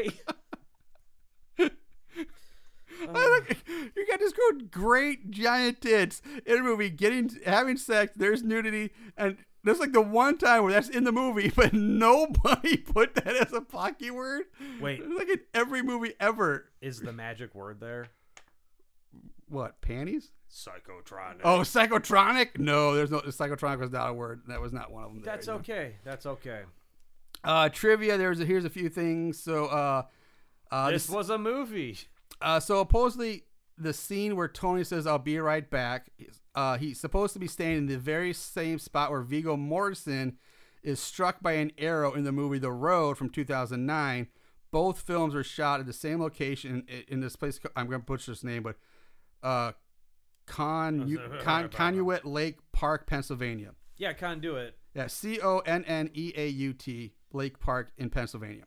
A: I like, you got this good great giant tits in a movie getting having sex. There's nudity, and there's like the one time where that's in the movie, but nobody put that as a pocky word.
B: Wait.
A: it's like in every movie ever.
B: Is the magic word there?
A: What panties?
B: Psychotronic.
A: Oh, psychotronic? No, there's no psychotronic was not a word. That was not one of them. there,
B: That's
A: you know.
B: okay. That's okay.
A: Uh, trivia. There's a, here's a few things. So, uh, uh,
B: this
A: this-
B: was a movie.
A: Uh, so supposedly the scene where Tony says, "I'll be right back," is- uh, he's supposed to be standing in the very same spot where Vigo Mortensen is struck by an arrow in the movie The Road from 2009. Both films were shot at the same location in, in this place. ca- I'm going to butcher this name, but uh, Con, Con Conduit Lake Park, Pennsylvania.
B: Yeah, conduit.
A: Yeah, C O N N E A U T, Lake Park in Pennsylvania.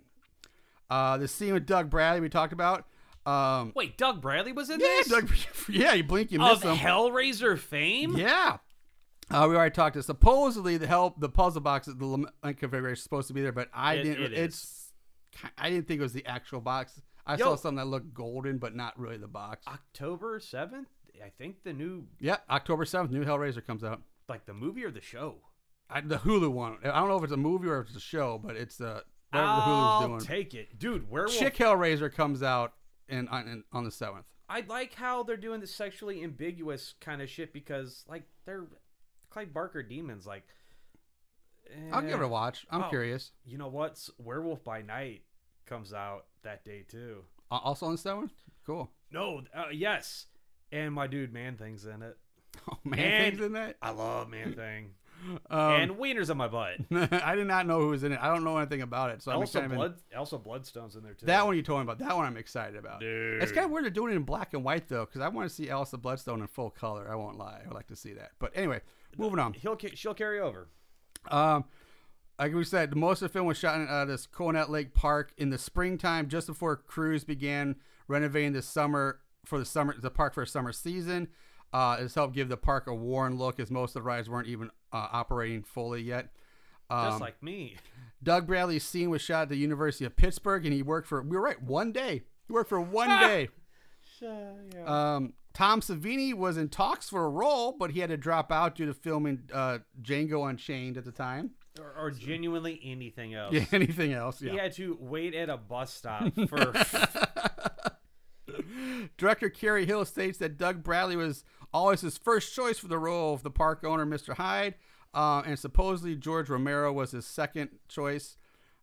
A: Uh, the scene with Doug Bradley we talked about. Um,
B: Wait, Doug Bradley was in
A: yeah,
B: this?
A: Doug, yeah, you blink, you
B: of
A: miss him.
B: Hellraiser fame?
A: Yeah. Uh, we already talked to supposedly the help the puzzle box the lament configuration is supposed to be there, but I
B: It-
A: didn't.
B: it is.
A: it's I didn't think it was the actual box. I
B: Yo.
A: saw something that looked golden, but not really the box.
B: October 7th? I think the new,
A: yeah, October seventh, new Hellraiser comes out.
B: like the movie or the show?
A: I, the Hulu one. I don't know if it's a movie or if it's a show, but it's uh, whatever
B: I'll
A: the Hulu's doing.
B: take it. Dude, Werewolf.
A: Chick Hellraiser comes out in, on in, on the seventh.
B: I like how they're doing the sexually ambiguous kind of shit because, like, they're Clyde Barker demons. Like,
A: I'll give it
B: eh.
A: a watch. I'm
B: Oh.
A: curious.
B: You know what? S- Werewolf by Night comes out that day, too.
A: A- Uh, Also on the seventh. Cool.
B: No, uh, yes. And my dude, Man Thing's in it.
A: Oh man,
B: And-
A: things in that.
B: I love Man Thing.
A: Mm. Um,
B: and Wiener's on my butt.
A: I did not know who was in it. I don't know anything about it, so I'm
B: Elsa,
A: excited.
B: Blood, Elsa Bloodstone's in there too.
A: That one you told me about. That one I'm excited about.
B: Dude.
A: It's kind of weird they're doing it in black and white though, because I want to see Elsa Bloodstone in full color. I won't lie. I would like to see that. But anyway, moving on.
B: He'll ca- she'll carry over.
A: Um, like we said, most of the film was shot in uh, this Conet Lake Park in the springtime, just before crews began renovating the summer for the summer the park for a summer season. Uh, it's helped give the park a worn look, as most of the rides weren't even uh, operating fully yet.
B: Just
A: Um,
B: like me.
A: Doug Bradley's scene was shot at the University of Pittsburgh, and he worked for. We were right, one day. He worked for one day. Um, Tom Savini was in talks for a role, but he had to drop out due to filming uh, Django Unchained at the time.
B: Or, or genuinely anything else.
A: Yeah, anything else? Yeah.
B: He had to wait at a bus stop for
A: Director Kerry Hill states that Doug Bradley was always his first choice for the role of the park owner, Mr. Hyde, uh, and supposedly George Romero was his second choice,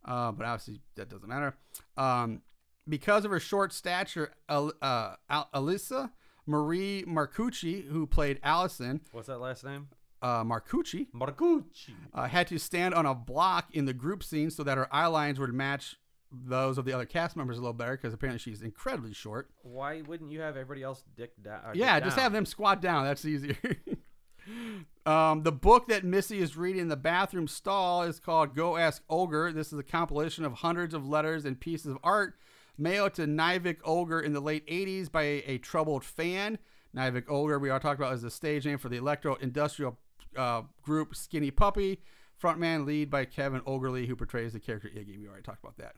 A: uh, but obviously that doesn't matter. Um, because of her short stature, Al- uh, Al- Alyssa Marie Marcucci, who played Allison
B: What's that last name?
A: uh, Marcucci,
B: Marcucci.
A: uh, had to stand on a block in the group scene so that her eye lines would match those of the other cast members a little better because apparently she's incredibly short.
B: Why wouldn't you have everybody else dick down? or
A: Yeah,
B: dick
A: just
B: down?
A: have them squat down. That's easier. um, the book that Missy is reading in the bathroom stall is called Go Ask Ogre. This is a compilation of hundreds of letters and pieces of art mailed to Nivik Ogre in the late 80s by a, a troubled fan. Nivik Ogre, we are talking about, is the stage name for the electro industrial uh, group Skinny Puppy. Frontman lead by Kevin Ogerly, who portrays the character Iggy. We already talked about that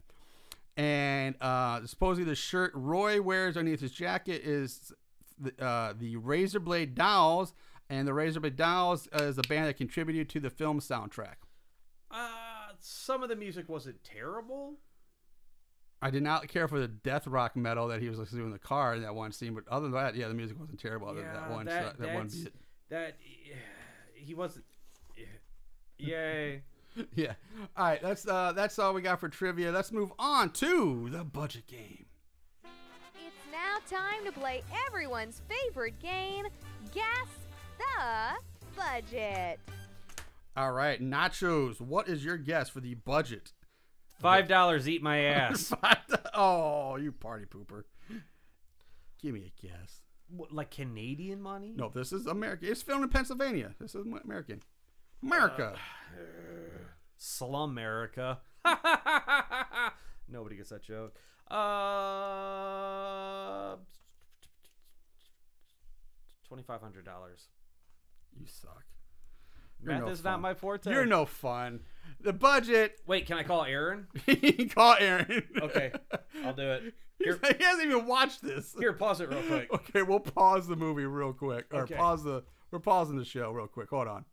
A: and uh, supposedly the shirt Roy wears underneath his jacket is the, uh, the Razorblade Dolls, and the Razorblade Dolls uh, is a band that contributed to the film soundtrack.
B: Uh, some of the music wasn't terrible.
A: I did not care for the death rock metal that he was listening to in the car in that one scene, but other than that, yeah, the music wasn't terrible. Other than Oh, that one, shot- that one
B: that's-
A: beat.
B: that- yeah, he wasn't. yeah. Yay!
A: Yeah. All right, that's uh, that's all we got for trivia. Let's move on to the budget game.
H: It's now time to play everyone's favorite game, Guess the Budget.
A: All right, nachos. What is your guess for the budget?
B: Five dollars, eat my ass.
A: oh, you party pooper! Give me a guess.
B: What, like Canadian money?
A: No, this is American. It's filmed in Pennsylvania. This is American. America.
B: Uh, Slum America. Nobody gets that joke. Uh, twenty five hundred dollars.
A: you suck. You're
B: Math
A: no
B: is
A: fun.
B: not my forte.
A: You're no fun. The budget.
B: Wait, can I call Aaron?
A: Call Aaron.
B: Okay, I'll do it.
A: He's
B: Here,
A: like, he hasn't even watched this.
B: here, pause it real quick.
A: Okay, we'll pause the movie real quick, or
B: Okay.
A: pause the. We're pausing the show real quick. Hold on.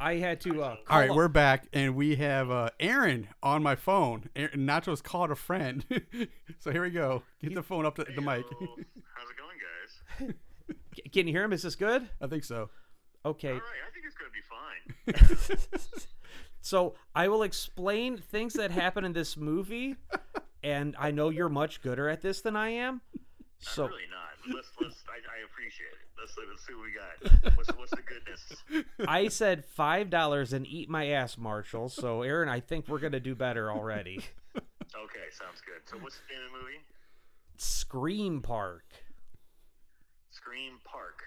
B: I had to. Uh,
A: All right,
B: call-
A: we're back, and we have uh, Aaron on my phone. Aaron, Nacho's called a friend, so here we go. Get the phone up to the mic.
I: How's it going, guys?
B: Can you hear him? Is this good?
A: I think so.
B: Okay.
I: All right, I think it's going to be fine.
B: So I will explain things that happen in this movie, and I know you're much gooder at this than I am. So
I: really not. Let's let's. I, I appreciate it. Let's let's see what we got. What's what's the goodness?
B: I said five dollars and eat my ass, Marshall. So Aaron, I think we're gonna do better already.
I: Okay, sounds good. So what's the name of the movie?
B: Scream Park.
I: Scream Park.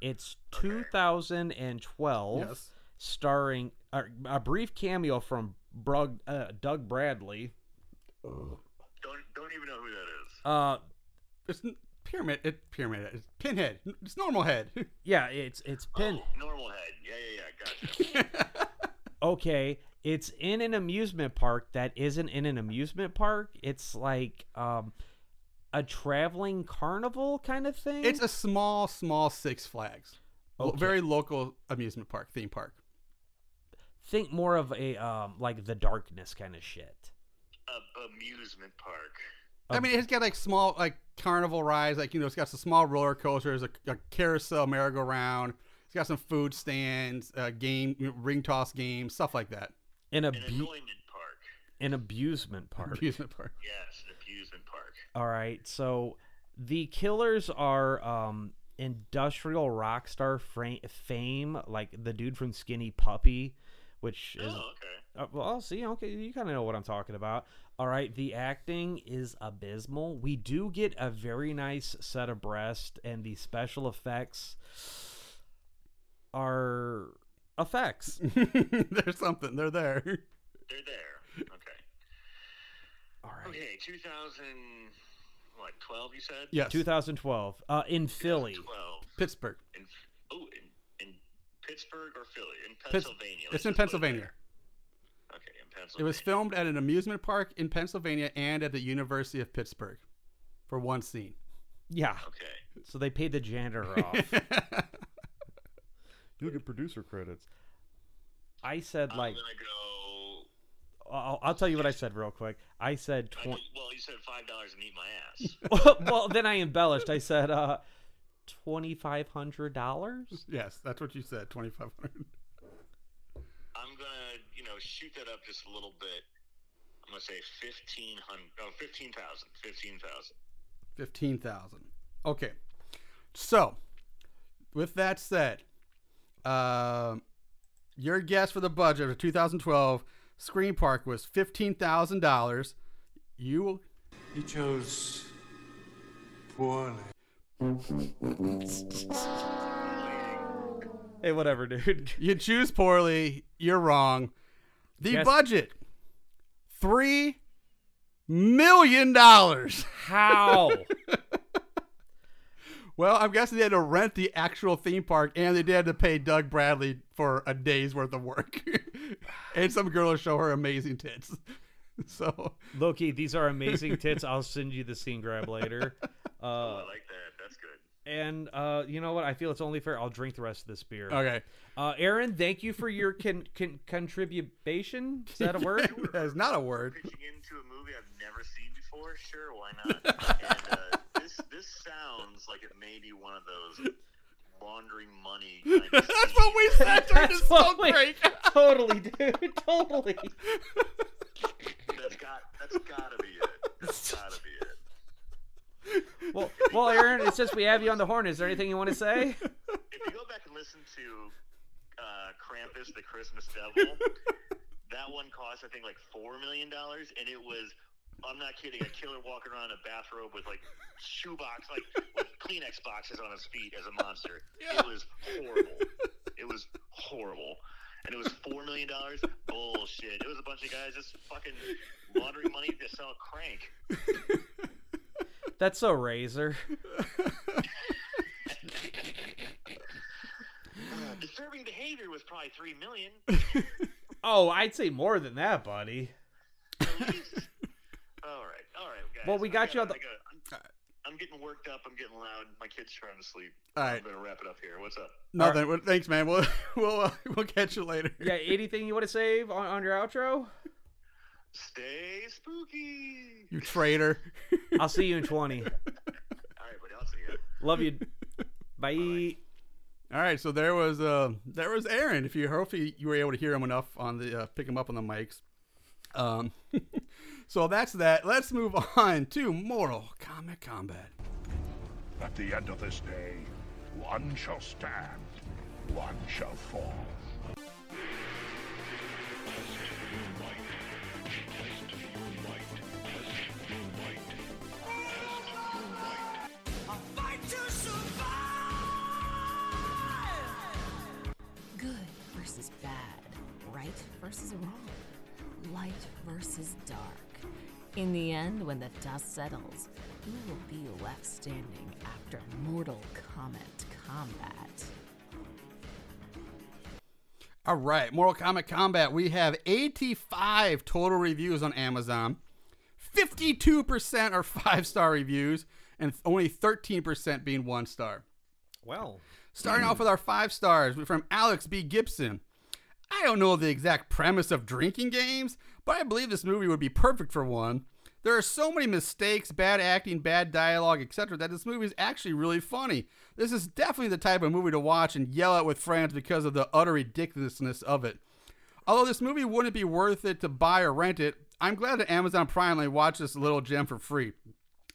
B: It's 2012,
A: Yes.
B: starring a, a brief cameo from Brug, uh, Doug Bradley.
I: Don't don't even know who that is.
B: Uh,
A: It's n- pyramid. It pyramid. It's pinhead. N- It's normal head.
B: yeah, it's it's pin.
I: Oh, Normal Head. Yeah, yeah, yeah. Gotcha.
B: okay, it's in an amusement park that isn't in an amusement park. It's like um a traveling carnival kind of thing.
A: it's a small, small Six Flags, Lo-
B: Okay.
A: very local amusement park, theme park.
B: think more of a um like the darkness kind of shit.
I: A amusement park.
A: I
B: Um,
A: mean, it's got like small, like carnival rides. Like you know, it's got some small roller coasters, a, a carousel merry-go-round. It's got some food stands, uh, game you know, ring toss games, stuff like that.
B: An
I: An
B: abu-
I: enjoyment park.
B: an abusement park.
A: Amusement park.
I: Yes, an amusement park.
B: All right, so the killers are um industrial rock star fra- fame, like the dude from Skinny Puppy, which is
I: Oh, okay.
B: Uh, well, see, okay, you kind of know what I'm talking about. All right, the acting is abysmal. We do get a very nice set of breasts, and the special effects are effects.
A: There's something. They're there.
I: They're there. Okay.
B: All right,
I: Okay. 2000. What? 12? You said.
A: Yes.
B: 2012 uh, in Philly.
I: 12.
A: Pittsburgh.
I: In, oh, in, in Pittsburgh or Philly? In
A: Pitts-
I: Pennsylvania.
A: It's
I: Let's
A: in
I: just put it
A: Pennsylvania.
I: there. Okay, in
A: It
I: Pennsylvania.
A: was filmed at an amusement park in Pennsylvania and at the University of Pittsburgh for one scene.
B: Yeah,
I: Okay.
B: so they paid the janitor off.
I: Oh,
B: You'll get producer credits. I said like
I: I'm gonna go
B: I'll, I'll tell you what I said real quick. I said
I: I
B: twenty.
I: just- well, you said five dollars and eat my ass.
B: well, then I embellished. I said uh, twenty five hundred dollars.
A: Yes, that's what you said. Twenty five hundred.
I: I'm gonna, you know, shoot that up just a little bit. I'm gonna say fifteen hundred, no, fifteen thousand, fifteen thousand.
A: Fifteen thousand. Okay. So, with that said, um, your guess for the budget of 2012 Screen Park was fifteen thousand dollars. You
D: He chose poorly.
B: Hey, whatever, dude.
A: you choose poorly. You're wrong. The
B: Yes.
A: budget three million dollars.
B: How?
A: Well, I'm guessing they had to rent the actual theme park and they did have to pay Doug Bradley for a day's worth of work. and some girl will show her amazing tits. So,
B: Loki, these are amazing tits. I'll send you the scene grab later.
I: I
A: Oh.
B: Uh,
I: like that. That's good.
B: and uh, you know what? I feel it's only fair. I'll drink the rest of this beer.
A: okay.
B: Uh, Aaron, thank you for your con- con- contribution. Is that a word?
A: that is not a word.
I: Pitching into a movie I've never seen before. Sure, why not? and uh, this this sounds like it may be one of those laundering money. Kind of
A: That's what we said during this
B: That's what
A: smoke
B: we-
A: break.
B: totally, dude. Totally.
I: That's got that's gotta be it. That's gotta be it.
B: Well, well, Aaron, it's just we have you on the horn. Is there anything you want to say?
I: if you go back and listen to uh, Krampus the Christmas Devil, that one cost I think like four million dollars, and it was I'm not kidding a killer walking around in a bathrobe with like shoebox like with Kleenex boxes on his feet as a monster. It was horrible. It was horrible. And it was four million dollars. Bullshit! It was a bunch of guys just fucking laundering money to sell crank.
B: That's a razor.
I: Disturbing behavior was probably three million.
B: Oh, I'd say more than that, buddy.
I: All right, all right, guys.
B: Well, we
I: I
B: got you on
I: I
B: the-
I: I'm, I'm getting worked up. I'm getting loud. My kid's trying to sleep.
A: All
I: I'm
A: right.
I: gonna wrap it up here. What's up?
A: Nothing. Well, thanks, man. We'll we'll uh, we'll catch you later.
B: Yeah, anything you want to save on, on your outro?
I: Stay spooky.
A: You traitor.
B: I'll see you in 20.
I: All right, buddy. I'll see you.
B: Love you. Bye.
A: All right, so there was uh, there was Aaron. If you hopefully you were able to hear him enough on the uh, pick him up on the mics. Um, so that's that. Let's move on to Mortal Kombat Combat.
D: At the end of this day, one shall stand, one shall fall.
G: Good versus bad, right versus wrong, light versus dark. In the end, when the dust settles, who will be left standing after Mortal Kombat combat?
A: All right, Mortal Kombat Combat. We have 85 total reviews on Amazon. 52% are five star reviews, and only 13% being one star.
B: Well,
A: Starting off with our five stars from Alex B. Gibson. I don't know the exact premise of drinking games, but I believe this movie would be perfect for one. There are so many mistakes, bad acting, bad dialogue, etc., that this movie is actually really funny. This is definitely the type of movie to watch and yell at with friends because of the utter ridiculousness of it. Although this movie wouldn't be worth it to buy or rent it, I'm glad that Amazon Prime let me watch this little gem for free.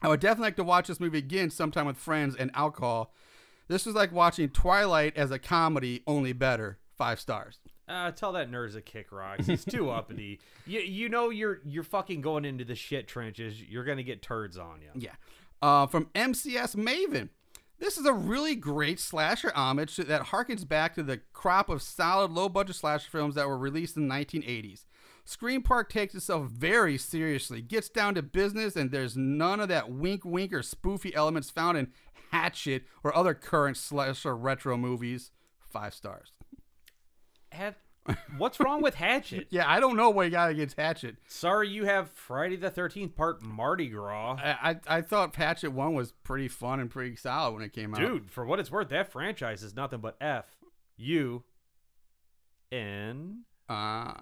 A: I would definitely like to watch this movie again sometime with friends and alcohol. This was like watching Twilight as a comedy, only better. Five stars.
B: uh, tell that nerd's a kick rocks. He's too uppity. You, you know you're you're fucking going into the shit trenches. You're gonna get turds on you.
A: Yeah. Uh, from MCS Maven. This is a really great slasher homage that harkens back to the crop of solid low budget slasher films that were released in the 1980s. Screen Park takes itself very seriously, gets down to business, and there's none of that wink wink or spoofy elements found in Hatchet or other current slasher retro movies. Five stars.
B: Have, what's wrong with Hatchet?
A: Yeah, I don't know what you got against Hatchet.
B: Sorry, you have Friday the Thirteenth Part Mardi Gras.
A: I, I I thought Hatchet 1 was pretty fun and pretty solid when it came out.
B: Dude, for what it's worth, that franchise is nothing but F U N
A: Uh,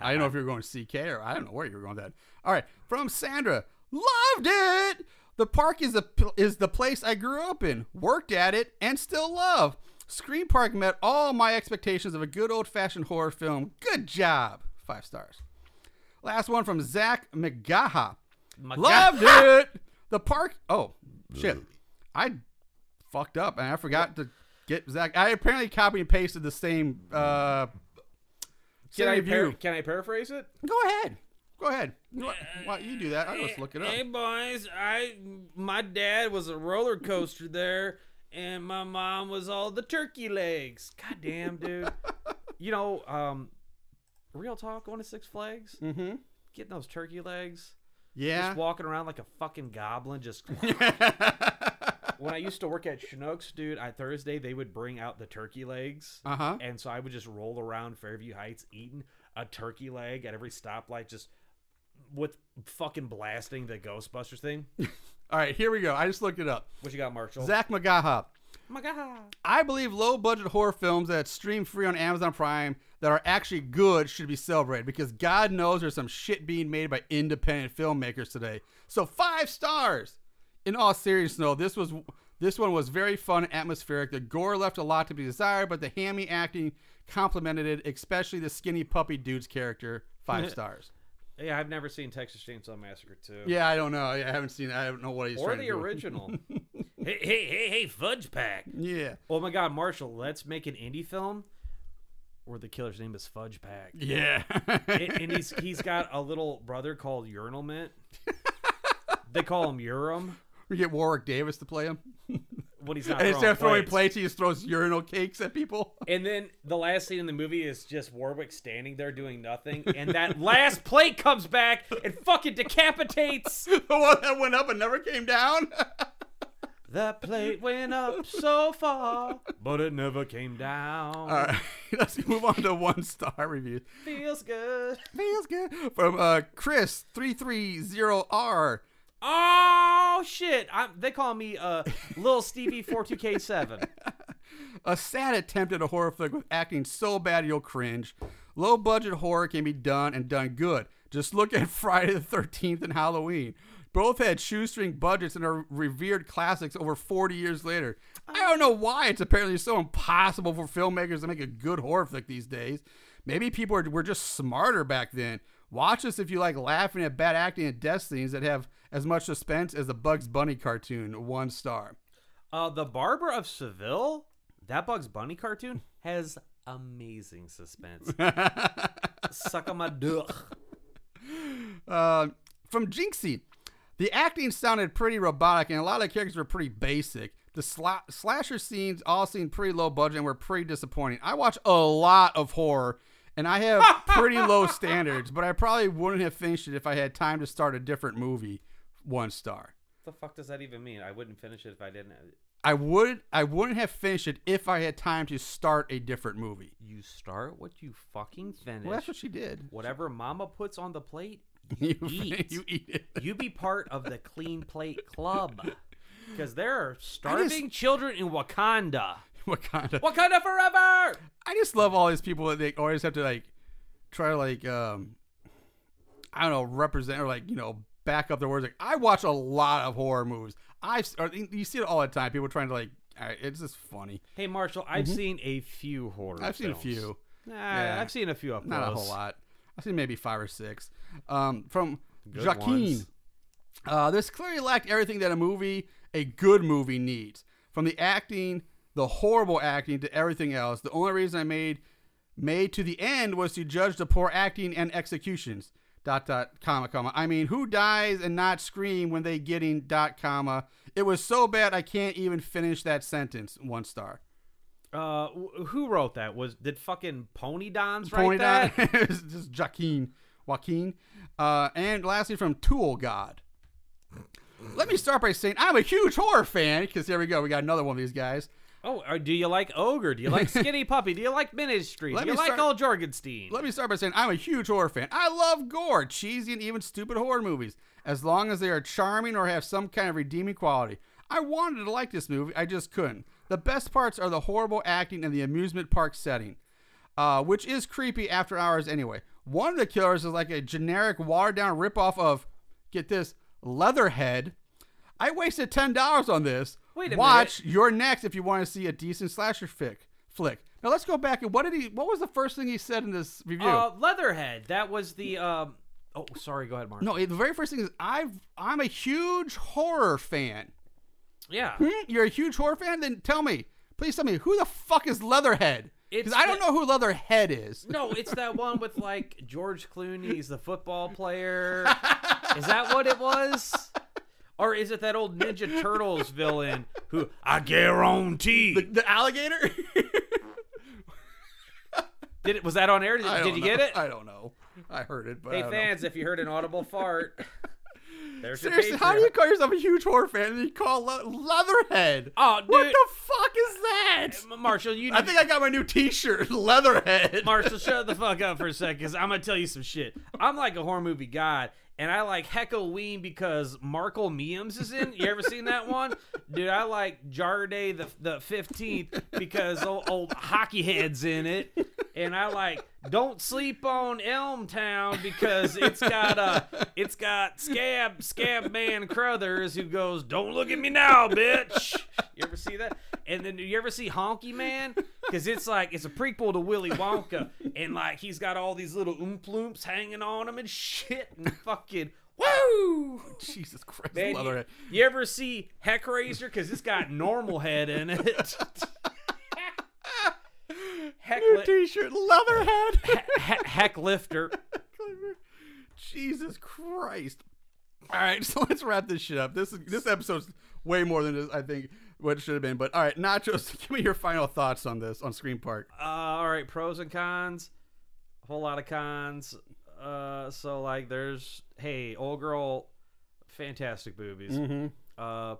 A: I don't know if you're going CK or I don't know where you're going with that. All right, from Sandra, loved it. The park is the pl- is the place I grew up in, worked at it, and still love. Screen Park met all my expectations of a good old fashioned horror film. Good job, five stars. Last one from Zach McGaha. Loved it. The park. Oh shit, I fucked up and I forgot to get Zach. I apparently copy and pasted the same. Uh,
B: Can
A: same
B: I,
A: review.
B: par- can I paraphrase it?
A: Go ahead. Go ahead. Why why you do that? I just look it up.
B: Hey boys, I my dad was a roller coaster there, and my mom was all the turkey legs. God damn, dude. you know, um, real talk, going to Six Flags,
A: Mm-hmm.
B: getting those turkey legs,
A: Yeah.
B: just walking around like a fucking goblin. Just when I used to work at Schnucks, dude, on Thursday they would bring out the turkey legs.
A: uh huh.
B: And so I would just roll around Fairview Heights eating a turkey leg at every stoplight, just with fucking blasting the Ghostbusters thing.
A: All right, here we go. I just looked it up.
B: What you got, Marshall?
A: Zach McGaha.
B: my God.
A: I believe low budget horror films that stream free on Amazon Prime that are actually good should be celebrated because God knows there's some shit being made by independent filmmakers today. So five stars. In all seriousness, though, this was this one was very fun, and atmospheric. The gore left a lot to be desired, but the hammy acting complemented it, especially the skinny puppy dude's character. Five stars.
B: Yeah, I've never seen Texas Chainsaw Massacre 2.
A: Yeah, I don't know. I haven't seen. it. I don't know what he's
B: Or
A: trying to
B: the
A: do.
B: original.
E: Hey, hey, hey, hey, fudge pack.
A: Yeah.
B: oh my God, Marshall, let's make an indie film where the killer's name is Fudge Pack.
A: Yeah.
B: and, and he's he's got a little brother called Urinal Mint. they call him Urim
A: we get Warwick Davis to play him.
B: when he's not
A: And instead of throwing
B: plates.
A: plates, he just throws urinal cakes at people.
B: And then the last scene in the movie is just Warwick standing there doing nothing, and that last plate comes back and fucking decapitates.
A: the one that went up and never came down.
B: That plate went up so far, but it never came down.
A: All right, let's move on to one star reviews.
B: Feels good.
A: Feels good from uh, Chris three three zero R.
B: Oh shit! I'm, they call me uh, Little Stevie 42K7.
A: A sad attempt at a horror flick with acting so bad you'll cringe. Low budget horror can be done and done good. Just look at Friday the 13th and Halloween. Both had shoestring budgets and are revered classics over 40 years later. I don't know why it's apparently so impossible for filmmakers to make a good horror flick these days. Maybe people are, were just smarter back then. Watch this if you like laughing at bad acting and death scenes that have as much suspense as the Bugs Bunny cartoon. One star.
B: Uh, the Barber of Seville, that Bugs Bunny cartoon has amazing suspense. Suck on my duck.
A: Uh, from Jinxie. The acting sounded pretty robotic, and a lot of the characters were pretty basic. The sla- slasher scenes all seemed pretty low budget and were pretty disappointing. I watch a lot of horror, and I have pretty low standards, but I probably wouldn't have finished it if I had time to start a different movie. One star.
B: the fuck does that even mean? I wouldn't finish it if I didn't.
A: I would I wouldn't have finished it if I had time to start a different movie.
B: You start what you fucking finish.
A: Well, that's what she did.
B: Whatever mama puts on the plate,
A: You
B: eat.
A: you eat it.
B: you be part of the clean plate club. Because there are
A: just-
B: starving children in Wakanda.
A: What kind of
B: Wakanda forever!
A: I just love all these people that they always have to like try to like um I don't know represent or like you know back up their words. Like I watch a lot of horror movies. I you see it all the time. People trying to like all right, it's just funny.
B: Hey, Marshall, I've seen a few horror
A: Mm-hmm. I've seen a
B: films.
A: few,
B: Nah,
A: Yeah.
B: I've seen a few up
A: not a
B: close.
A: whole lot. I've seen maybe five or six. Um, from
B: Good
A: Joaquin.
B: ones.
A: Uh, this clearly lacked everything that a movie, a good movie, needs. From the acting, the horrible acting, to everything else. The only reason I made made to the end was to judge the poor acting and executions. Dot dot comma comma. I mean, who dies and not scream when they getting dot comma? It was so bad I can't even finish that sentence. One star.
B: Uh, wh- who wrote that? Was Did fucking Pony Dons write
A: Pony down.
B: that?
A: It's just Joaquin. Joaquin. Uh, and lastly, from Tool God. Let me start by saying I'm a huge horror fan because here we go. We got another one of these guys.
B: Oh, or do you like Ogre? Do you like Skinny Puppy? Do you like Ministry?
A: Let
B: do you
A: me
B: like
A: start-
B: Old Jorgenstein?
A: Let me start by saying I'm a huge horror fan. I love gore, cheesy, and even stupid horror movies, as long as they are charming or have some kind of redeeming quality. I wanted to like this movie, I just couldn't. The best parts are the horrible acting and the amusement park setting. uh, which is creepy after hours anyway. One of the killers is like a generic watered down ripoff of, get this, Leatherhead. I wasted ten dollars on this.
B: Wait a
A: Watch your next if you want to see a decent slasher fic flick. Now let's go back and what did he? What was the first thing he said in this review?
B: Uh, Leatherhead. That was the. Um, oh, sorry. Go ahead, Mark.
A: no, it- the very first thing is I've I'm a huge horror fan.
B: Yeah.
A: Hmm? You're a huge horror fan? Then tell me, please tell me who the fuck is Leatherhead? Because
B: It's
A: I don't
B: the-
A: know who Leatherhead is.
B: No, it's that one with like George Clooney's the football player. Is that what it was? Or is it that old Ninja Turtles villain who
E: I guarantee.
A: The alligator?
B: did it? Was that on air? Did,
A: I
B: did
A: don't
B: you
A: know.
B: get it?
A: I don't know. I heard it, but I
B: Hey
A: don't know.
B: fans, if you heard an audible fart, there's your
A: Seriously, how do
B: Patreon.
A: you call yourself a huge horror fan and you call Le- Leatherhead?
B: Oh, dude.
A: what the fuck is that?
B: M- Marshall, you.
A: I think I got my new T-shirt, Leatherhead.
B: Marshall, shut the fuck up for a second, because I'm gonna tell you some shit. I'm like a horror movie god, and I like Heckleween because Markle Meems is in. You ever seen that one, dude? I like Jarday the the fifteenth because old, old hockey head's in it, and I like Don't Sleep on Elm Town because it's got uh it's got Scab Scab Man Crothers who goes Don't look at me now, bitch. You ever see that? And then do you ever see Honky Man? Because it's like it's a prequel to Willy Wonka, and like he's got all these little oomphloops hanging on him and shit, and fucking woo.
A: Jesus Christ,
B: Man, you,
A: Leatherhead.
B: you ever see Heckraiser? Because it's got normal head in it. Heck,
A: New T-shirt, Leatherhead.
B: heck lifter.
A: Jesus Christ. All right, so let's wrap this shit up. This is this episode's way more than I think what it should have been. But all right, Nachos, give me your final thoughts on this on Screen Park.
B: Uh, all right, pros and cons. A whole lot of cons. Uh, so like, there's hey, old girl, fantastic boobies. Uh,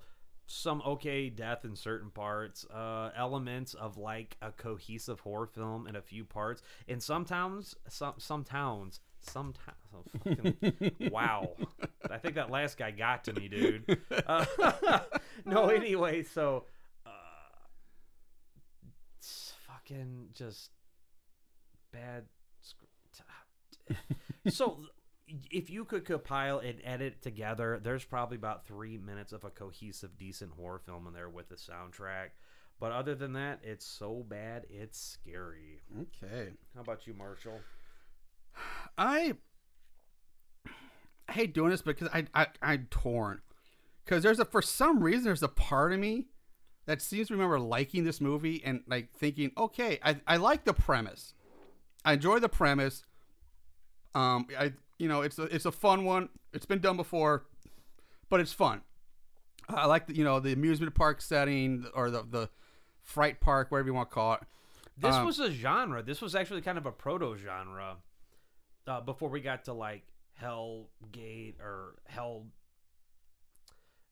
B: some okay death in certain parts. Uh, elements of like a cohesive horror film in a few parts, and sometimes some some towns. Sometimes, wow! I think that last guy got to me, dude. Uh, no, anyway, so it's fucking just bad. scr- t- so, if you could compile and edit together, there's probably about three minutes of a cohesive, decent horror film in there with the soundtrack. But other than that, it's so bad, it's scary.
A: Okay.
B: How about you, Marshall?
A: I I hate doing this because I, I I'm torn because there's a for some reason there's a part of me that seems to remember liking this movie and like thinking okay I I like the premise I enjoy the premise um I you know it's a it's a fun one it's been done before but it's fun I like the you know the amusement park setting or the the fright park whatever you want to call it
B: This
A: Um,
B: was a genre. This was actually kind of a proto genre. Uh, before we got to like Hellgate or Hell,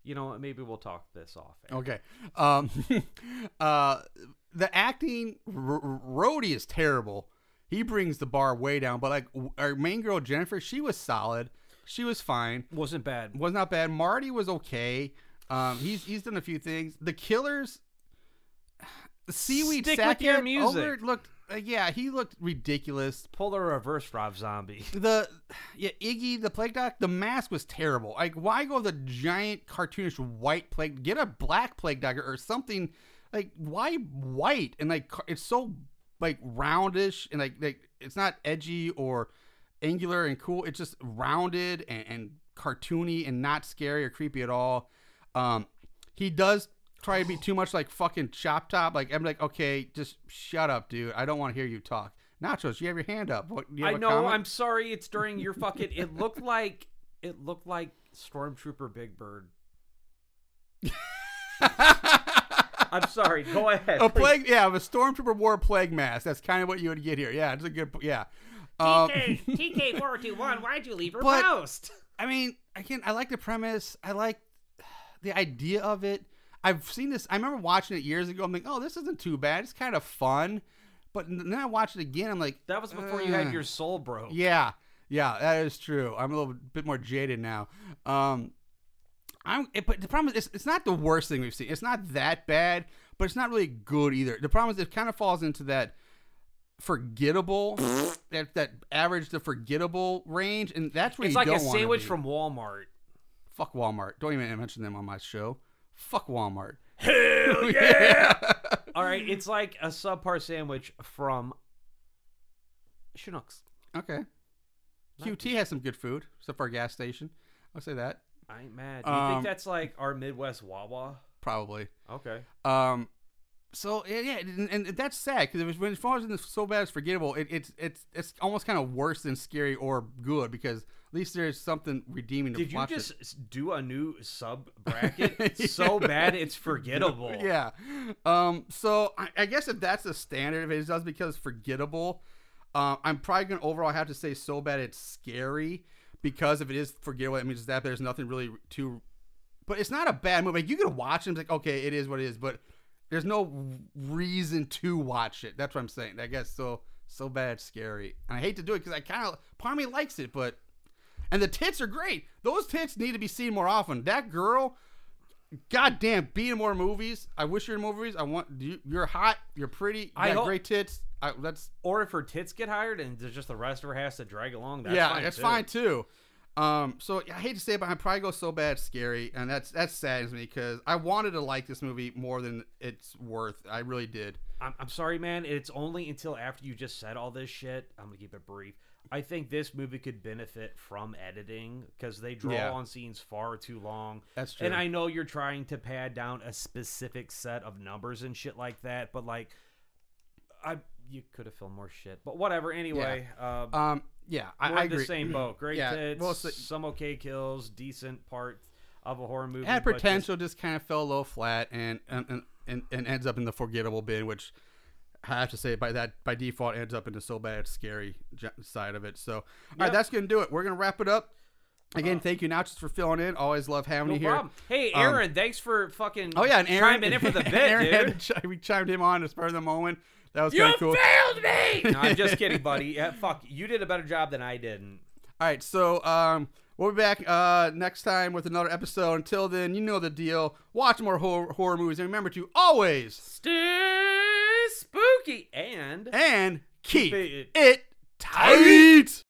B: you know, what, maybe we'll talk this off. air.
A: Okay. Um, uh, the acting, R- R- Rhodey is terrible. He brings the bar way down. But like w- our main girl Jennifer, she was solid. She was fine.
B: wasn't bad.
A: Was not bad. Marty was okay. Um, he's he's done a few things. The Killers, seaweed
B: Stick with
A: Sackett
B: your music.
A: Over, looked uh, yeah, he looked ridiculous.
B: Pull a reverse Rob Zombie.
A: The yeah Iggy the plague doc the mask was terrible. Like why go with the giant cartoonish white plague? Get a black plague doctor or something. Like why white and like car- it's so like roundish and like like it's not edgy or angular and cool. It's just rounded and, and cartoony and not scary or creepy at all. Um, he does try to be too much like fucking chop top. Like I'm like okay, just shut up, dude. I don't want to hear you talk. Nachos, you have your hand up. What, you have
B: I
A: a
B: know.
A: comment?
B: I'm sorry. It's during your fucking. It looked like it looked like Stormtrooper Big Bird. I'm sorry. Go ahead.
A: a
B: please.
A: plague, yeah, if a stormtrooper wore a plague mask, that's kind of what you would get here. Yeah, it's a good, yeah. Um,
B: TK four two one. Why'd you leave her
A: But-
B: post?
A: I mean, again, I like the premise. I like the idea of it. I've seen this. I remember watching it years ago. I'm like, oh, this isn't too bad. It's kind of fun. But then I watched it again. I'm like,
B: That was before you had
A: Ugh.
B: your soul broke.
A: Uh, Yeah, yeah, that is true. I'm a little bit more jaded now. Um, I'm, it, but the problem is, it's, it's not the worst thing we've seen. It's not that bad, but it's not really good either. The problem is, it kind of falls into that forgettable, that that average to forgettable range, and that's where
B: It's
A: you
B: like
A: don't
B: a
A: wanna
B: sandwich
A: be.
B: from Walmart.
A: Fuck Walmart. Don't even mention them on my show. Fuck Walmart.
B: Hell
A: yeah.
B: All right, it's like a subpar sandwich from Chinooks.
A: okay. QT has some good food, except for our gas station. I'll say that
B: I ain't mad. Do you
A: Um,
B: think that's like our Midwest Wawa?
A: probably.
B: Okay.
A: Um, so yeah, yeah and, and that's sad because it when it falls into so bad it's forgettable, it, it's it's it's almost kind of worse than scary or good because at least there's something redeeming to
B: Did you
A: watch it.
B: just s do a new sub bracket so bad it's forgettable?
A: Yeah. Um. So I, I guess if that's the standard, if it does because it's forgettable, um, I'm probably gonna overall have to say so bad it's scary because if it is forgettable, that means that there's nothing really to. But it's not a bad movie. Like you could watch it. And it's like okay, it is what it is. But there's no reason to watch it. That's what I'm saying. I guess so. So bad, it's scary. And I hate to do it because I kind of part of me likes it, but and the tits are great. Those tits need to be seen more often. That girl, goddamn, be in more movies. I wish you're in more movies. I want you, you're hot, you're pretty, you
B: I
A: got
B: hope-
A: great tits. I, that's
B: Or if her tits get hired and there's just the rest of her has to drag along, that's
A: yeah,
B: fine.
A: that's
B: too.
A: fine too. Um, so I hate to say it, but I probably go so bad, scary, and that's that saddens me because I wanted to like this movie more than it's worth. I really did.
B: I'm, I'm sorry, man. It's only until after you just said all this shit. I'm gonna keep it brief. I think this movie could benefit from editing because they draw
A: Yeah.
B: on scenes far too long.
A: That's
B: And
A: true.
B: I know you're trying to pad down a specific set of numbers and shit like that, but like, I you could have filmed more shit. But whatever. Anyway, um,
A: Um, yeah, I,
B: we're
A: I
B: in the
A: agree. Mm-hmm.
B: same boat. Great
A: Yeah,
B: tits,
A: well, so-
B: some okay kills, decent part of a horror movie.
A: had
B: but just-
A: potential, just kind of fell a little flat, and and, and- and and ends up in the forgettable bin, which I have to say by that by default ends up in the so bad it's scary j- side of it. So all right, that's gonna do it. We're gonna wrap it up. Again, thank you, Nachos, for filling in. Always love having
B: No
A: you here.
B: problem. Hey,
A: Um,
B: Aaron, thanks for fucking
A: Oh yeah, and Aaron
B: chiming in for the bit,
A: Aaron
B: dude.
A: had to chi- we chimed him on to spur of the moment. That was kind of cool.
B: failed me. no, I'm just kidding, buddy. Yeah, fuck, you did a better job than I did. And
A: All right, so um, we'll be back uh, next time with another episode. Until then, you know the deal. Watch more horror, horror movies, and remember to always
B: Stay spooky and.
A: and keep
B: Keep it
A: it tight.